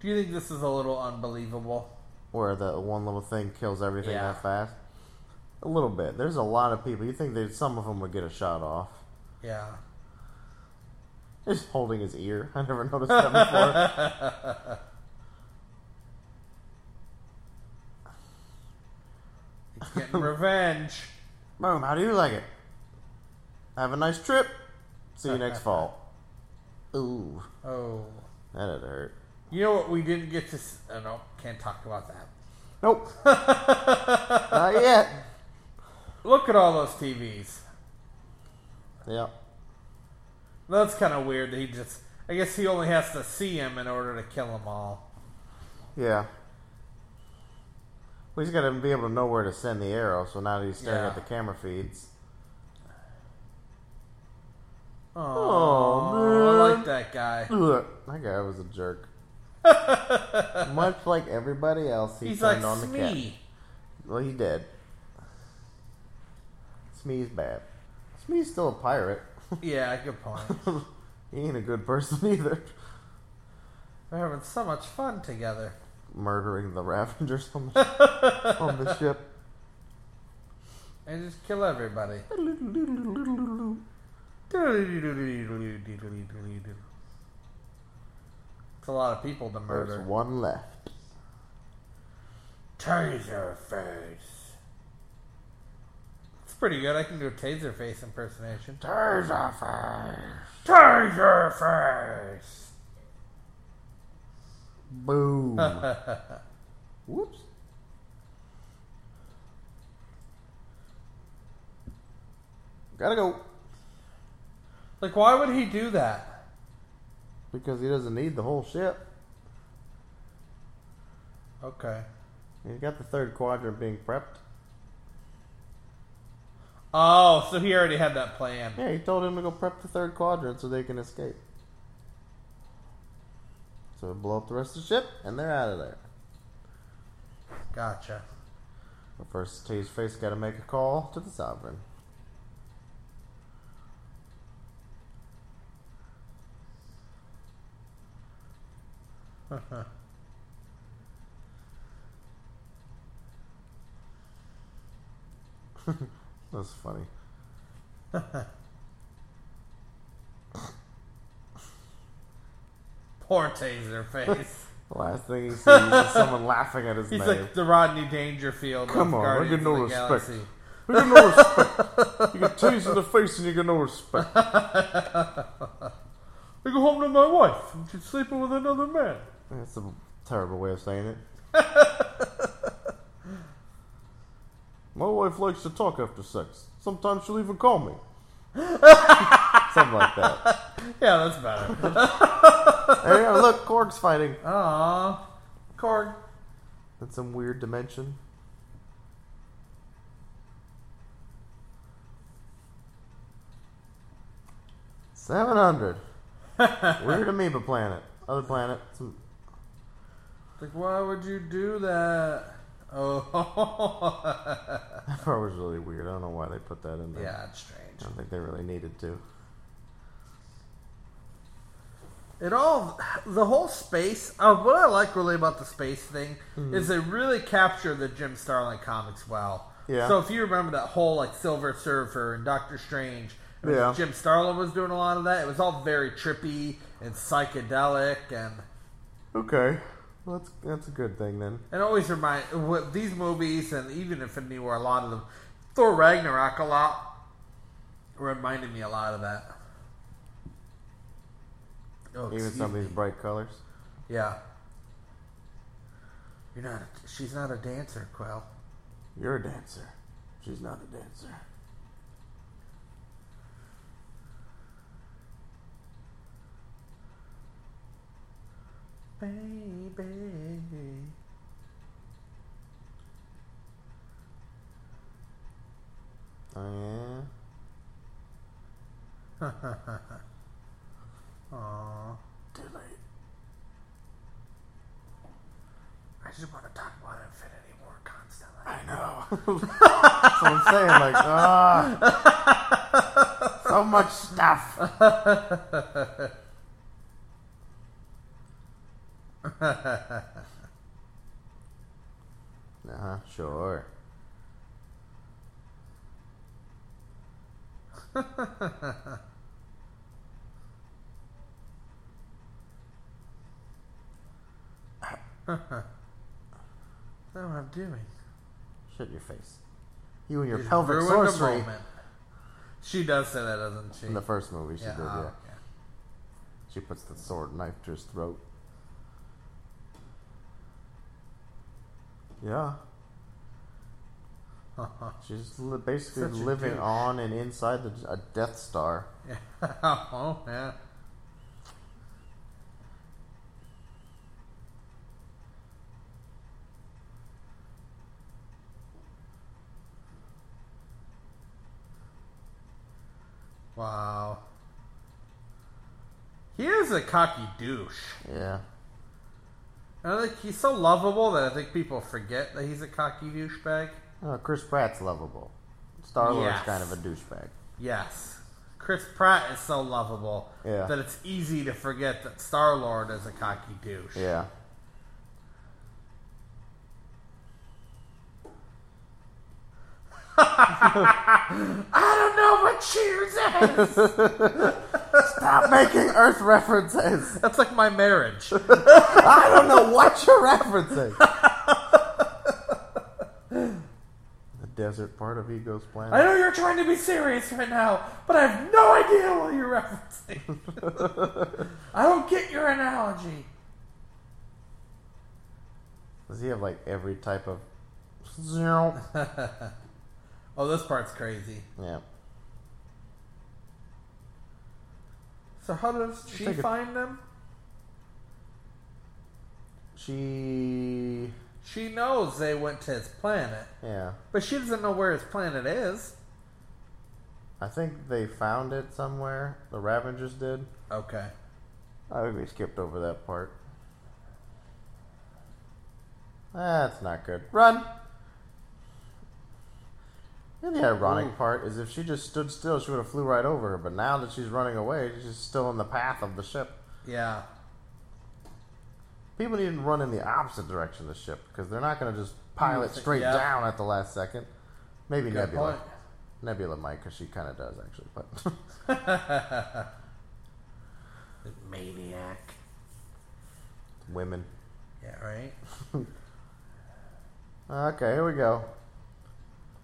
[SPEAKER 1] do you think this is a little unbelievable?
[SPEAKER 3] where the one little thing kills everything
[SPEAKER 1] Yeah.
[SPEAKER 3] that fast. A little bit. There's a lot of people. You think that some of them would get a shot off?
[SPEAKER 1] Yeah,
[SPEAKER 3] He's holding his ear. I never noticed that before.
[SPEAKER 1] it's getting revenge.
[SPEAKER 3] Boom, how do you like it? Have a nice trip. See you next fall. Ooh,
[SPEAKER 1] Oh,
[SPEAKER 3] that'd hurt.
[SPEAKER 1] you know what? We didn't get to. s- Oh, no, can't talk about that.
[SPEAKER 3] Nope. Not yet.
[SPEAKER 1] Look at all those TVs.
[SPEAKER 3] Yep.
[SPEAKER 1] That's kind of weird that he just. I guess he only has to see him in order to kill them all.
[SPEAKER 3] Yeah. We just gotta be able to know where to send the arrow, so now that he's staring
[SPEAKER 1] Yeah.
[SPEAKER 3] at the camera feeds.
[SPEAKER 1] Oh,
[SPEAKER 3] Oh,
[SPEAKER 1] I like that guy.
[SPEAKER 3] Ugh, That guy was a jerk. Much like everybody else, he
[SPEAKER 1] He's like
[SPEAKER 3] turned on the cat.
[SPEAKER 1] Smee.
[SPEAKER 3] Well, he did. Smee's bad. Smee's still a pirate.
[SPEAKER 1] Yeah, good point.
[SPEAKER 3] He ain't a good person either.
[SPEAKER 1] They're having so much fun together.
[SPEAKER 3] Murdering the Ravengers on the, on the ship.
[SPEAKER 1] And just kill everybody. It's a lot of people to
[SPEAKER 3] There's
[SPEAKER 1] murder.
[SPEAKER 3] one left.
[SPEAKER 1] Taser face. It's pretty good. I can do a taser face impersonation. Taser face.
[SPEAKER 3] Boom. Whoops. Gotta go.
[SPEAKER 1] Like, why would he do that?
[SPEAKER 3] Because he doesn't need the whole ship.
[SPEAKER 1] Okay.
[SPEAKER 3] He's got the third quadrant being prepped.
[SPEAKER 1] Oh, so he already had that plan.
[SPEAKER 3] Yeah, he told him to go prep the third quadrant so they can escape. So blow up the rest of the ship, and they're out of there.
[SPEAKER 1] Gotcha.
[SPEAKER 3] But first, Taserface Face got to make a call to the Sovereign. That's funny.
[SPEAKER 1] Poor taser face.
[SPEAKER 3] The last thing he sees is someone laughing at his
[SPEAKER 1] He's
[SPEAKER 3] name.
[SPEAKER 1] like the Rodney Dangerfield.
[SPEAKER 3] Come
[SPEAKER 1] of
[SPEAKER 3] on, we're
[SPEAKER 1] Guardians
[SPEAKER 3] getting no
[SPEAKER 1] of the
[SPEAKER 3] respect.
[SPEAKER 1] Galaxy.
[SPEAKER 3] You get no respect. You get tased in the face and you get no respect.
[SPEAKER 1] I go home to my wife. and She's sleeping with another man.
[SPEAKER 3] That's a terrible way of saying it. wife likes to talk after sex. Sometimes she'll even call me. Something like that.
[SPEAKER 1] Yeah, that's better.
[SPEAKER 3] There you go. Look, Korg's fighting.
[SPEAKER 1] Aww. Korg.
[SPEAKER 3] That's some weird dimension. Seven hundred. Weird amoeba planet. Other planet. Some,
[SPEAKER 1] Like, why would you do that? Oh.
[SPEAKER 3] that part was really weird. I don't know why they put that in there.
[SPEAKER 1] yeah, it's
[SPEAKER 3] I
[SPEAKER 1] strange.
[SPEAKER 3] don't think they really needed to.
[SPEAKER 1] It all, the whole space, uh, what I like really about the space thing
[SPEAKER 3] Hmm.
[SPEAKER 1] is they really capture the Jim Starlin comics well.
[SPEAKER 3] Yeah.
[SPEAKER 1] So if you remember that whole, like, Silver Surfer and Doctor Strange, it was-
[SPEAKER 3] Yeah.
[SPEAKER 1] Jim Starlin was doing a lot of that. It was all very trippy and psychedelic and.
[SPEAKER 3] Okay. Well, that's that's a good thing then.
[SPEAKER 1] It always remind with these movies and even Infinity War, a lot of them. Thor Ragnarok a lot reminded me a lot of that. Oh,
[SPEAKER 3] Even
[SPEAKER 1] excuse
[SPEAKER 3] some of
[SPEAKER 1] me.
[SPEAKER 3] these bright colors.
[SPEAKER 1] Yeah. You're not. A, she's not a dancer, Quell.
[SPEAKER 3] You're a dancer. She's not a dancer.
[SPEAKER 1] Baby.
[SPEAKER 3] Oh yeah.
[SPEAKER 1] Aww.
[SPEAKER 3] Too late.
[SPEAKER 1] I just want to talk about Infinity War constantly.
[SPEAKER 3] I know. That's what I'm saying. Like, ah, so much stuff. uh huh. Sure.
[SPEAKER 1] Is that what I'm doing?
[SPEAKER 3] Shut your face. You and your
[SPEAKER 1] You
[SPEAKER 3] pelvic
[SPEAKER 1] ruined the
[SPEAKER 3] sorcery.
[SPEAKER 1] moment. She does say that, doesn't she?
[SPEAKER 3] In the first movie, she
[SPEAKER 1] yeah.
[SPEAKER 3] did. Yeah.
[SPEAKER 1] oh, yeah.
[SPEAKER 3] She puts the sword knife to his throat. Yeah. She's li- basically
[SPEAKER 1] Such a
[SPEAKER 3] living
[SPEAKER 1] douche.
[SPEAKER 3] on and inside the, a Death Star.
[SPEAKER 1] Yeah. oh yeah. Wow. He is a cocky douche.
[SPEAKER 3] Yeah.
[SPEAKER 1] And I think he's so lovable that I think people forget that he's a cocky douchebag.
[SPEAKER 3] Oh, Chris Pratt's lovable. Star Lord's
[SPEAKER 1] Yes.
[SPEAKER 3] kind of a douchebag.
[SPEAKER 1] Yes. Chris Pratt is so lovable
[SPEAKER 3] Yeah.
[SPEAKER 1] that it's easy to forget that Star Lord is a cocky douche.
[SPEAKER 3] Yeah.
[SPEAKER 1] know what cheers is.
[SPEAKER 3] Stop making Earth references.
[SPEAKER 1] That's like my marriage.
[SPEAKER 3] I don't know what you're referencing. the desert part of Ego's planet.
[SPEAKER 1] I know you're trying to be serious right now, but I have no idea what you're referencing. I don't get your analogy.
[SPEAKER 3] Does he have like every type of zero?
[SPEAKER 1] Oh, this part's crazy.
[SPEAKER 3] yeah.
[SPEAKER 1] So how does she
[SPEAKER 3] Take a-
[SPEAKER 1] find them?
[SPEAKER 3] She
[SPEAKER 1] She knows they went to his planet,
[SPEAKER 3] yeah.
[SPEAKER 1] but she doesn't know where his planet is.
[SPEAKER 3] I think they found it somewhere. The Ravengers did.
[SPEAKER 1] Okay.
[SPEAKER 3] I think we skipped over that part. That's not good. Run. And the ironic
[SPEAKER 1] Ooh.
[SPEAKER 3] part is if she just stood still, she would have flew right over her. But now that she's running away, she's still in the path of the ship.
[SPEAKER 1] Yeah.
[SPEAKER 3] People need to run in the opposite direction of the ship because they're not going to just pile it
[SPEAKER 1] Mm,
[SPEAKER 3] straight
[SPEAKER 1] yeah.
[SPEAKER 3] down at the last second. Maybe
[SPEAKER 1] Good
[SPEAKER 3] Nebula.
[SPEAKER 1] point.
[SPEAKER 3] Nebula might because she kind of does actually. But
[SPEAKER 1] Maniac.
[SPEAKER 3] women.
[SPEAKER 1] Yeah, right?
[SPEAKER 3] Okay, here we go.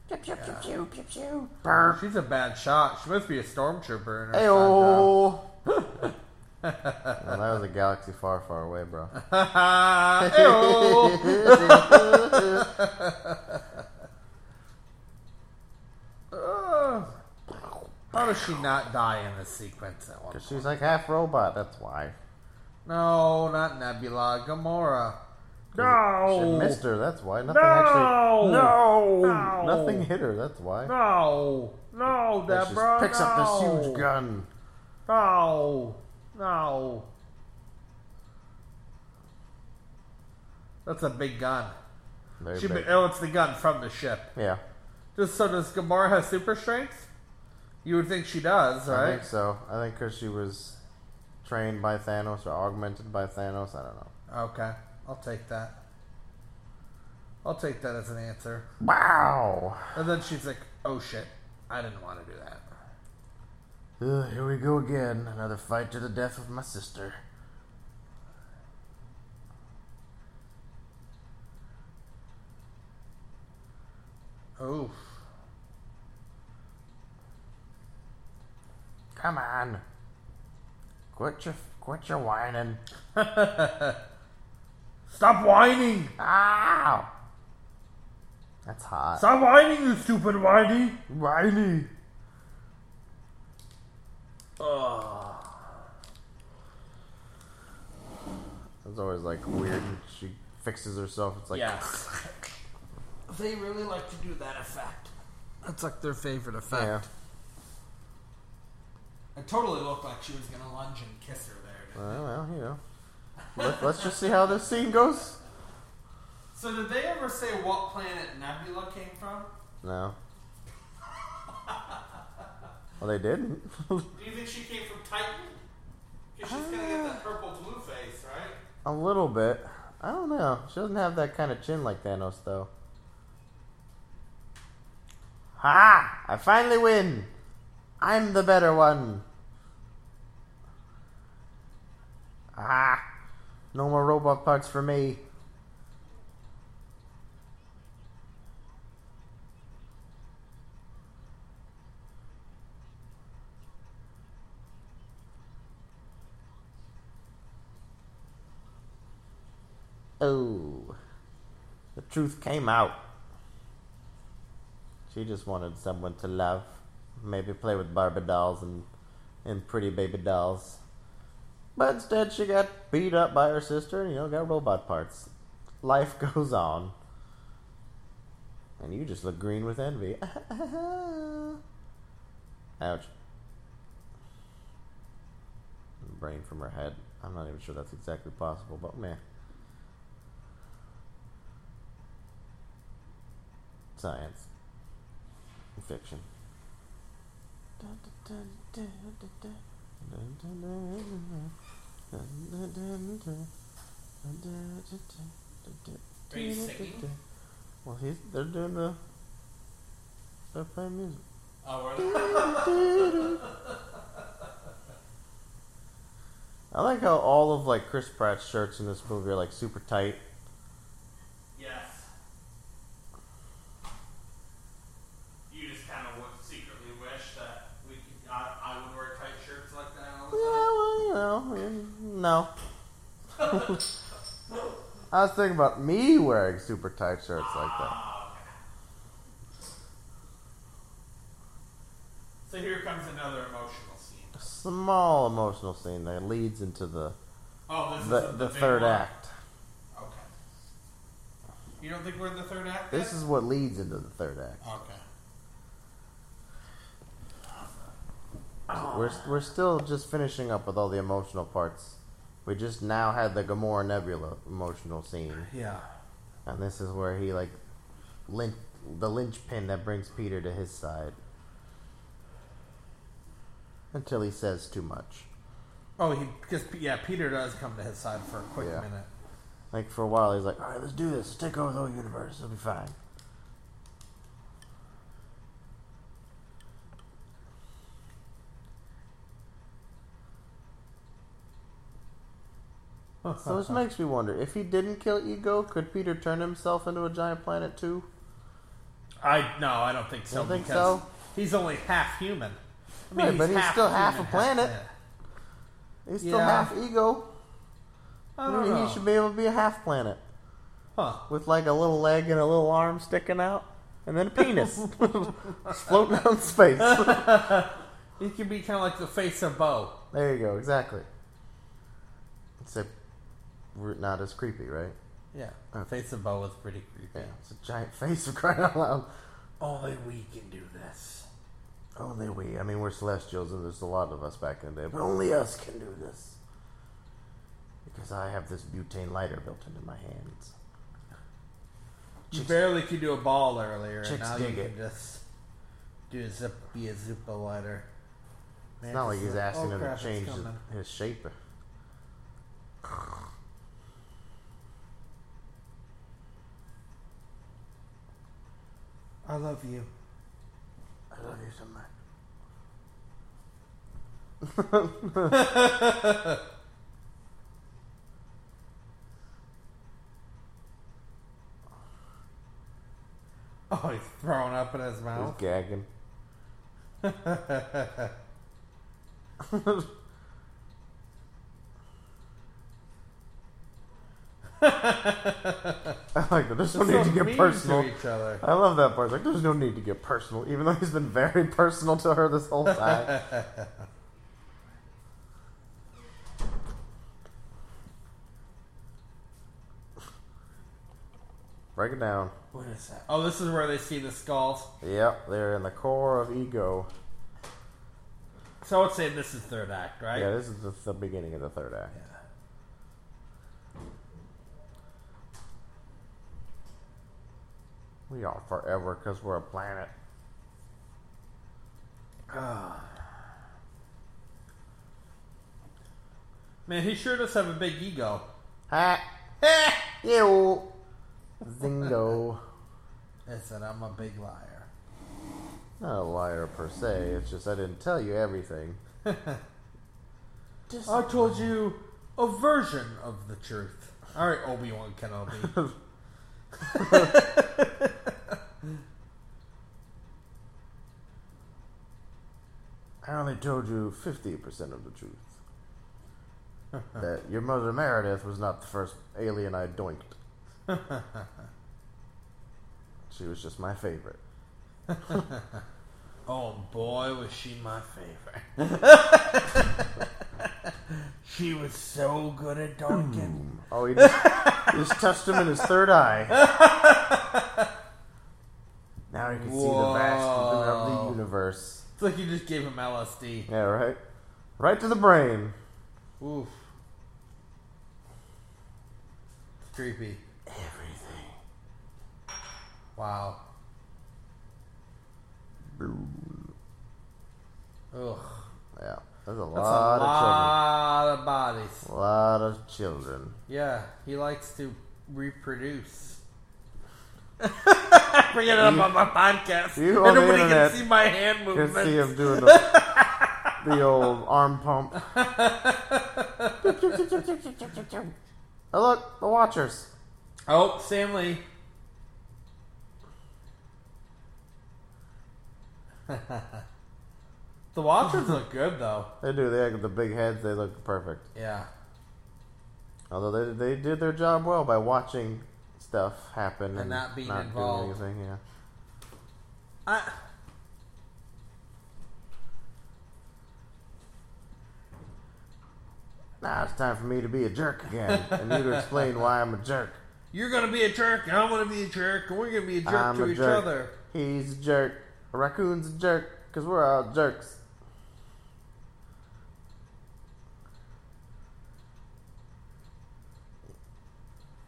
[SPEAKER 2] Pew, pew, pew, pew, pew, pew.
[SPEAKER 1] She's a bad shot. She must be a stormtrooper. In her
[SPEAKER 3] Ayo.
[SPEAKER 1] shotgun.
[SPEAKER 3] well, that was a galaxy far, far away, bro.
[SPEAKER 1] Ayo. she not die in this sequence at one
[SPEAKER 3] Because
[SPEAKER 1] point?
[SPEAKER 3] she's like half robot, that's why.
[SPEAKER 1] No, not Nebula. Gamora.
[SPEAKER 3] 'Cause
[SPEAKER 1] No.
[SPEAKER 3] it- She missed her, that's why. Nothing actually.
[SPEAKER 1] No.
[SPEAKER 3] No! Nothing hit her, that's why.
[SPEAKER 1] No. No,
[SPEAKER 3] Like, she
[SPEAKER 1] Deborah.
[SPEAKER 3] just picks
[SPEAKER 1] no.
[SPEAKER 3] up this huge gun.
[SPEAKER 1] No. No. That's a big gun.
[SPEAKER 3] Very
[SPEAKER 1] She,
[SPEAKER 3] big.
[SPEAKER 1] oh, it's the gun from the ship.
[SPEAKER 3] yeah,
[SPEAKER 1] Just so does Gamora have super strength? You would think she does,
[SPEAKER 3] I
[SPEAKER 1] right?
[SPEAKER 3] think so. I think because she was trained by Thanos or augmented by Thanos, I don't know.
[SPEAKER 1] Okay, I'll take that. I'll take that as an answer.
[SPEAKER 3] Wow!
[SPEAKER 1] And then she's like, "Oh shit, I didn't want to do that."
[SPEAKER 3] Ugh, here we go again. Another fight to the death with my sister.
[SPEAKER 1] Oof.
[SPEAKER 3] Come on. Quit your, quit your whining.
[SPEAKER 1] Stop whining!
[SPEAKER 3] Ow! That's hot.
[SPEAKER 1] Stop whining, you stupid whiny!
[SPEAKER 3] Whiny! That's always like weird. She fixes herself. It's like,
[SPEAKER 1] Yes. they really like to do that effect. That's like their favorite effect.
[SPEAKER 3] yeah.
[SPEAKER 1] It totally looked like she was gonna lunge and kiss her there.
[SPEAKER 3] Well, well, you know. Let, let's just see how this scene goes.
[SPEAKER 1] So, did they ever say what planet Nebula came from?
[SPEAKER 3] No. Well, they didn't.
[SPEAKER 1] Do you think she came from Titan? Because she's gonna get that purple blue face, right?
[SPEAKER 3] A little bit. I don't know. She doesn't have that kind of chin like Thanos, though. Ha! I finally win! I'm the better one! Ah! No more robot parts for me. Oh. The truth came out. She just wanted someone to love. Maybe play with Barbie dolls and, and pretty baby dolls. But instead, she got beat up by her sister and, you know, got robot parts. Life goes on. And you just look green with envy. Ouch. Brain from her head. I'm not even sure that's exactly possible, but meh. Science. Fiction.
[SPEAKER 1] Are you singing?
[SPEAKER 3] Well, he's, they're doing the. They're playing music.
[SPEAKER 1] Oh, really?
[SPEAKER 3] I like how all of like Chris Pratt's shirts in this movie are like super tight.
[SPEAKER 1] yes. You just kind of would secretly wish that we could, I, I would wear tight shirts like that all
[SPEAKER 3] Yeah,
[SPEAKER 1] the time.
[SPEAKER 3] well, you know, yeah, no. I was thinking about me wearing super tight shirts like that.
[SPEAKER 1] Ah, okay. So here comes another emotional scene.
[SPEAKER 3] Small emotional scene that leads into the
[SPEAKER 1] Oh, this
[SPEAKER 3] the,
[SPEAKER 1] is
[SPEAKER 3] the
[SPEAKER 1] big
[SPEAKER 3] third
[SPEAKER 1] one.
[SPEAKER 3] act.
[SPEAKER 1] Okay. You don't think we're in the third act?
[SPEAKER 3] This
[SPEAKER 1] yet?
[SPEAKER 3] is what leads into the third act.
[SPEAKER 1] okay.
[SPEAKER 3] We're we're still just finishing up with all the emotional parts. We just now had the Gamora Nebula emotional scene,
[SPEAKER 1] Yeah.
[SPEAKER 3] and this is where he like, lin- the linchpin that brings Peter to his side, until he says too much.
[SPEAKER 1] Oh, he because yeah, Peter does come to his side for a quick
[SPEAKER 3] Yeah.
[SPEAKER 1] minute.
[SPEAKER 3] Like for a while, he's like, "All right, let's do this. Let's take over the whole universe. It'll be fine." So this makes me wonder if he didn't kill Ego, could Peter turn himself into a giant planet too?
[SPEAKER 1] I no, I don't think so.
[SPEAKER 3] don't think
[SPEAKER 1] because
[SPEAKER 3] so?
[SPEAKER 1] He's only half human. I mean,
[SPEAKER 3] Right, but he's still half
[SPEAKER 1] human,
[SPEAKER 3] a planet. He's still
[SPEAKER 1] Yeah.
[SPEAKER 3] half Ego.
[SPEAKER 1] I don't
[SPEAKER 3] he
[SPEAKER 4] Oh.
[SPEAKER 1] know.
[SPEAKER 3] should be able to be a half planet
[SPEAKER 1] Huh.
[SPEAKER 3] with like a little leg and a little arm sticking out, and then a penis floating out in space.
[SPEAKER 1] It could be kind of like the face of Bo.
[SPEAKER 3] There you go, exactly. Except we're not as creepy, right?
[SPEAKER 1] Yeah, face of Bo was pretty creepy.
[SPEAKER 3] Yeah, it's a giant face of crying out loud.
[SPEAKER 4] Only we can do this.
[SPEAKER 3] Only we. I mean, we're celestials, and there's a lot of us back in the day, but
[SPEAKER 4] Only us can do this.
[SPEAKER 3] because I have this butane lighter built into my hands.
[SPEAKER 1] You barely could do a ball earlier, and
[SPEAKER 3] Chicks
[SPEAKER 1] now you
[SPEAKER 3] dig it.
[SPEAKER 1] can just do a zip, be a Zupa letter.
[SPEAKER 3] It's not like he's
[SPEAKER 4] oh,
[SPEAKER 3] asking him
[SPEAKER 1] crap,
[SPEAKER 3] to
[SPEAKER 1] it's
[SPEAKER 3] change
[SPEAKER 1] coming.
[SPEAKER 3] his, his shape.
[SPEAKER 1] I love you.
[SPEAKER 3] I love you so much.
[SPEAKER 1] Oh, he's throwing up in his
[SPEAKER 3] He's
[SPEAKER 1] mouth.
[SPEAKER 3] gagging. I like that. There's no need
[SPEAKER 1] So
[SPEAKER 3] to
[SPEAKER 1] mean
[SPEAKER 3] get personal.
[SPEAKER 1] To each other.
[SPEAKER 3] I love that part. Like, there's no need to get personal, even though he's been very personal to her this whole time. Break it down.
[SPEAKER 4] What is that?
[SPEAKER 1] Oh, this is where they see the skulls.
[SPEAKER 3] Yep, they're in the core of ego.
[SPEAKER 1] So I would say this is third act, right?
[SPEAKER 3] Yeah, this is the, the beginning of the third act. We are forever because we're a planet.
[SPEAKER 1] Man, he sure does have a big ego.
[SPEAKER 3] Ha! Ha! Ew! Zingo.
[SPEAKER 1] Listen, I'm a big liar.
[SPEAKER 3] Not a liar per se, it's just I didn't tell you everything.
[SPEAKER 1] I told you a version of the truth. All right, Obi Wan Kenobi.
[SPEAKER 3] I only told you 50% of the truth. that your mother Meredith was not the first alien I doinked. she was just my favorite.
[SPEAKER 1] oh boy, was she my favorite.
[SPEAKER 4] She was so good at donking.
[SPEAKER 3] Oh, he just, he just touched him in his third eye. Now you can see the vastness of
[SPEAKER 1] Whoa.
[SPEAKER 3] the universe.
[SPEAKER 1] It's like you just gave him LSD.
[SPEAKER 3] Yeah, right? Right to the brain.
[SPEAKER 1] Oof. It's creepy.
[SPEAKER 3] Everything.
[SPEAKER 1] Wow. Ugh.
[SPEAKER 3] Yeah, there's a lot,
[SPEAKER 1] That's a lot of
[SPEAKER 3] of
[SPEAKER 1] bodies.
[SPEAKER 3] children. A lot of children.
[SPEAKER 1] Yeah, he likes to reproduce. I forget it up on my podcast.
[SPEAKER 3] you
[SPEAKER 1] and
[SPEAKER 3] on the
[SPEAKER 1] nobody
[SPEAKER 3] internet
[SPEAKER 1] can see my hand
[SPEAKER 3] Can see
[SPEAKER 1] movements.
[SPEAKER 3] him doing the, the old arm pump. Oh, look, the Watchers.
[SPEAKER 1] Oh, Sam Lee. the Watchers look good though.
[SPEAKER 3] They do. They have the big heads. They look perfect.
[SPEAKER 1] Yeah.
[SPEAKER 3] Although they, they did their job well by watching stuff happen and,
[SPEAKER 1] not being
[SPEAKER 3] doing
[SPEAKER 1] involved.
[SPEAKER 3] anything, yeah.
[SPEAKER 1] I.
[SPEAKER 3] Now it's time for me to be a jerk again, and you to explain why I'm a jerk.
[SPEAKER 1] You're gonna be a jerk, and I'm gonna be a jerk, and we're gonna be a jerk
[SPEAKER 3] I'm
[SPEAKER 1] to
[SPEAKER 3] a
[SPEAKER 1] each
[SPEAKER 3] jerk.
[SPEAKER 1] other.
[SPEAKER 3] He's a jerk. A raccoon's a jerk, because we're all jerks.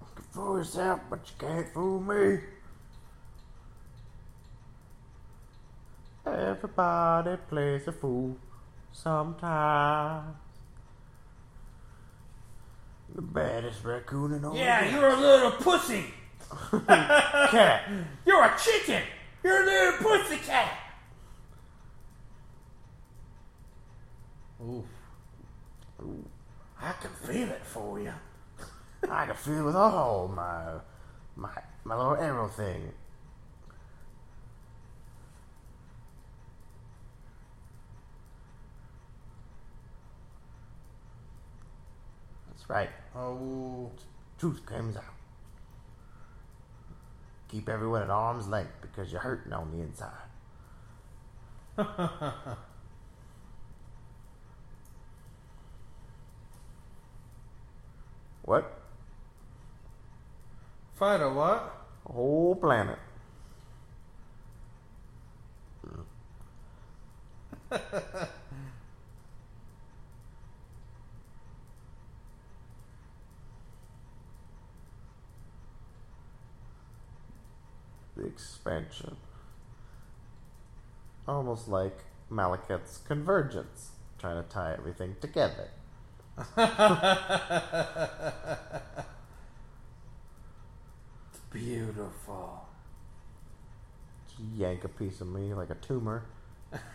[SPEAKER 3] You can fool yourself, but you can't fool me. Everybody plays a fool sometimes. The baddest raccoon in all
[SPEAKER 1] Yeah, you're a little pussy.
[SPEAKER 3] the cat.
[SPEAKER 1] You're a chicken. You're a little pussy cat. Oof.
[SPEAKER 4] I can feel it for you.
[SPEAKER 3] I can feel it with all my my my little arrow thing. That's right.
[SPEAKER 1] Oh.
[SPEAKER 3] Truth comes out. Keep everyone at arm's length because you're hurting on the inside. What?
[SPEAKER 1] Find a what?
[SPEAKER 3] A whole planet. the expansion. Almost like Malekith's convergence, trying to tie everything together.
[SPEAKER 4] It's beautiful.
[SPEAKER 3] Just yank a piece of me like a tumor.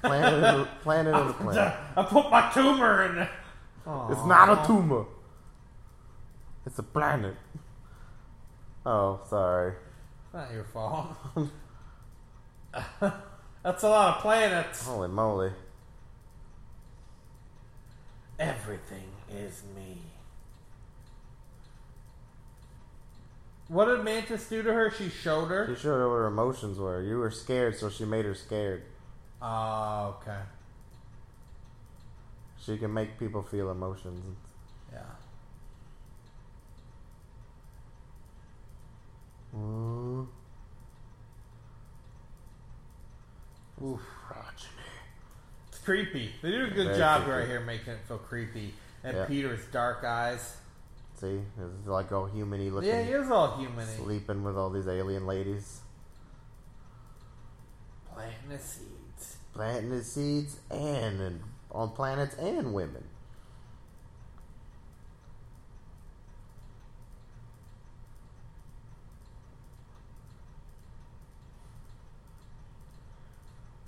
[SPEAKER 3] Plant it in a, plant it in a plant.
[SPEAKER 1] I put my tumor in there.
[SPEAKER 3] It's not a tumor. It's a planet. Oh, sorry.
[SPEAKER 1] Not your fault. That's a lot of planets.
[SPEAKER 3] Holy moly.
[SPEAKER 4] Everything is me.
[SPEAKER 1] What did Mantis do to her? She showed
[SPEAKER 3] You
[SPEAKER 1] her.
[SPEAKER 3] showed her what her emotions were. You were scared, so she made her scared.
[SPEAKER 1] Oh, okay.
[SPEAKER 3] She can make people feel emotions.
[SPEAKER 1] Yeah.
[SPEAKER 3] Mm.
[SPEAKER 1] Oof. It's creepy. They do a good
[SPEAKER 3] Very
[SPEAKER 1] job
[SPEAKER 3] creepy.
[SPEAKER 1] right here making it feel creepy. And
[SPEAKER 3] Yeah.
[SPEAKER 1] Peter's dark eyes.
[SPEAKER 3] See? It's like all humany looking.
[SPEAKER 1] Yeah, he is all human.
[SPEAKER 3] Sleeping with all these alien ladies.
[SPEAKER 1] Planting the seeds.
[SPEAKER 3] Planting the seeds and, and on planets and women.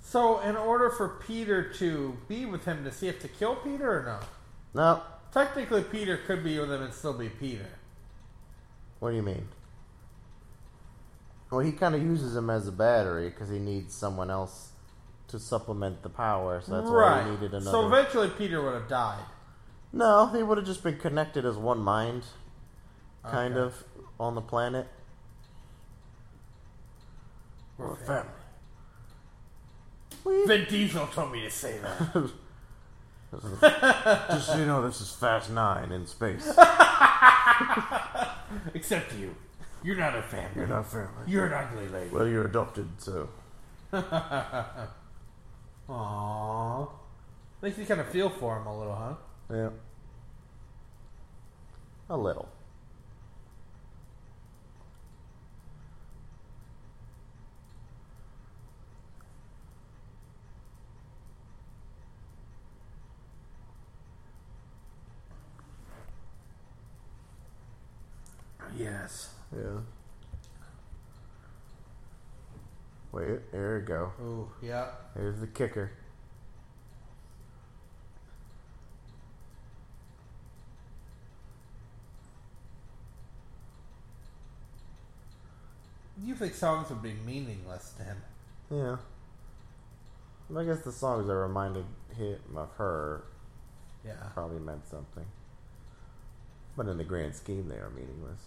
[SPEAKER 1] So, in order for Peter to be with him, does he have to kill Peter or no?
[SPEAKER 3] No.
[SPEAKER 1] Technically, Peter could be with him and still be Peter.
[SPEAKER 3] What do you mean? Well, he kind of uses him as a battery because he needs someone else to supplement the power. So that's why he needed another.
[SPEAKER 1] So eventually, Peter would have died.
[SPEAKER 3] No, they would have just been connected as one mind, kind
[SPEAKER 1] Okay.
[SPEAKER 3] of, on the planet.
[SPEAKER 1] We're
[SPEAKER 3] family.
[SPEAKER 1] Vin Diesel told me to say that.
[SPEAKER 3] Just so you know, this is Fast Nine in space.
[SPEAKER 1] Except you. You're not a family.
[SPEAKER 3] You're not family.
[SPEAKER 1] You're an ugly lady.
[SPEAKER 3] Well, you're adopted, so.
[SPEAKER 1] Aww. Makes you kind of feel for him a little, huh?
[SPEAKER 3] Yeah. A little.
[SPEAKER 4] Yes.
[SPEAKER 3] Yeah. Wait, there we go.
[SPEAKER 1] Ooh, yeah.
[SPEAKER 3] Here's the kicker.
[SPEAKER 1] You think songs would be meaningless to him?
[SPEAKER 3] Yeah. I guess the songs that reminded him of her
[SPEAKER 1] Yeah.
[SPEAKER 3] probably meant something. But in the grand scheme, they are meaningless.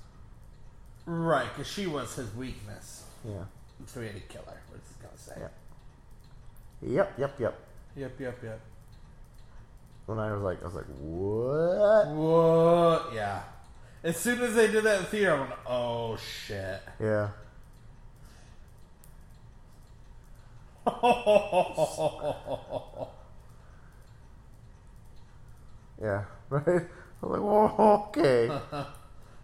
[SPEAKER 1] Right, because she was his weakness.
[SPEAKER 3] Yeah.
[SPEAKER 1] So we had to kill her. We're just going to say.
[SPEAKER 3] Yeah. Yep, yep, yep.
[SPEAKER 1] Yep, yep, yep.
[SPEAKER 3] When I was like, I was like, what?
[SPEAKER 1] What? Yeah. As soon as they did that in theater, I went, oh shit.
[SPEAKER 3] Yeah. Yeah. Right? I was like, whoa, okay.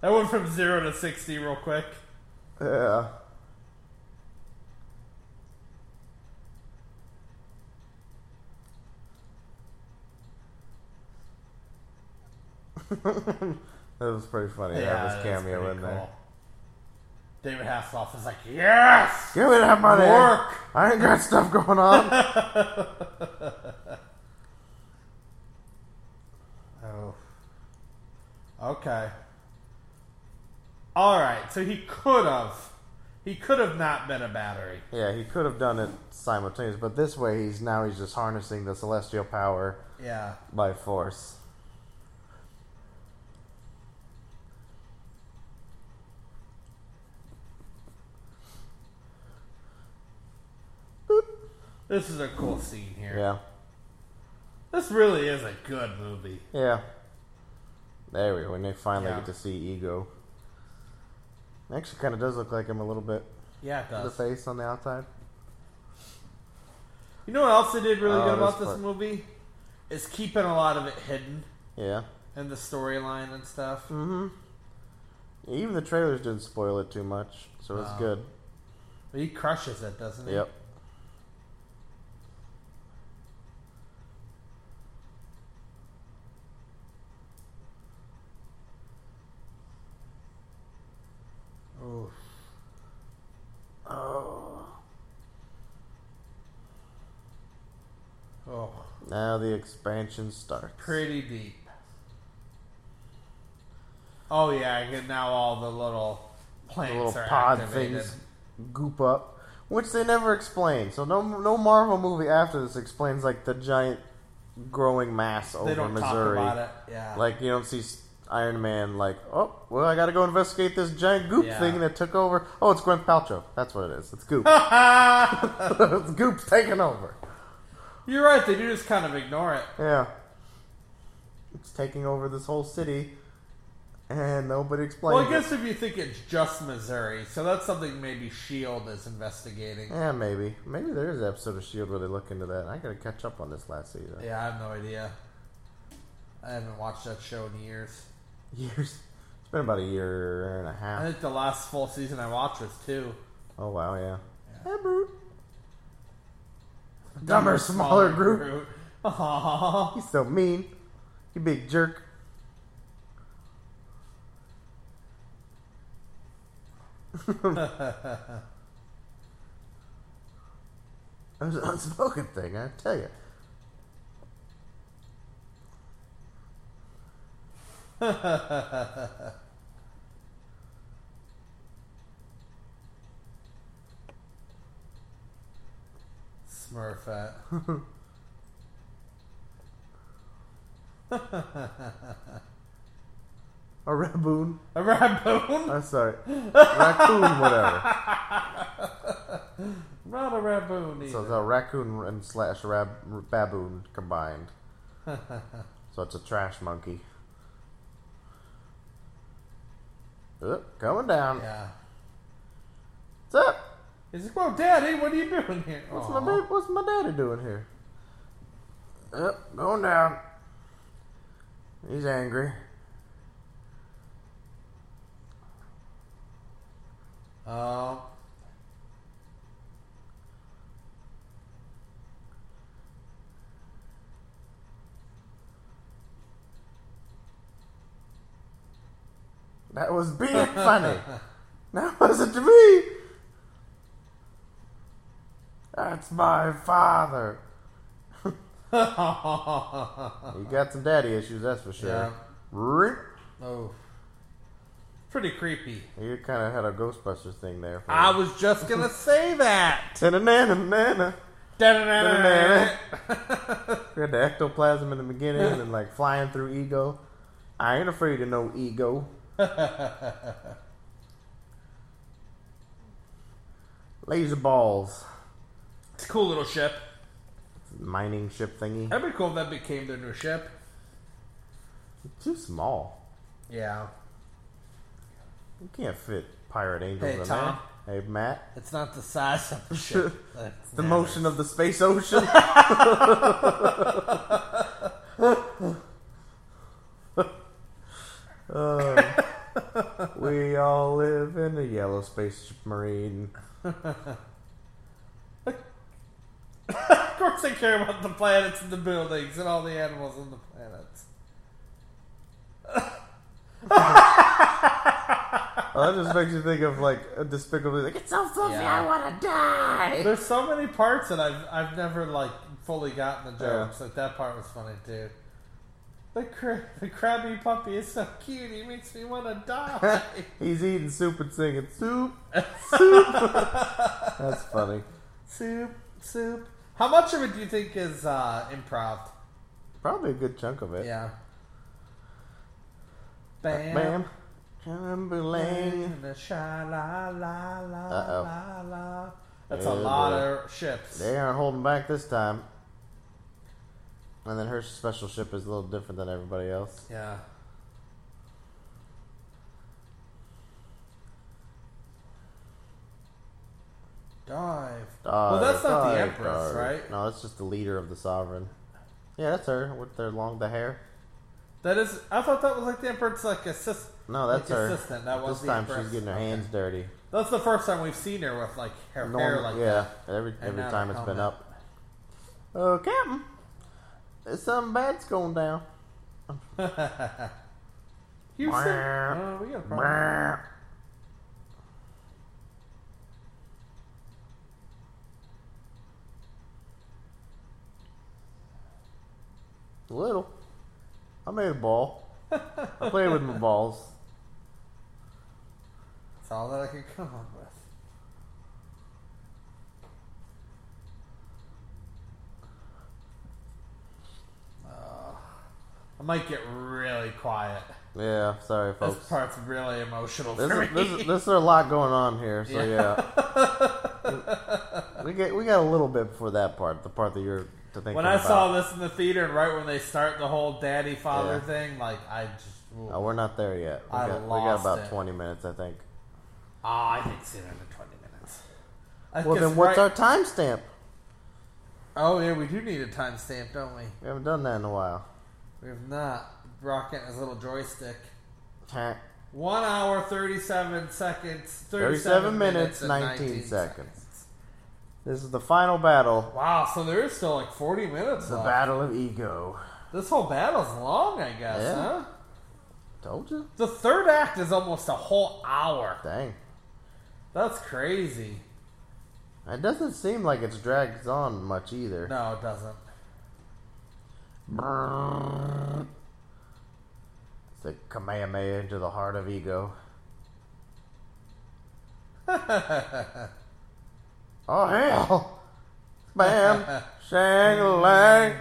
[SPEAKER 1] That went from zero to 60 real quick.
[SPEAKER 3] yeah. that was pretty funny. to have
[SPEAKER 1] that's
[SPEAKER 3] this cameo
[SPEAKER 1] pretty
[SPEAKER 3] in there.
[SPEAKER 1] cool. David Hasselhoff is like, yes!
[SPEAKER 3] Give me that money.
[SPEAKER 1] Work!
[SPEAKER 3] I ain't got stuff going on.
[SPEAKER 1] Oh. Okay. Alright, so he could have. He could have not been a battery.
[SPEAKER 3] yeah, he could have done it simultaneously, but this way he's now he's just harnessing the celestial power
[SPEAKER 1] Yeah.
[SPEAKER 3] by force.
[SPEAKER 1] This is a cool scene here.
[SPEAKER 3] Yeah.
[SPEAKER 1] This really is a good movie.
[SPEAKER 3] Yeah. There we go. When they finally
[SPEAKER 1] Yeah.
[SPEAKER 3] get to see Ego. Actually, kind of does look like him a little bit.
[SPEAKER 1] Yeah, it
[SPEAKER 3] The
[SPEAKER 1] does.
[SPEAKER 3] face on the outside.
[SPEAKER 1] You know what else they did really
[SPEAKER 3] Oh,
[SPEAKER 1] good about this
[SPEAKER 3] this part.
[SPEAKER 1] movie? Is keeping a lot of it hidden
[SPEAKER 3] Yeah.
[SPEAKER 1] in the storyline and stuff.
[SPEAKER 3] Mm-hmm. Even the trailers didn't spoil it too much, so it's
[SPEAKER 1] No. Mm-hmm.
[SPEAKER 3] good.
[SPEAKER 1] But he crushes it, doesn't he?
[SPEAKER 3] Yep.
[SPEAKER 1] Oh.
[SPEAKER 3] Oh.
[SPEAKER 1] Oh.
[SPEAKER 3] Now the expansion starts.
[SPEAKER 1] Pretty deep. Oh yeah, I get now all the little
[SPEAKER 3] The
[SPEAKER 1] plants
[SPEAKER 3] little
[SPEAKER 1] are
[SPEAKER 3] pod
[SPEAKER 1] activated.
[SPEAKER 3] things goop up, which they never explain. So no, no Marvel movie after this explains like the giant growing mass over
[SPEAKER 1] They don't
[SPEAKER 3] Missouri.
[SPEAKER 1] talk about it. Yeah.
[SPEAKER 3] Like you don't see s- Iron Man like, oh, well, I got to go investigate this giant goop
[SPEAKER 1] Yeah.
[SPEAKER 3] thing that took over. Oh, it's Gwyneth Paltrow. That's what it is. It's goop.
[SPEAKER 1] You're
[SPEAKER 3] it's goop's taking over.
[SPEAKER 1] right. They do just kind of ignore it.
[SPEAKER 3] Yeah, it's taking over this whole city, and nobody explains.
[SPEAKER 1] Well, I
[SPEAKER 3] it.
[SPEAKER 1] guess if you think it's just Missouri, so that's something maybe Shield E is investigating.
[SPEAKER 3] Yeah, maybe. Maybe there is an episode of S.H.I.E.L.D. E where they look into that. I gotta catch up on this last season.
[SPEAKER 1] Yeah, I have no idea. I haven't watched that show in years.
[SPEAKER 3] Years. It's been about a year and a
[SPEAKER 1] I
[SPEAKER 3] half.
[SPEAKER 1] think the last full season I watched was two.
[SPEAKER 3] Oh, wow, yeah.
[SPEAKER 1] Yeah.
[SPEAKER 3] Eh, Brute. Dumber, smaller group.
[SPEAKER 1] Aw.
[SPEAKER 3] He's so mean. You big jerk. That was an unspoken thing, I tell you.
[SPEAKER 1] Smurfette.
[SPEAKER 3] A raboon.
[SPEAKER 1] A raboon?
[SPEAKER 3] I'm sorry. raccoon, whatever.
[SPEAKER 1] Not a raboon either.
[SPEAKER 3] So it's a raccoon and slash rab- baboon combined. so it's a trash monkey. Oop, coming down.
[SPEAKER 1] yeah.
[SPEAKER 3] What's up?
[SPEAKER 1] He's like, well, Daddy, what are you doing here?
[SPEAKER 3] What's
[SPEAKER 1] Aw.
[SPEAKER 3] my, baby, what's my daddy doing here? Up, going down. He's angry.
[SPEAKER 1] Oh.
[SPEAKER 3] That was being funny. That wasn't to me. That's my father. You got some daddy issues, that's for sure.
[SPEAKER 1] Yeah.
[SPEAKER 3] Reek.
[SPEAKER 1] oh. Pretty creepy.
[SPEAKER 3] You kind of had a Ghostbusters thing there. For
[SPEAKER 1] I was just gonna say that.
[SPEAKER 3] Ta-na-na-na-na.
[SPEAKER 1] Da-da-da-da-da.
[SPEAKER 3] We had the ectoplasm in the beginning and like flying through ego. I ain't afraid of no ego. Laser balls.
[SPEAKER 1] It's a cool little ship.
[SPEAKER 3] Mining ship thingy.
[SPEAKER 1] That'd be cool if that became their new ship.
[SPEAKER 3] Too small.
[SPEAKER 1] Yeah.
[SPEAKER 3] You can't fit pirate angels
[SPEAKER 1] Hey,
[SPEAKER 3] in
[SPEAKER 1] Tom.
[SPEAKER 3] there. Hey, Matt.
[SPEAKER 1] It's not the size of the ship. That's
[SPEAKER 3] The
[SPEAKER 1] matters.
[SPEAKER 3] motion of the space ocean. Um, we all live in a yellow space marine.
[SPEAKER 1] Of course they care about the planets and the buildings and all the animals on the planets.
[SPEAKER 3] Oh, that just makes you think of like a despicable. Like it's so fluffy,
[SPEAKER 1] Yeah.
[SPEAKER 3] I want to die.
[SPEAKER 1] There's so many parts that I've I've never like fully gotten the jokes. Like that part was funny too. The cra- the crabby puppy is so cute. He makes me want to die.
[SPEAKER 3] He's eating soup and singing soup, soup. That's funny.
[SPEAKER 1] soup, soup. How much of it do you think is uh, improv?
[SPEAKER 3] Probably a good chunk of it.
[SPEAKER 1] Yeah. Bam.
[SPEAKER 3] Uh, Bam. Trembling.
[SPEAKER 1] And a sha la la la
[SPEAKER 3] Uh-oh.
[SPEAKER 1] la la. That's
[SPEAKER 3] Oh,
[SPEAKER 1] a lot
[SPEAKER 3] boy.
[SPEAKER 1] of ships.
[SPEAKER 3] They aren't holding back this time. And then her special ship is a little different than everybody else.
[SPEAKER 1] Yeah. Dive.
[SPEAKER 3] Well,
[SPEAKER 1] that's not the Empress, right?
[SPEAKER 3] No, that's just the leader of the sovereign. Yeah, that's her with their long the hair.
[SPEAKER 1] That is. I thought that was like the Emperor's like assist.
[SPEAKER 3] No, that's
[SPEAKER 1] like
[SPEAKER 3] her.
[SPEAKER 1] Assistant. That
[SPEAKER 3] But
[SPEAKER 1] was the
[SPEAKER 3] this time
[SPEAKER 1] Empress.
[SPEAKER 3] she's getting her hands dirty.
[SPEAKER 1] That's the first time we've seen her with like her hair
[SPEAKER 3] Norm-
[SPEAKER 1] like that.
[SPEAKER 3] yeah, every every
[SPEAKER 1] now
[SPEAKER 3] time
[SPEAKER 1] the
[SPEAKER 3] it's been
[SPEAKER 1] helmet.
[SPEAKER 3] up. Oh, Captain, there's something bad's going down.
[SPEAKER 1] Houston.
[SPEAKER 3] Meow.
[SPEAKER 1] Oh, we got a problem.
[SPEAKER 3] Captain, little. I made a ball. I played with my balls.
[SPEAKER 1] That's all that I could come up with. Ugh. Uh, I might get really quiet.
[SPEAKER 3] Yeah, sorry, folks.
[SPEAKER 1] This part's really emotional
[SPEAKER 3] This
[SPEAKER 1] for
[SPEAKER 3] is,
[SPEAKER 1] me.
[SPEAKER 3] this, is, this is a lot going on here, so yeah. we get we got a little bit before that part, the part that you're to think
[SPEAKER 1] when I
[SPEAKER 3] about.
[SPEAKER 1] saw this in the theater, and right when they start the whole daddy father
[SPEAKER 3] Yeah.
[SPEAKER 1] thing, like I just ooh.
[SPEAKER 3] No, Oh, we're not there yet. We
[SPEAKER 1] I
[SPEAKER 3] got, we got
[SPEAKER 1] lost
[SPEAKER 3] about
[SPEAKER 1] it.
[SPEAKER 3] 20 minutes, I think.
[SPEAKER 1] Ah, I can see that in twenty minutes. I
[SPEAKER 3] Well,
[SPEAKER 1] guess
[SPEAKER 3] then
[SPEAKER 1] right-
[SPEAKER 3] what's our timestamp?
[SPEAKER 1] Oh yeah, we do need a timestamp, don't we?
[SPEAKER 3] We haven't done that in a while.
[SPEAKER 1] We have not rocking his little joystick.
[SPEAKER 3] Heh.
[SPEAKER 1] One hour, 37 seconds, 37,
[SPEAKER 3] 37 minutes,
[SPEAKER 1] minutes, and
[SPEAKER 3] 19
[SPEAKER 1] 19,
[SPEAKER 3] seconds.
[SPEAKER 1] seconds.
[SPEAKER 3] This is the final battle.
[SPEAKER 1] Wow, so there is still like 40 minutes
[SPEAKER 3] The
[SPEAKER 1] left.
[SPEAKER 3] battle of ego.
[SPEAKER 1] this whole battle's long, I guess,
[SPEAKER 3] Yeah.
[SPEAKER 1] huh?
[SPEAKER 3] Told you.
[SPEAKER 1] The third act is almost a whole hour.
[SPEAKER 3] Dang.
[SPEAKER 1] That's crazy.
[SPEAKER 3] It doesn't seem like it's dragged on much either.
[SPEAKER 1] No, it doesn't.
[SPEAKER 3] Brrrr. It's a Kamehameha into the heart of ego. oh, hell! Bam! Shang Lang!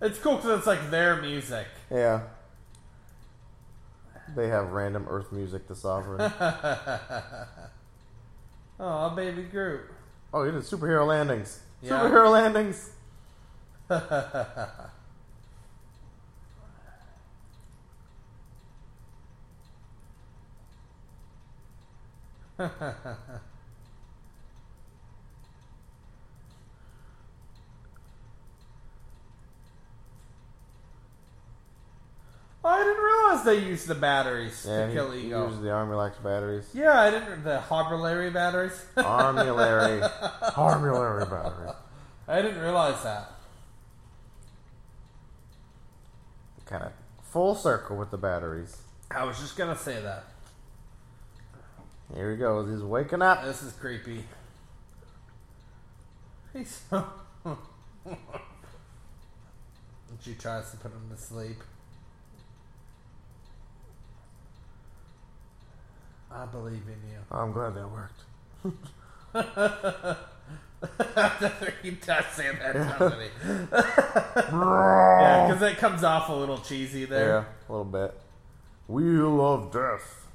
[SPEAKER 1] It's cool because it's like their music.
[SPEAKER 3] Yeah. They have random Earth music, the Sovereign.
[SPEAKER 1] Oh, baby Groot.
[SPEAKER 3] oh, you did superhero landings.
[SPEAKER 1] Yeah.
[SPEAKER 3] Superhero landings!
[SPEAKER 1] Oh, I didn't realize they used the batteries
[SPEAKER 3] Yeah,
[SPEAKER 1] to
[SPEAKER 3] he,
[SPEAKER 1] kill
[SPEAKER 3] he
[SPEAKER 1] Ego.
[SPEAKER 3] uses the Armulax batteries.
[SPEAKER 1] yeah, I didn't. The Hobberlary batteries?
[SPEAKER 3] Armulary. Armulary batteries.
[SPEAKER 1] I didn't realize that.
[SPEAKER 3] Kind of full circle with the batteries.
[SPEAKER 1] I was just gonna say that.
[SPEAKER 3] Here he goes. He's waking up.
[SPEAKER 1] This is creepy. He's so. she tries to put him to sleep. I believe in you.
[SPEAKER 3] I'm glad that worked.
[SPEAKER 1] he does say that, doesn't he? yeah, because that comes off a little cheesy
[SPEAKER 3] Yeah,
[SPEAKER 1] there.
[SPEAKER 3] a little bit. Wheel of Death.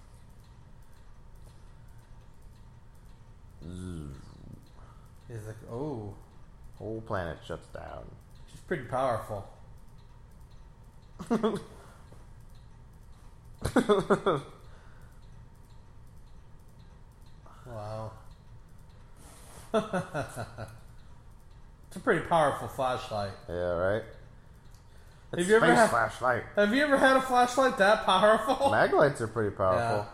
[SPEAKER 1] He's like, oh,
[SPEAKER 3] Whole planet shuts down.
[SPEAKER 1] she's pretty powerful. Wow. it's a pretty powerful flashlight.
[SPEAKER 3] Yeah, right. It's
[SPEAKER 1] Have you ever
[SPEAKER 3] space
[SPEAKER 1] had-
[SPEAKER 3] flashlight?
[SPEAKER 1] Have you ever had a flashlight that powerful?
[SPEAKER 3] Mag lights are pretty powerful,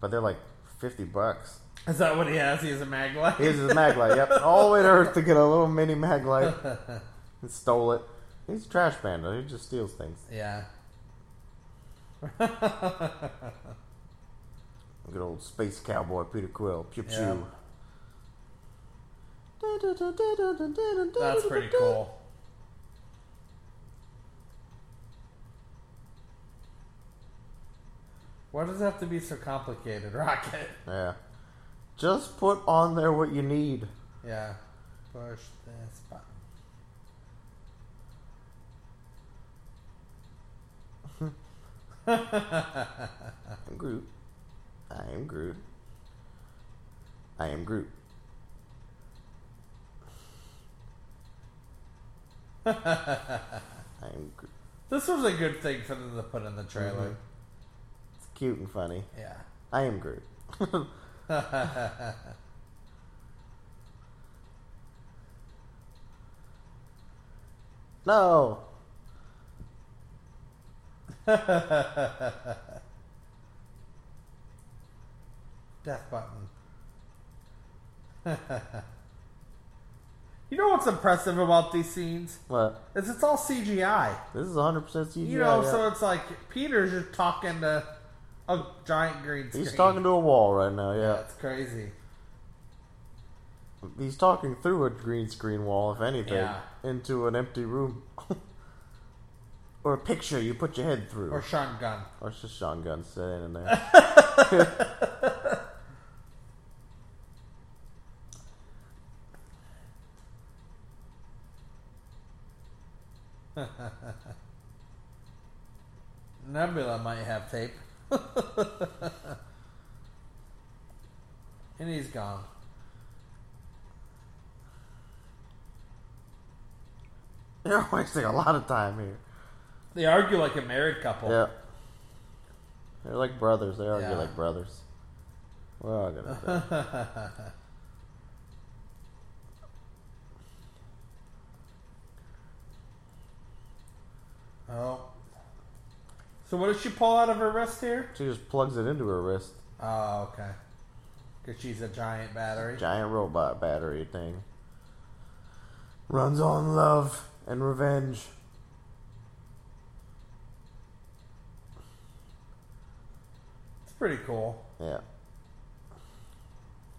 [SPEAKER 3] but they're like fifty bucks.
[SPEAKER 1] Is that what he has? He has a mag light?
[SPEAKER 3] Here's his mag light. Yep, all the way to Earth to get a little mini mag light. and stole it. He's a trash panda. He just steals things.
[SPEAKER 1] Yeah.
[SPEAKER 3] Good old space cowboy Peter Quill. Pew
[SPEAKER 1] Yeah.
[SPEAKER 3] pew.
[SPEAKER 1] That's pretty cool. Why does it have to be so complicated, Rocket?
[SPEAKER 3] Yeah. Just put on there what you need.
[SPEAKER 1] Yeah. Push this button.
[SPEAKER 3] I'm Groot. I am Groot. I am Groot. I am Groot.
[SPEAKER 1] This was a good thing for them to put in the trailer.
[SPEAKER 3] It's cute and funny.
[SPEAKER 1] Yeah.
[SPEAKER 3] I am Groot. No.
[SPEAKER 1] Death button. you know what's impressive about these scenes?
[SPEAKER 3] What?
[SPEAKER 1] Is it's all CGI.
[SPEAKER 3] This is 100% CGI.
[SPEAKER 1] You know,
[SPEAKER 3] yeah.
[SPEAKER 1] so it's like Peter's just talking to a giant green screen.
[SPEAKER 3] He's talking to a wall right now, yeah.
[SPEAKER 1] That's crazy.
[SPEAKER 3] He's talking through a green screen wall, if anything,
[SPEAKER 1] Yeah.
[SPEAKER 3] into an empty room. or a picture you put your head through.
[SPEAKER 1] Or Sean Gunn.
[SPEAKER 3] Or it's just Sean Gunn sitting in there.
[SPEAKER 1] Nebula might have tape. and he's gone.
[SPEAKER 3] You're wasting a lot of time here.
[SPEAKER 1] They argue like a married couple.
[SPEAKER 3] Yeah. They're like brothers. They argue
[SPEAKER 1] Yeah.
[SPEAKER 3] like brothers. We're all gonna die.
[SPEAKER 1] Oh. So what did she pull out of her wrist here?
[SPEAKER 3] She just plugs it into her wrist.
[SPEAKER 1] Oh, okay. Because she's a giant battery.
[SPEAKER 3] Giant robot battery thing. Runs on love and revenge.
[SPEAKER 1] It's pretty cool.
[SPEAKER 3] Yeah.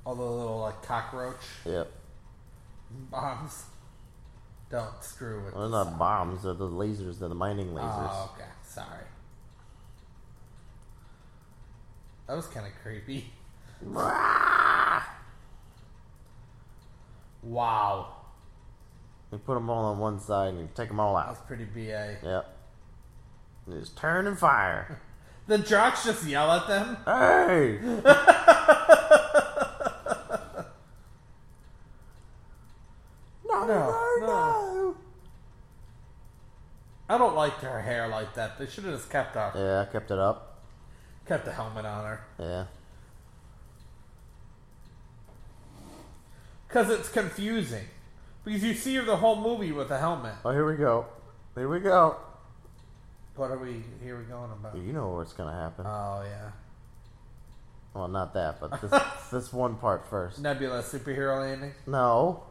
[SPEAKER 1] All the little like cockroach
[SPEAKER 3] Yeah.
[SPEAKER 1] bombs. Don't screw with.
[SPEAKER 3] They're
[SPEAKER 1] this.
[SPEAKER 3] not bombs. They're the lasers. They're the mining lasers.
[SPEAKER 1] Oh, okay. Sorry. That was kind of creepy. wow.
[SPEAKER 3] You put them all on one side and you take them all
[SPEAKER 1] That was
[SPEAKER 3] out.
[SPEAKER 1] pretty BA.
[SPEAKER 3] Yeah. And Just turn and fire.
[SPEAKER 1] The jocks just yell at them.
[SPEAKER 3] Hey!
[SPEAKER 1] No, no, no. I don't like her hair like that. They should have just kept her,
[SPEAKER 3] Yeah, I kept it up.
[SPEAKER 1] kept the helmet on her.
[SPEAKER 3] Yeah.
[SPEAKER 1] Because it's confusing. Because you see her the whole movie with a helmet.
[SPEAKER 3] Oh, here we go. Here we go.
[SPEAKER 1] What are we, here we going about?
[SPEAKER 3] You know what's gonna happen.
[SPEAKER 1] Oh, yeah.
[SPEAKER 3] Well, not that, but this, this one part first.
[SPEAKER 1] Nebula superhero landing.
[SPEAKER 3] No.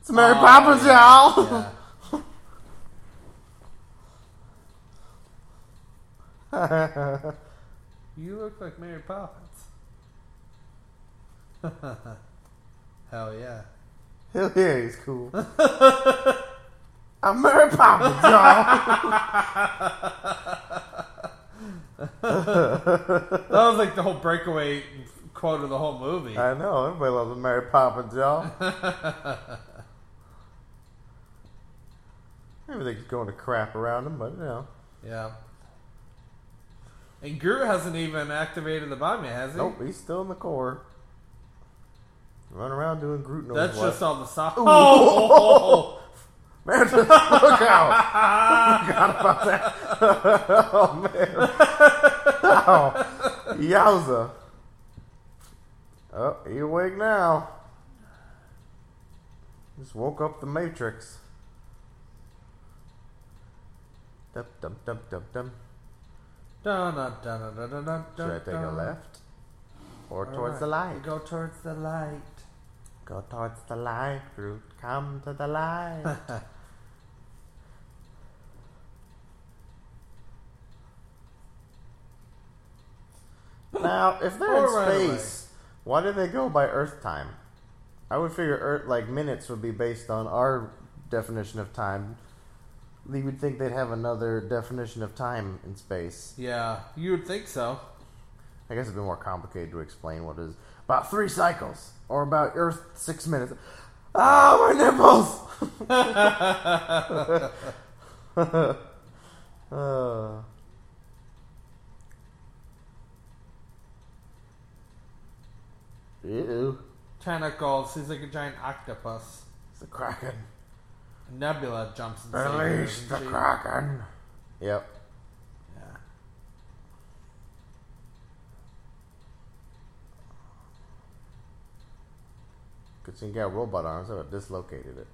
[SPEAKER 3] It's Mary
[SPEAKER 1] Oh,
[SPEAKER 3] Poppins,
[SPEAKER 1] yeah,
[SPEAKER 3] y'all!
[SPEAKER 1] yeah. you look like Mary Poppins. Hell yeah.
[SPEAKER 3] Hell yeah, he's cool. I'm Mary Poppins, y'all!
[SPEAKER 1] That was like the whole breakaway quote of the whole movie.
[SPEAKER 3] I know, everybody loves Mary Poppins, y'all. Everything's going to crap around him, but you know.
[SPEAKER 1] yeah. And Groot hasn't even activated the bomb yet, has he?
[SPEAKER 3] Nope, he's still in the core. Run around doing Groot knows
[SPEAKER 1] That's
[SPEAKER 3] what.
[SPEAKER 1] just on the side. Oh!
[SPEAKER 3] Man, look out! Forgot about that. oh man! Ow. Yowza! Oh, he awake now. Just woke up the Matrix. Dum dum dum dum dum.
[SPEAKER 1] Dun, dun, dun, dun, dun, dun, dun,
[SPEAKER 3] Should I take a
[SPEAKER 1] dun.
[SPEAKER 3] left or
[SPEAKER 1] All
[SPEAKER 3] towards
[SPEAKER 1] right,
[SPEAKER 3] the
[SPEAKER 1] we
[SPEAKER 3] light?
[SPEAKER 1] Go towards the light.
[SPEAKER 3] Go towards the light, Groot. Come to the light. now, if they're in
[SPEAKER 1] All right away.
[SPEAKER 3] space, why do they go by Earth time? I would figure Earth like minutes would be based on our definition of time. You would think they'd have another definition of time in space.
[SPEAKER 1] Yeah, you would think so.
[SPEAKER 3] I guess it'd be more complicated to explain what is about three cycles or about Earth six minutes. Ah, my nipples! uh, ew,
[SPEAKER 1] Tentacles. He's like a giant octopus.
[SPEAKER 3] it's the kraken.
[SPEAKER 1] Nebula jumps and saves her,
[SPEAKER 3] Release
[SPEAKER 1] doesn't
[SPEAKER 3] the
[SPEAKER 1] she?
[SPEAKER 3] kraken. Yep.
[SPEAKER 1] Yeah.
[SPEAKER 3] Cause you got robot arms. I would have dislocated it.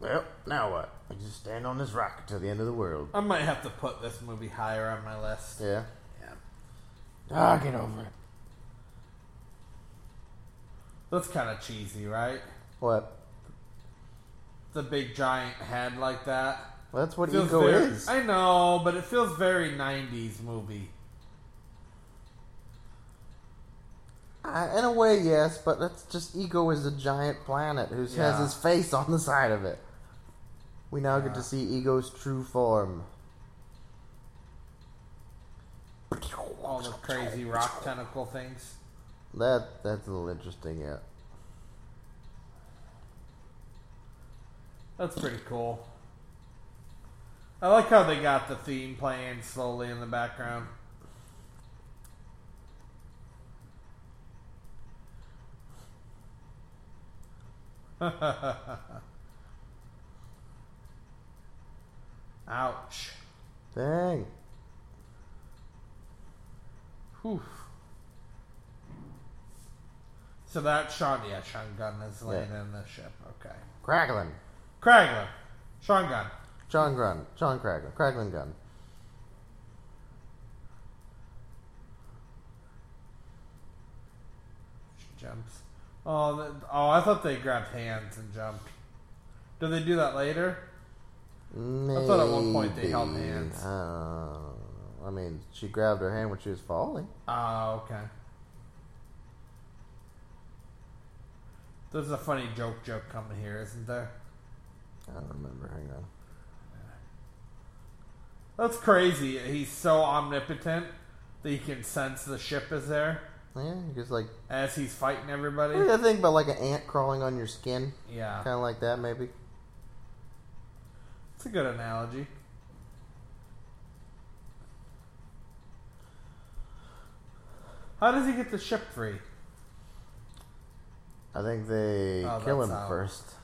[SPEAKER 3] Well, now what? We just stand on this rock until the end of the world.
[SPEAKER 1] I might have to put this movie higher on my list.
[SPEAKER 3] Yeah.
[SPEAKER 1] Yeah.
[SPEAKER 3] Ah, get over it.
[SPEAKER 1] That's kind of cheesy, right?
[SPEAKER 3] What?
[SPEAKER 1] The big giant head like that.
[SPEAKER 3] Well, that's what
[SPEAKER 1] Feels
[SPEAKER 3] ego
[SPEAKER 1] very-
[SPEAKER 3] is.
[SPEAKER 1] I know, but it feels very 90s movie.
[SPEAKER 3] Uh, in a way, yes, but that's just ego is a giant planet who
[SPEAKER 1] Yeah.
[SPEAKER 3] has his face on the side of it. We now
[SPEAKER 1] Yeah.
[SPEAKER 3] get to see ego's true form.
[SPEAKER 1] All the crazy rock tentacle things.
[SPEAKER 3] That that's a little interesting. Yeah.
[SPEAKER 1] That's pretty cool. I like how they got the theme playing slowly in the background. Ouch.
[SPEAKER 3] Dang.
[SPEAKER 1] Whew. So that Sean, yeah, Sean Gunn is laying in the ship. Okay.
[SPEAKER 3] Craglin.
[SPEAKER 1] Kragler. Sean Gunn.
[SPEAKER 3] John Grun. John Craglin. Craglin Gun.
[SPEAKER 1] She jumps. Oh, th oh, I thought they grabbed hands and jumped. Do they do that later?
[SPEAKER 3] Maybe.
[SPEAKER 1] thought at one point they held hands.
[SPEAKER 3] Uh, I mean, she grabbed her hand when she was falling.
[SPEAKER 1] Oh, okay. There's a funny joke joke coming here, isn't there?
[SPEAKER 3] I don't remember. Hang on.
[SPEAKER 1] That's crazy. He's so omnipotent that he can sense the ship is there
[SPEAKER 3] Yeah, just like
[SPEAKER 1] as he's fighting everybody.
[SPEAKER 3] I think about like an ant crawling on your skin,
[SPEAKER 1] Yeah.
[SPEAKER 3] kind of like that maybe.
[SPEAKER 1] It's a good analogy. How does he get the ship free?
[SPEAKER 3] I think they
[SPEAKER 1] Oh,
[SPEAKER 3] kill
[SPEAKER 1] that's
[SPEAKER 3] him
[SPEAKER 1] out.
[SPEAKER 3] first.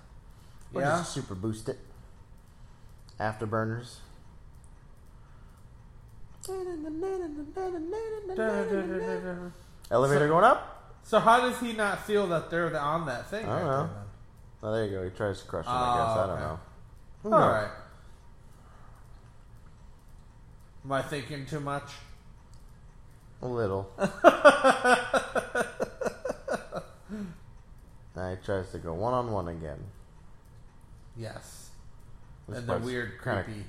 [SPEAKER 3] Or
[SPEAKER 1] Yeah.
[SPEAKER 3] just super boost it. Afterburners. Elevator going up.
[SPEAKER 1] So how does he not feel that they're on that thing?
[SPEAKER 3] I don't
[SPEAKER 1] right
[SPEAKER 3] know. Oh, there you go. He tries to crush him. I
[SPEAKER 1] Oh,
[SPEAKER 3] guess I don't
[SPEAKER 1] okay.
[SPEAKER 3] know. Who
[SPEAKER 1] there then? All
[SPEAKER 3] knows?
[SPEAKER 1] right. Am I thinking too much?
[SPEAKER 3] A little. now he tries to go one on one again.
[SPEAKER 1] Yes.
[SPEAKER 3] This
[SPEAKER 1] and the
[SPEAKER 3] part's
[SPEAKER 1] weird,
[SPEAKER 3] kinda
[SPEAKER 1] creepy.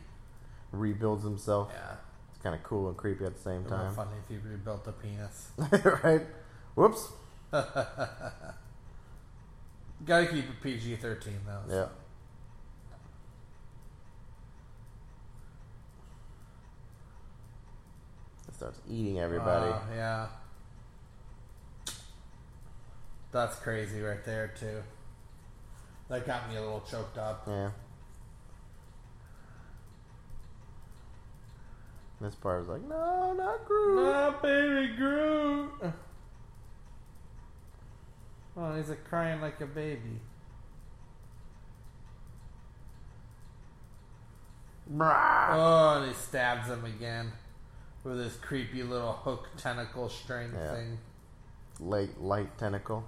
[SPEAKER 3] rebuilds himself.
[SPEAKER 1] Yeah.
[SPEAKER 3] It's kind of cool and creepy at the same
[SPEAKER 1] It would
[SPEAKER 3] time.
[SPEAKER 1] funny if he rebuilt a penis.
[SPEAKER 3] right? Whoops.
[SPEAKER 1] Gotta keep it PG thirteen though. so-
[SPEAKER 3] Yeah. It starts eating everybody.
[SPEAKER 1] Wow, Uh, yeah. That's crazy right there, too. That got me a little choked up.
[SPEAKER 3] yeah. This part is like, no, not Groot.
[SPEAKER 1] My baby Groot! Oh, he's a crying like a baby.
[SPEAKER 3] Brah.
[SPEAKER 1] Oh, and he stabs him again with his creepy little hook tentacle string
[SPEAKER 3] Yeah.
[SPEAKER 1] thing.
[SPEAKER 3] Light, light tentacle.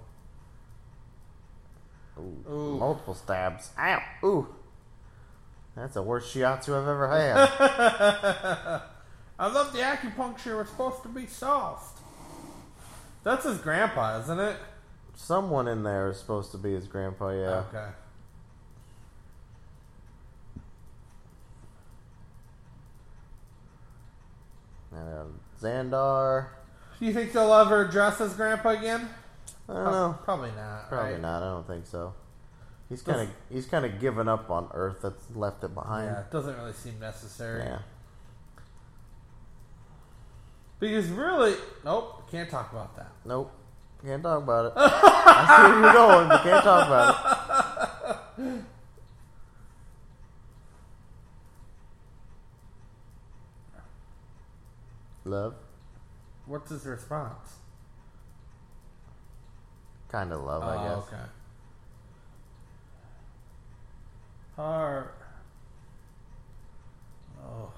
[SPEAKER 3] Ooh,
[SPEAKER 1] Ooh.
[SPEAKER 3] Multiple stabs. Ow. Ooh. That's the worst shiatsu I've ever had.
[SPEAKER 1] I thought the acupuncture was supposed to be soft. That's his grandpa, isn't it?
[SPEAKER 3] Someone in there is supposed to be his grandpa, yeah.
[SPEAKER 1] Okay.
[SPEAKER 3] Uh, Xandar.
[SPEAKER 1] Do you think they'll ever dress as grandpa again?
[SPEAKER 3] I don't know.
[SPEAKER 1] Probably not.
[SPEAKER 3] Probably
[SPEAKER 1] right?
[SPEAKER 3] not. I don't think so. He's kind of he's kind of given up on Earth. That's left it behind.
[SPEAKER 1] Yeah, it doesn't really seem necessary.
[SPEAKER 3] Yeah.
[SPEAKER 1] Because really, nope, can't talk about that.
[SPEAKER 3] Nope. Can't talk about it. I see where you're going, but can't talk about it. Love,
[SPEAKER 1] What's his response?
[SPEAKER 3] kind of love, I guess.
[SPEAKER 1] Oh, okay. Heart. Oh.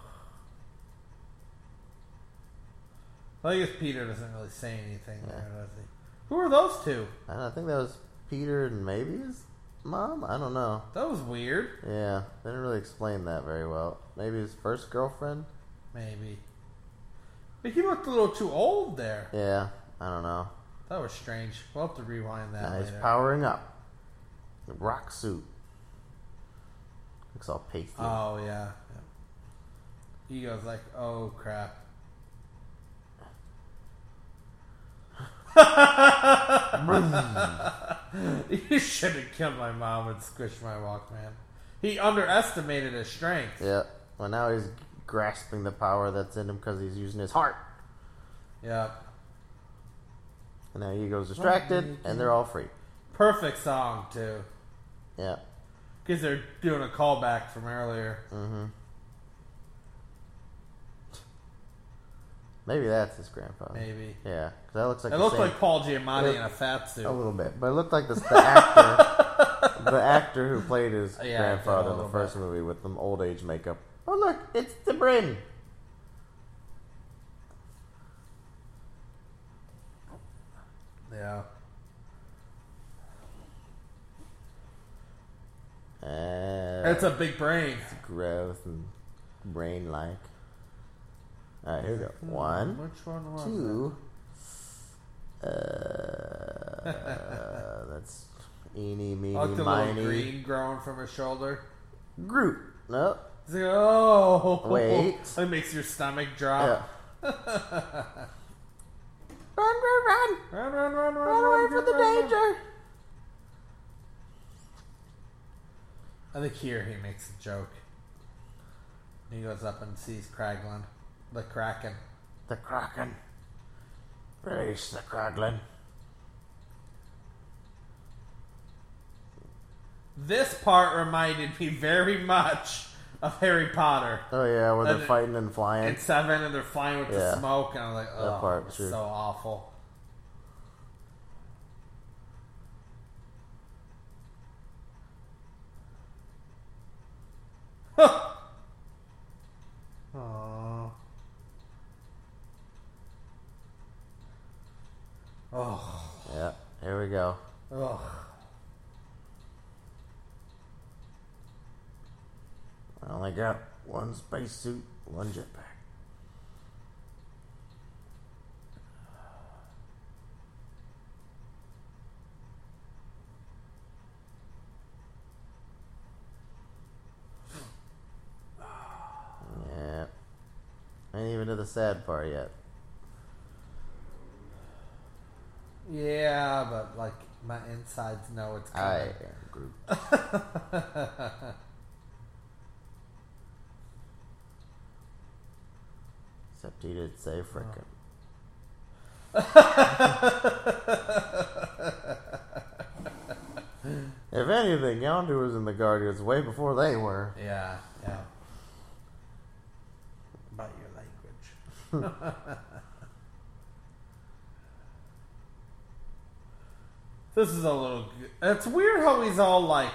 [SPEAKER 1] Well, I guess Peter doesn't really say anything there, does he? Who are those two?
[SPEAKER 3] I don't know, I think that was Peter and maybe his mom? I don't know.
[SPEAKER 1] That was weird.
[SPEAKER 3] Yeah, they didn't really explain that very well. Maybe his first girlfriend?
[SPEAKER 1] Maybe. But he looked a little too old there.
[SPEAKER 3] Yeah, I don't know.
[SPEAKER 1] That was strange. We'll have to rewind that
[SPEAKER 3] Now he's
[SPEAKER 1] later.
[SPEAKER 3] powering up. The rock suit. Looks all pasty.
[SPEAKER 1] Oh yeah. He goes like, "Oh crap." you should have killed my mom and squished my Walkman. He underestimated his strength.
[SPEAKER 3] yeah. Well, now he's grasping the power that's in him because he's using his heart.
[SPEAKER 1] Yeah.
[SPEAKER 3] And now Ego's distracted, and they're all free.
[SPEAKER 1] Perfect song too,
[SPEAKER 3] Yeah.
[SPEAKER 1] because they're doing a callback from earlier.
[SPEAKER 3] Uh-huh. Maybe that's his grandfather.
[SPEAKER 1] Maybe
[SPEAKER 3] Yeah, because that looks like uh,
[SPEAKER 1] it
[SPEAKER 3] the
[SPEAKER 1] looked
[SPEAKER 3] same-
[SPEAKER 1] like Paul Giamatti
[SPEAKER 3] Yeah.
[SPEAKER 1] in a fat suit.
[SPEAKER 3] a little bit, but it looked like this, the actor, the actor who played his
[SPEAKER 1] Yeah,
[SPEAKER 3] grandfather
[SPEAKER 1] a
[SPEAKER 3] in the
[SPEAKER 1] little
[SPEAKER 3] first movie with them old age makeup. Oh look, it's the Brin.
[SPEAKER 1] Yeah.
[SPEAKER 3] Uh,
[SPEAKER 1] It's a big brain.
[SPEAKER 3] growth and brain like. All right, here we go. One,
[SPEAKER 1] Which one was
[SPEAKER 3] two. Uh, that's eeny,
[SPEAKER 1] it?
[SPEAKER 3] meeny,
[SPEAKER 1] I like the little
[SPEAKER 3] miny.
[SPEAKER 1] green growing from his shoulder.
[SPEAKER 3] Groot. Nope.
[SPEAKER 1] It's like, oh,
[SPEAKER 3] Wait.
[SPEAKER 1] It makes your stomach
[SPEAKER 3] Yeah.
[SPEAKER 1] drop.
[SPEAKER 2] Run, run, run!
[SPEAKER 1] Run, run, run, run,
[SPEAKER 2] Run away from the
[SPEAKER 1] run.
[SPEAKER 2] danger!
[SPEAKER 1] I think here he makes a joke. He goes up and sees Kraglin, the Kraken.
[SPEAKER 3] The Kraken. Race the Kraken.
[SPEAKER 1] This part reminded me very much of Harry Potter.
[SPEAKER 3] Oh yeah, where
[SPEAKER 1] And
[SPEAKER 3] they're
[SPEAKER 1] it-
[SPEAKER 3] fighting and flying.
[SPEAKER 1] And seven, and they're flying with the
[SPEAKER 3] Yeah.
[SPEAKER 1] smoke, and I'm like, oh,
[SPEAKER 3] part,
[SPEAKER 1] it's
[SPEAKER 3] sure.
[SPEAKER 1] so awful. Aw. Oh,
[SPEAKER 3] Yeah, here we go.
[SPEAKER 1] ugh.
[SPEAKER 3] I only got one spacesuit, one jetpack. Yeah. Ain't even to the sad part yet.
[SPEAKER 1] Yeah, but like my insides know it's
[SPEAKER 3] I
[SPEAKER 1] coming.
[SPEAKER 3] am Groot. Except he did say frickin'. if anything, Yondu was in the Guardians way before they were.
[SPEAKER 1] Yeah, yeah. About your language. this is a little. g- It's weird how he's all like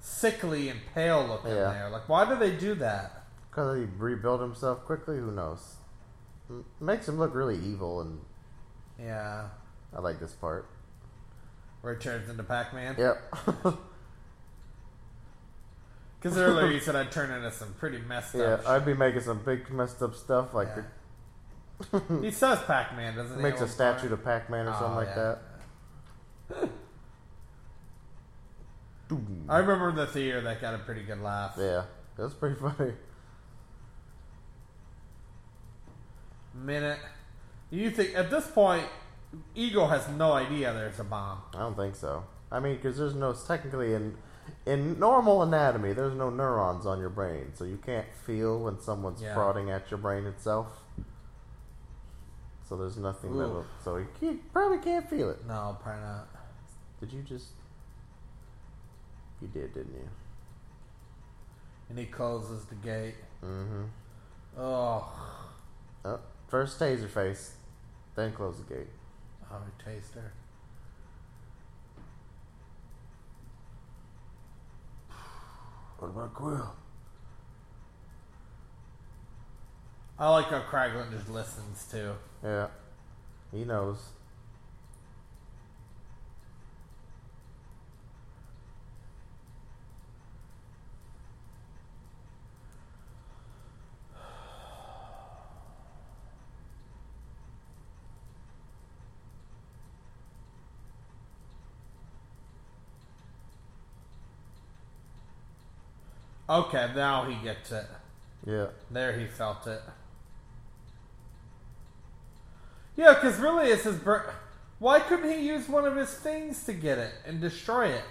[SPEAKER 1] sickly and pale looking
[SPEAKER 3] Yeah.
[SPEAKER 1] there. Like, why do they do that?
[SPEAKER 3] Because he rebuilt himself quickly, who knows? M- Makes him look really evil, and
[SPEAKER 1] Yeah,
[SPEAKER 3] I like this part.
[SPEAKER 1] where he turns into Pac Man.
[SPEAKER 3] Yep.
[SPEAKER 1] Because earlier you said I'd turn into some pretty messed
[SPEAKER 3] yeah,
[SPEAKER 1] up.
[SPEAKER 3] I'd be making some big messed up stuff, like
[SPEAKER 1] shit. Yeah. he says Pac Man, doesn't he?
[SPEAKER 3] makes
[SPEAKER 1] at
[SPEAKER 3] a
[SPEAKER 1] one part?
[SPEAKER 3] statue to Pac Man or
[SPEAKER 1] Oh,
[SPEAKER 3] something like
[SPEAKER 1] yeah.
[SPEAKER 3] that.
[SPEAKER 1] I remember in the theater that got a pretty good laugh.
[SPEAKER 3] Yeah, that's pretty funny.
[SPEAKER 1] minute. You think at this point, Eagle has no idea there's a bomb.
[SPEAKER 3] I don't think so. I mean, because there's no technically in in normal anatomy, there's no neurons on your brain, so you can't feel when someone's
[SPEAKER 1] Yeah.
[SPEAKER 3] prodding at your brain itself. So there's nothing
[SPEAKER 1] Ooh.
[SPEAKER 3] that will. So you can't, probably can't feel it.
[SPEAKER 1] No, probably not.
[SPEAKER 3] Did you just? You did, didn't you?
[SPEAKER 1] And he closes the gate. Mm-hmm. Oh,
[SPEAKER 3] Oh, first taser face, then close the gate.
[SPEAKER 1] oh, a taster.
[SPEAKER 3] What about Quill?
[SPEAKER 1] I like how Kraglin just listens too.
[SPEAKER 3] Yeah, he knows.
[SPEAKER 1] Okay, now he gets it.
[SPEAKER 3] Yeah.
[SPEAKER 1] There he felt it. Yeah, because really it's his. Br- Why couldn't he use one of his things to get it and destroy it?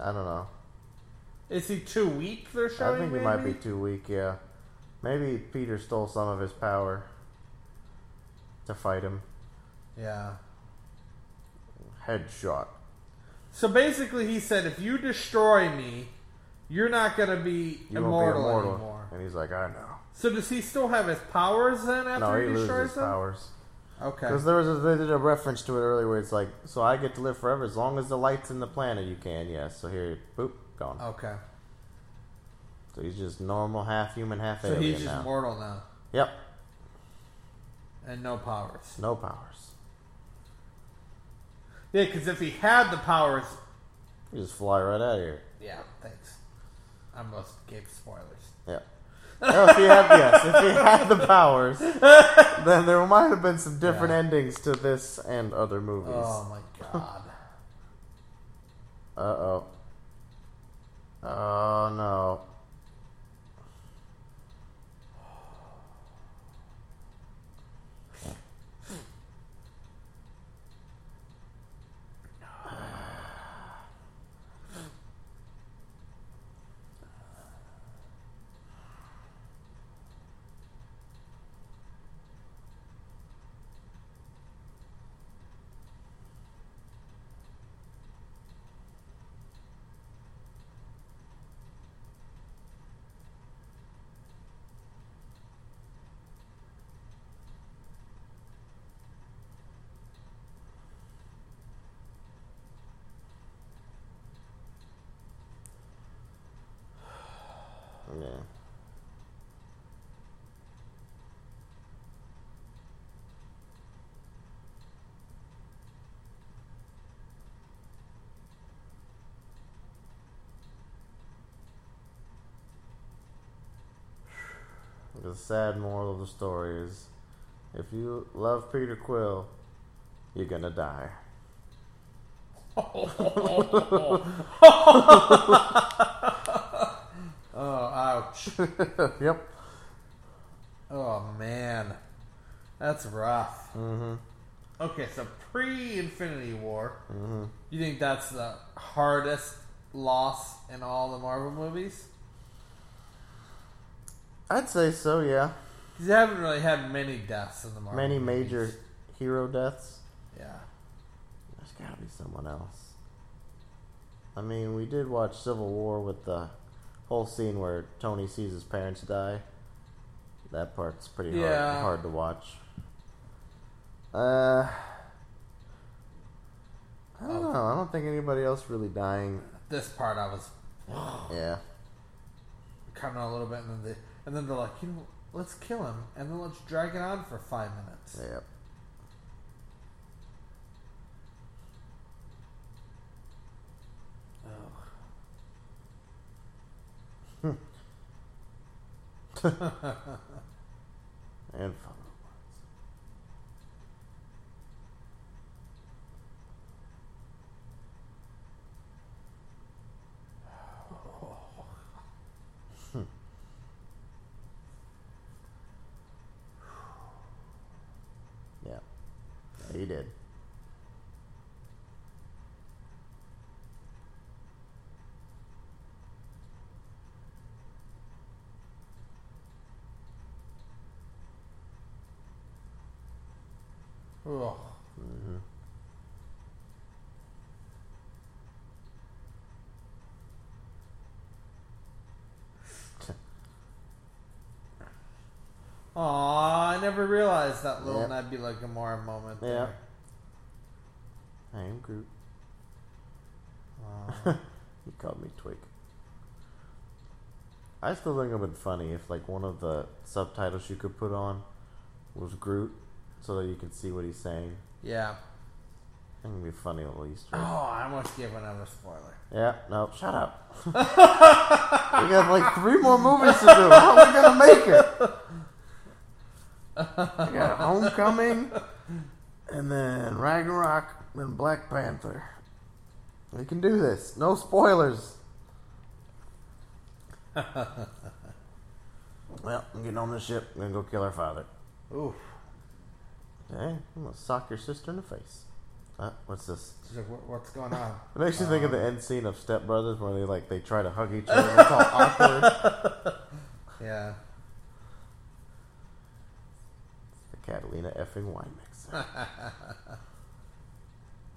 [SPEAKER 3] I don't know.
[SPEAKER 1] Is he too weak? They're showing.
[SPEAKER 3] I think he
[SPEAKER 1] maybe?
[SPEAKER 3] might be too weak, yeah. Maybe Peter stole some of his power to fight him.
[SPEAKER 1] Yeah.
[SPEAKER 3] Headshot.
[SPEAKER 1] So basically, he said, "If you destroy me, you're not gonna be
[SPEAKER 3] You
[SPEAKER 1] immortal,
[SPEAKER 3] won't be immortal.
[SPEAKER 1] anymore."
[SPEAKER 3] And he's like, I know.
[SPEAKER 1] So does he still have his powers then after
[SPEAKER 3] No,
[SPEAKER 1] he,
[SPEAKER 3] he loses
[SPEAKER 1] destroys
[SPEAKER 3] his
[SPEAKER 1] them?
[SPEAKER 3] powers.
[SPEAKER 1] Okay.
[SPEAKER 3] Because there was a, they did a reference to it earlier where it's like, so I get to live forever as long as the light's in the planet. You can, yes. So here, boop, gone.
[SPEAKER 1] okay.
[SPEAKER 3] So he's just normal, half human, half
[SPEAKER 1] So
[SPEAKER 3] alien
[SPEAKER 1] he's just
[SPEAKER 3] now.
[SPEAKER 1] mortal now
[SPEAKER 3] yep,
[SPEAKER 1] and no powers.
[SPEAKER 3] no powers.
[SPEAKER 1] Yeah, because if he had the powers,
[SPEAKER 3] You just fly right out of here.
[SPEAKER 1] yeah. Thanks. I almost gave spoilers.
[SPEAKER 3] Yep. No, if he had yes, if he had the powers, then there might have been some different
[SPEAKER 1] Yeah.
[SPEAKER 3] endings to this and other movies.
[SPEAKER 1] Oh my god.
[SPEAKER 3] Uh oh. Oh no. Yeah. The sad moral of the story is if you love Peter Quill, you're gonna die.
[SPEAKER 1] Oh ouch.
[SPEAKER 3] yep.
[SPEAKER 1] Oh man, that's rough. Mm-hmm. Okay, so pre-Infinity War,
[SPEAKER 3] Mm-hmm.
[SPEAKER 1] you think that's the hardest loss in all the Marvel movies?
[SPEAKER 3] I'd say so, yeah.
[SPEAKER 1] 'Cause you haven't really had many deaths in the Marvel.
[SPEAKER 3] Many
[SPEAKER 1] movies.
[SPEAKER 3] major hero deaths.
[SPEAKER 1] Yeah.
[SPEAKER 3] There's gotta be someone else. I mean, we did watch Civil War with the whole scene where Tony sees his parents die. That part's pretty
[SPEAKER 1] Yeah.
[SPEAKER 3] hard, hard to watch. Uh, I don't know. I don't think anybody else really dying.
[SPEAKER 1] This part I was
[SPEAKER 3] Yeah.
[SPEAKER 1] kind of a little bit, and then they, and then they're like, you know, let's kill him, and then let's drag it on for five minutes.
[SPEAKER 3] Yep. and follow. Yeah. yeah he did.
[SPEAKER 1] Ugh. Aw, I never realized that little
[SPEAKER 3] Yep.
[SPEAKER 1] Nebula Gamora moment.
[SPEAKER 3] Yeah.
[SPEAKER 1] there.
[SPEAKER 3] I am Groot.
[SPEAKER 1] Aw.
[SPEAKER 3] He called me Twig. I still think it would be funny if like one of the subtitles you could put on was Groot, so that you could see what he's saying.
[SPEAKER 1] yeah.
[SPEAKER 3] I think it'd be funny at least.
[SPEAKER 1] Oh,
[SPEAKER 3] right?
[SPEAKER 1] I almost gave another spoiler.
[SPEAKER 3] Yeah, no, shut up. we got like three more movies to do. How are we gonna make it? We got Homecoming, and then Ragnarok, and Black Panther. We can do this. No spoilers. Well, I'm getting on this ship. I'm gonna go kill her father.
[SPEAKER 1] Oof.
[SPEAKER 3] Okay, I'm gonna sock your sister in the face. Uh, what's this?
[SPEAKER 1] She's like, "What- what's going on?
[SPEAKER 3] It makes you think of the end scene of Step Brothers where they like they try to hug each other. It's all awkward.
[SPEAKER 1] Yeah.
[SPEAKER 3] The Catalina effing wine
[SPEAKER 1] Uh,
[SPEAKER 3] mixer.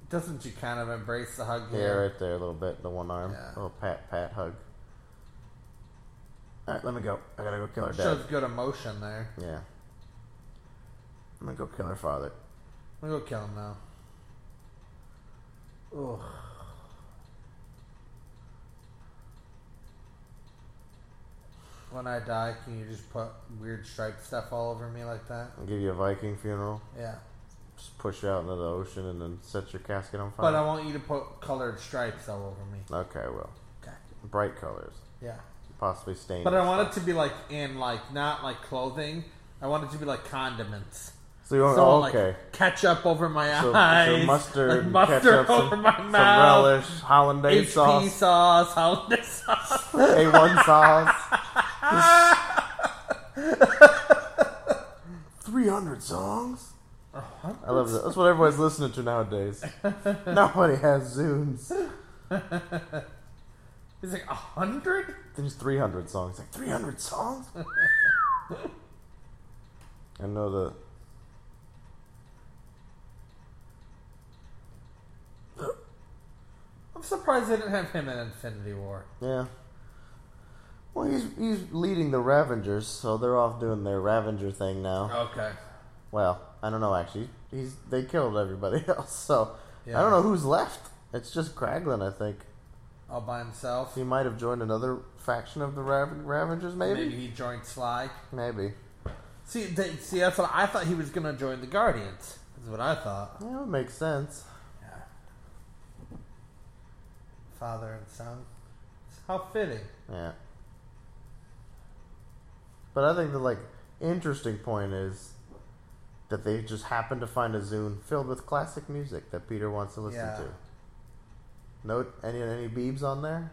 [SPEAKER 1] Doesn't she kind of embrace the hug
[SPEAKER 3] Yeah,
[SPEAKER 1] here?
[SPEAKER 3] right there, a little bit. The one arm,
[SPEAKER 1] Yeah.
[SPEAKER 3] little pat pat hug. All right, let me go. I gotta go kill her dad.
[SPEAKER 1] Shows good emotion there.
[SPEAKER 3] Yeah, I'm gonna go kill her father.
[SPEAKER 1] I'm gonna go kill him now. Ugh. When I die, can you just put weird striped stuff all over me like that?
[SPEAKER 3] I'll give you a Viking funeral.
[SPEAKER 1] Yeah.
[SPEAKER 3] Just push you out into the ocean and then set your casket on
[SPEAKER 1] But I
[SPEAKER 3] fire.
[SPEAKER 1] want you to put colored stripes all over me.
[SPEAKER 3] okay, well,
[SPEAKER 1] Okay.
[SPEAKER 3] bright colors,
[SPEAKER 1] Yeah.
[SPEAKER 3] possibly stained.
[SPEAKER 1] But I
[SPEAKER 3] and
[SPEAKER 1] want
[SPEAKER 3] stuff.
[SPEAKER 1] it to be like in like not like clothing. I want it to be like condiments.
[SPEAKER 3] So you want
[SPEAKER 1] So
[SPEAKER 3] oh,
[SPEAKER 1] like
[SPEAKER 3] okay?
[SPEAKER 1] ketchup over my
[SPEAKER 3] So,
[SPEAKER 1] eyes,
[SPEAKER 3] so mustard,
[SPEAKER 1] like
[SPEAKER 3] and
[SPEAKER 1] mustard
[SPEAKER 3] ketchup,
[SPEAKER 1] over
[SPEAKER 3] some,
[SPEAKER 1] my
[SPEAKER 3] some
[SPEAKER 1] mouth,
[SPEAKER 3] relish, hollandaise
[SPEAKER 1] HP sauce,
[SPEAKER 3] sauce,
[SPEAKER 1] hollandaise sauce.
[SPEAKER 3] A1 sauce. 300 songs? I love that. That's what everybody's listening to nowadays. Nobody has Zooms.
[SPEAKER 1] Is it a hundred?
[SPEAKER 3] There's 300 songs. Like, 300 songs? I know the.
[SPEAKER 1] I'm surprised they didn't have him in Infinity War.
[SPEAKER 3] Yeah. Well, he's, he's leading the Ravengers, so they're off doing their Ravenger thing now.
[SPEAKER 1] Okay.
[SPEAKER 3] Well, I don't know actually. He's they killed everybody else, so
[SPEAKER 1] Yeah.
[SPEAKER 3] I don't know who's left. It's just Kraglin, I think.
[SPEAKER 1] All by himself.
[SPEAKER 3] He might have joined another faction of the Rav- Ravengers, maybe.
[SPEAKER 1] Maybe
[SPEAKER 3] Maybe.
[SPEAKER 1] he joined Sly. See, they, see, that's what I thought he was going to join the Guardians. Is what I thought.
[SPEAKER 3] Yeah, that would make sense.
[SPEAKER 1] Yeah. Father and son. How fitting.
[SPEAKER 3] Yeah. But I think the like interesting point is that they just happened to find a Zune filled with classic music that Peter wants to listen
[SPEAKER 1] Yeah.
[SPEAKER 3] to. No, any any Beebs on there?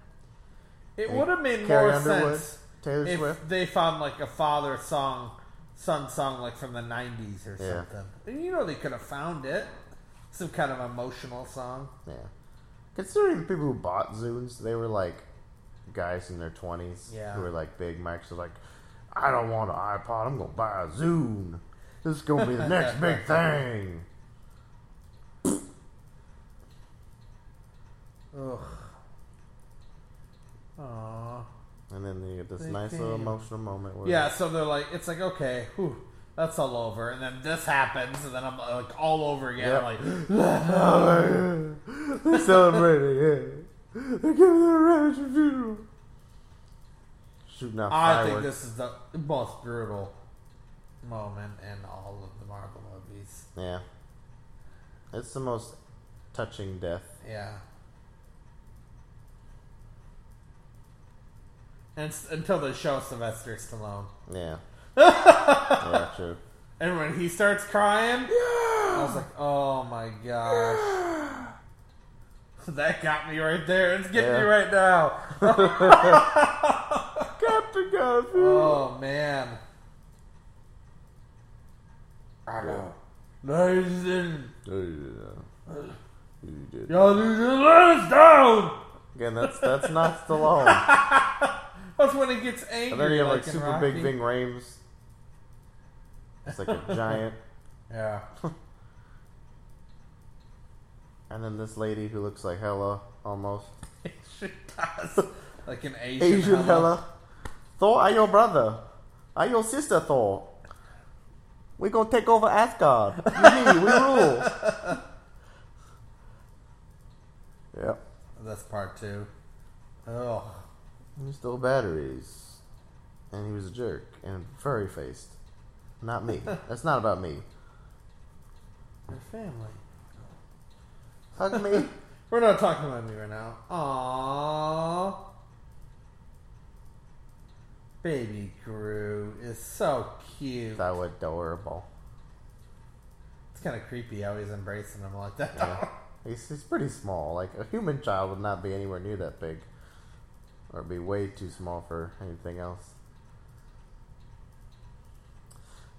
[SPEAKER 1] It
[SPEAKER 3] Any
[SPEAKER 1] would have made
[SPEAKER 3] Carrie
[SPEAKER 1] more
[SPEAKER 3] Underwood,
[SPEAKER 1] sense
[SPEAKER 3] Taylor
[SPEAKER 1] if
[SPEAKER 3] Swift.
[SPEAKER 1] they found like a father song, son song, like from the '90s or
[SPEAKER 3] Yeah.
[SPEAKER 1] something. And you know they could have found it. Some kind of emotional song.
[SPEAKER 3] Yeah. Considering the people who bought Zunes, they were like guys in their 20s
[SPEAKER 1] Yeah.
[SPEAKER 3] who were like big Macs. They're like, I don't want an iPod. I'm going to buy a Zune. This is going to be the next big thing.
[SPEAKER 1] Ugh. Aww.
[SPEAKER 3] And then you get this
[SPEAKER 1] They
[SPEAKER 3] nice little
[SPEAKER 1] came.
[SPEAKER 3] emotional moment where.
[SPEAKER 1] Yeah, so they're like, it's like, okay, whew, that's all over. And then this happens, and then I'm like all over again.
[SPEAKER 3] Yep.
[SPEAKER 1] Like,
[SPEAKER 3] Oh, yeah. They're celebrating, yeah. They're giving them a Ravage funeral. Shooting out
[SPEAKER 1] I
[SPEAKER 3] fireworks.
[SPEAKER 1] think this is the most brutal moment in all of the Marvel movies.
[SPEAKER 3] Yeah. It's the most touching death.
[SPEAKER 1] Yeah. And s- until they show Sylvester Stallone,
[SPEAKER 3] Yeah. yeah, true.
[SPEAKER 1] and when he starts crying, I was like, "Oh my gosh." That got me right there. It's getting
[SPEAKER 3] Yeah.
[SPEAKER 1] me right now.
[SPEAKER 3] Captain Garfield.
[SPEAKER 1] Oh man. Nathan,
[SPEAKER 3] You did.
[SPEAKER 1] y'all need to let us down.
[SPEAKER 3] Again, that's that's not Stallone.
[SPEAKER 1] That's when he gets angry.
[SPEAKER 3] And then you have like
[SPEAKER 1] in
[SPEAKER 3] super
[SPEAKER 1] Rocky.
[SPEAKER 3] big Ving Rames. It's like a giant.
[SPEAKER 1] Yeah.
[SPEAKER 3] And then this lady who looks like Hella almost.
[SPEAKER 1] she does. Like an Asian,
[SPEAKER 3] Asian
[SPEAKER 1] hella.
[SPEAKER 3] Hella. Thor, I your brother. I your sister, Thor. We gonna take over Asgard. You me, we rule. Yep.
[SPEAKER 1] That's part two. Oh.
[SPEAKER 3] He stole batteries. And he was a jerk and furry faced. Not me. That's not about me.
[SPEAKER 1] Your family.
[SPEAKER 3] Hug me.
[SPEAKER 1] We're not talking about me right now. Aww. Baby Groot is so cute.
[SPEAKER 3] so adorable.
[SPEAKER 1] It's kind of creepy how he's embracing him like that.
[SPEAKER 3] He's, he's pretty small. Like a human child would not be anywhere near that big. Or it'd be way too small for anything else.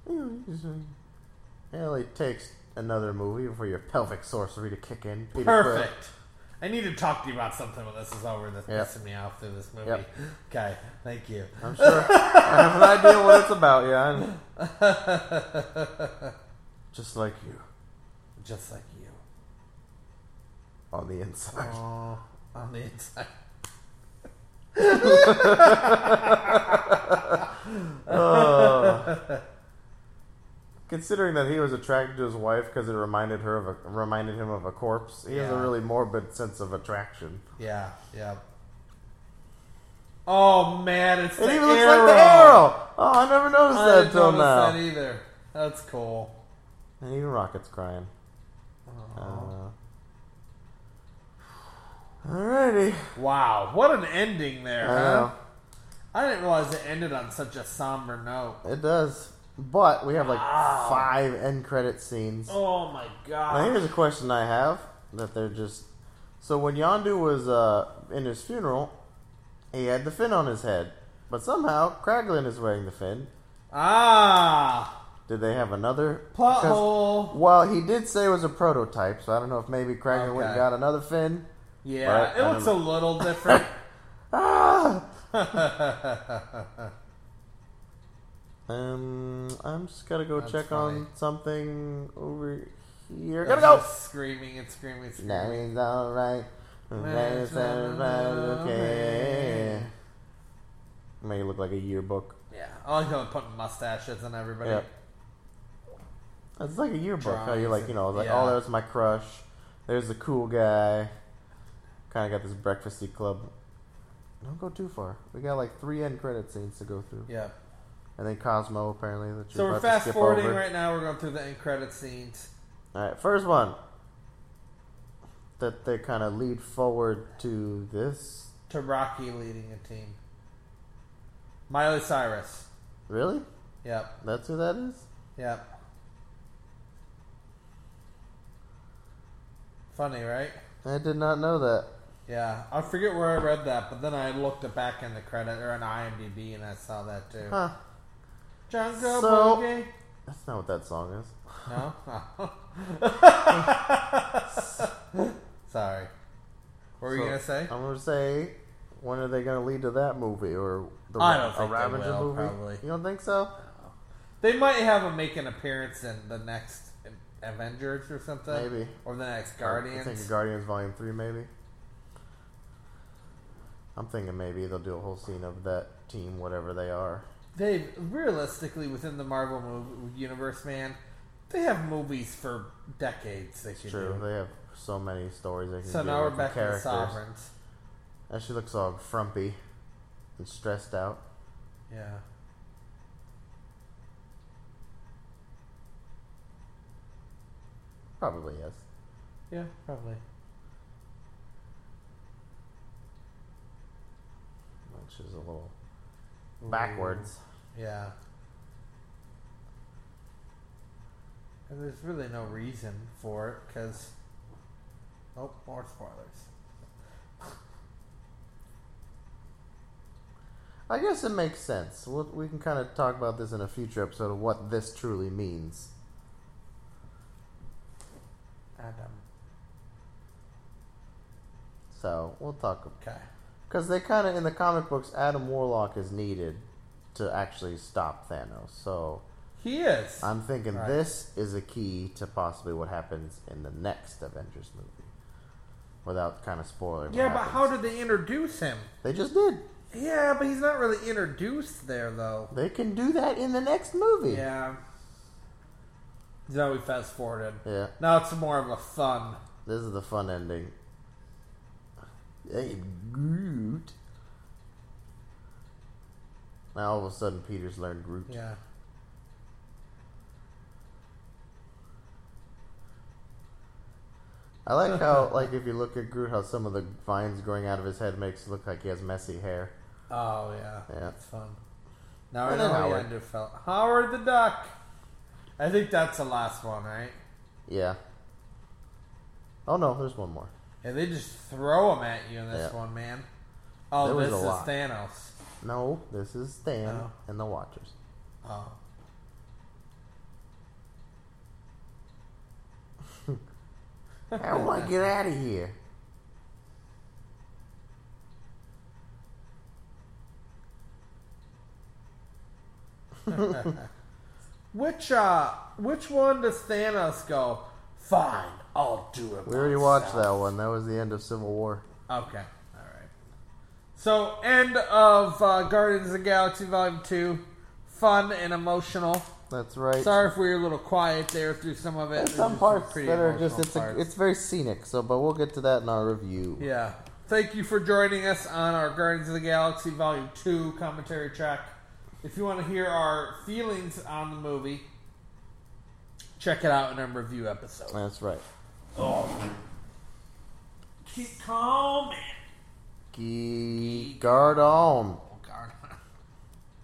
[SPEAKER 3] Well, it takes another movie for your pelvic sorcery to kick in. Peter Quill.
[SPEAKER 1] Perfect. I need to talk to you about something when this is over. That's
[SPEAKER 3] Yep.
[SPEAKER 1] pissing me off through this movie.
[SPEAKER 3] Yep.
[SPEAKER 1] Okay, thank you.
[SPEAKER 3] I'm sure. I have an idea what it's about, yeah. I'm- Just like you
[SPEAKER 1] Just like you.
[SPEAKER 3] on the inside.
[SPEAKER 1] Aw, on the inside.
[SPEAKER 3] Considering that he was attracted to his wife because it reminded her of a, reminded him of a corpse, he has a
[SPEAKER 1] Yeah.
[SPEAKER 3] really morbid sense of attraction.
[SPEAKER 1] Yeah, yeah. Oh man, it's
[SPEAKER 3] It
[SPEAKER 1] the
[SPEAKER 3] even
[SPEAKER 1] arrow.
[SPEAKER 3] looks like the arrow. Oh, I never noticed
[SPEAKER 1] I
[SPEAKER 3] that
[SPEAKER 1] didn't
[SPEAKER 3] till
[SPEAKER 1] notice
[SPEAKER 3] now.
[SPEAKER 1] that e- either. That's cool.
[SPEAKER 3] and even Rocket's crying. Uh, alrighty. Uh,
[SPEAKER 1] Wow, what an ending
[SPEAKER 3] I
[SPEAKER 1] there, huh?
[SPEAKER 3] know.
[SPEAKER 1] I didn't realize it ended on such a somber note.
[SPEAKER 3] It does. But we have like
[SPEAKER 1] Wow.
[SPEAKER 3] five end credit scenes.
[SPEAKER 1] Oh my
[SPEAKER 3] Now
[SPEAKER 1] god.
[SPEAKER 3] here's a question I have that they're just so when Yondu was uh, in his funeral, he had the fin on his head, but somehow Kraglin is wearing the fin.
[SPEAKER 1] Ah,
[SPEAKER 3] Did they have another
[SPEAKER 1] plot
[SPEAKER 3] because-
[SPEAKER 1] hole.
[SPEAKER 3] Well, he did say it was a prototype, so I don't know if maybe Kraglin went and
[SPEAKER 1] Okay.
[SPEAKER 3] got another fin.
[SPEAKER 1] Yeah,
[SPEAKER 3] Right,
[SPEAKER 1] it
[SPEAKER 3] I
[SPEAKER 1] looks a
[SPEAKER 3] don't
[SPEAKER 1] little different.
[SPEAKER 3] Ah! um, I'm just gotta go
[SPEAKER 1] That's
[SPEAKER 3] check
[SPEAKER 1] funny.
[SPEAKER 3] on something over here.
[SPEAKER 1] It's
[SPEAKER 3] Gotta go.
[SPEAKER 1] just Screaming and screaming and
[SPEAKER 3] That
[SPEAKER 1] screaming.
[SPEAKER 3] is all right. That is everybody okay. May look like a yearbook.
[SPEAKER 1] Yeah, I like how they put mustaches on everybody.
[SPEAKER 3] Yep. It's like a yearbook. How you
[SPEAKER 1] Drawings
[SPEAKER 3] like, you know,
[SPEAKER 1] and-
[SPEAKER 3] like,
[SPEAKER 1] yeah.
[SPEAKER 3] oh, there's my crush. There's the cool guy. Kind of got this breakfasty club. Don't go too far. We got like three end credit scenes to go through,
[SPEAKER 1] Yep.
[SPEAKER 3] and then Cosmo apparently. That
[SPEAKER 1] So
[SPEAKER 3] you're
[SPEAKER 1] we're
[SPEAKER 3] about to
[SPEAKER 1] fast
[SPEAKER 3] skip
[SPEAKER 1] forwarding
[SPEAKER 3] over.
[SPEAKER 1] right now. We're going through the end credit scenes.
[SPEAKER 3] All right, first one. That they kind of lead forward to this.
[SPEAKER 1] To Rocky leading a team. Miley Cyrus.
[SPEAKER 3] Really?
[SPEAKER 1] Yep.
[SPEAKER 3] That's who that is?
[SPEAKER 1] Yep. Funny, right?
[SPEAKER 3] I did not know that.
[SPEAKER 1] Yeah, I forget where I read that, but then I looked it back in the credit or in IMDb and I saw that too.
[SPEAKER 3] Huh.
[SPEAKER 1] Jungle
[SPEAKER 3] So-
[SPEAKER 1] Boogie.
[SPEAKER 3] That's not what that song is.
[SPEAKER 1] No. Sorry. What were
[SPEAKER 3] So, um,
[SPEAKER 1] you gonna say?
[SPEAKER 3] I'm gonna say, when are they gonna lead to that movie or the
[SPEAKER 1] I don't think they
[SPEAKER 3] a Ravager
[SPEAKER 1] will,
[SPEAKER 3] movie?
[SPEAKER 1] probably.
[SPEAKER 3] You don't think so?
[SPEAKER 1] They might have him make an appearance in the next Avengers or something.
[SPEAKER 3] Maybe.
[SPEAKER 1] Or the next
[SPEAKER 3] I
[SPEAKER 1] Guardians.
[SPEAKER 3] think Guardians Volume Three, maybe. I'm thinking maybe they'll do a whole scene of that team, whatever they are.
[SPEAKER 1] they realistically within the Marvel mov universe, man, they have movies for decades. They could
[SPEAKER 3] True,
[SPEAKER 1] do.
[SPEAKER 3] they have so many stories they can
[SPEAKER 1] So
[SPEAKER 3] do
[SPEAKER 1] now we're
[SPEAKER 3] with the
[SPEAKER 1] back to the
[SPEAKER 3] characters.
[SPEAKER 1] Sovereigns.
[SPEAKER 3] And she looks all frumpy and stressed out.
[SPEAKER 1] Yeah.
[SPEAKER 3] Probably yes.
[SPEAKER 1] Yeah, probably.
[SPEAKER 3] Which is a little backwards.
[SPEAKER 1] Yeah. And there's really no reason for it because. Oh, more spoilers.
[SPEAKER 3] I guess it makes sense. We'll, we can kind of talk about this in a future episode of what this truly means.
[SPEAKER 1] Adam.
[SPEAKER 3] So we'll talk
[SPEAKER 1] Okay.
[SPEAKER 3] because they kind of in the comic books, Adam Warlock is needed to actually stop Thanos. So
[SPEAKER 1] He is.
[SPEAKER 3] I'm thinking
[SPEAKER 1] Right.
[SPEAKER 3] this is a key to possibly what happens in the next Avengers movie, without kind of spoiling. what
[SPEAKER 1] yeah, but how
[SPEAKER 3] happens.
[SPEAKER 1] did they introduce him?
[SPEAKER 3] they just did?
[SPEAKER 1] Yeah, but he's not really introduced there, though.
[SPEAKER 3] They can do that in the next movie.
[SPEAKER 1] Yeah. Now we fast forwarded.
[SPEAKER 3] Yeah.
[SPEAKER 1] Now it's more of a fun.
[SPEAKER 3] This is the fun ending. Hey, Groot. Now all of a sudden, Peter's learned Groot.
[SPEAKER 1] Yeah.
[SPEAKER 3] I like how, like, if you look at Groot, how some of the vines growing out of his head makes it look like he has messy hair.
[SPEAKER 1] Oh yeah.
[SPEAKER 3] Yeah.
[SPEAKER 1] That's fun. Now I
[SPEAKER 3] And
[SPEAKER 1] know
[SPEAKER 3] then
[SPEAKER 1] how
[SPEAKER 3] Howard.
[SPEAKER 1] Howard. felt. Howard the Duck. I think that's the last one, right?
[SPEAKER 3] Yeah. Oh no, there's one more.
[SPEAKER 1] Yeah, they just throw them at you in this
[SPEAKER 3] Yeah.
[SPEAKER 1] one, man. Oh,
[SPEAKER 3] There was
[SPEAKER 1] this
[SPEAKER 3] a
[SPEAKER 1] is
[SPEAKER 3] lot.
[SPEAKER 1] Thanos.
[SPEAKER 3] No, this is Stan
[SPEAKER 1] Oh.
[SPEAKER 3] and the Watchers.
[SPEAKER 1] Oh.
[SPEAKER 3] I want to get out of here.
[SPEAKER 1] Which uh, which one does Thanos go? Fine, I'll do it.
[SPEAKER 3] We already watched that one. That was the end of Civil War.
[SPEAKER 1] Okay, all right. So end of uh, Guardians of the Galaxy Volume Two. Fun and emotional.
[SPEAKER 3] That's right.
[SPEAKER 1] Sorry if we were a little quiet there through some of it. There's
[SPEAKER 3] Some
[SPEAKER 1] just
[SPEAKER 3] parts
[SPEAKER 1] pretty
[SPEAKER 3] that are
[SPEAKER 1] emotional
[SPEAKER 3] just it's a,
[SPEAKER 1] parts.
[SPEAKER 3] it's very scenic. So, but we'll get to that in our review.
[SPEAKER 1] Yeah. Thank you for joining us on our Guardians of the Galaxy Volume 2 commentary track. If you want to hear our feelings on the movie, check it out in our review episode.
[SPEAKER 3] That's right.
[SPEAKER 1] Keep calm.
[SPEAKER 3] Geek guard on.
[SPEAKER 1] Oh,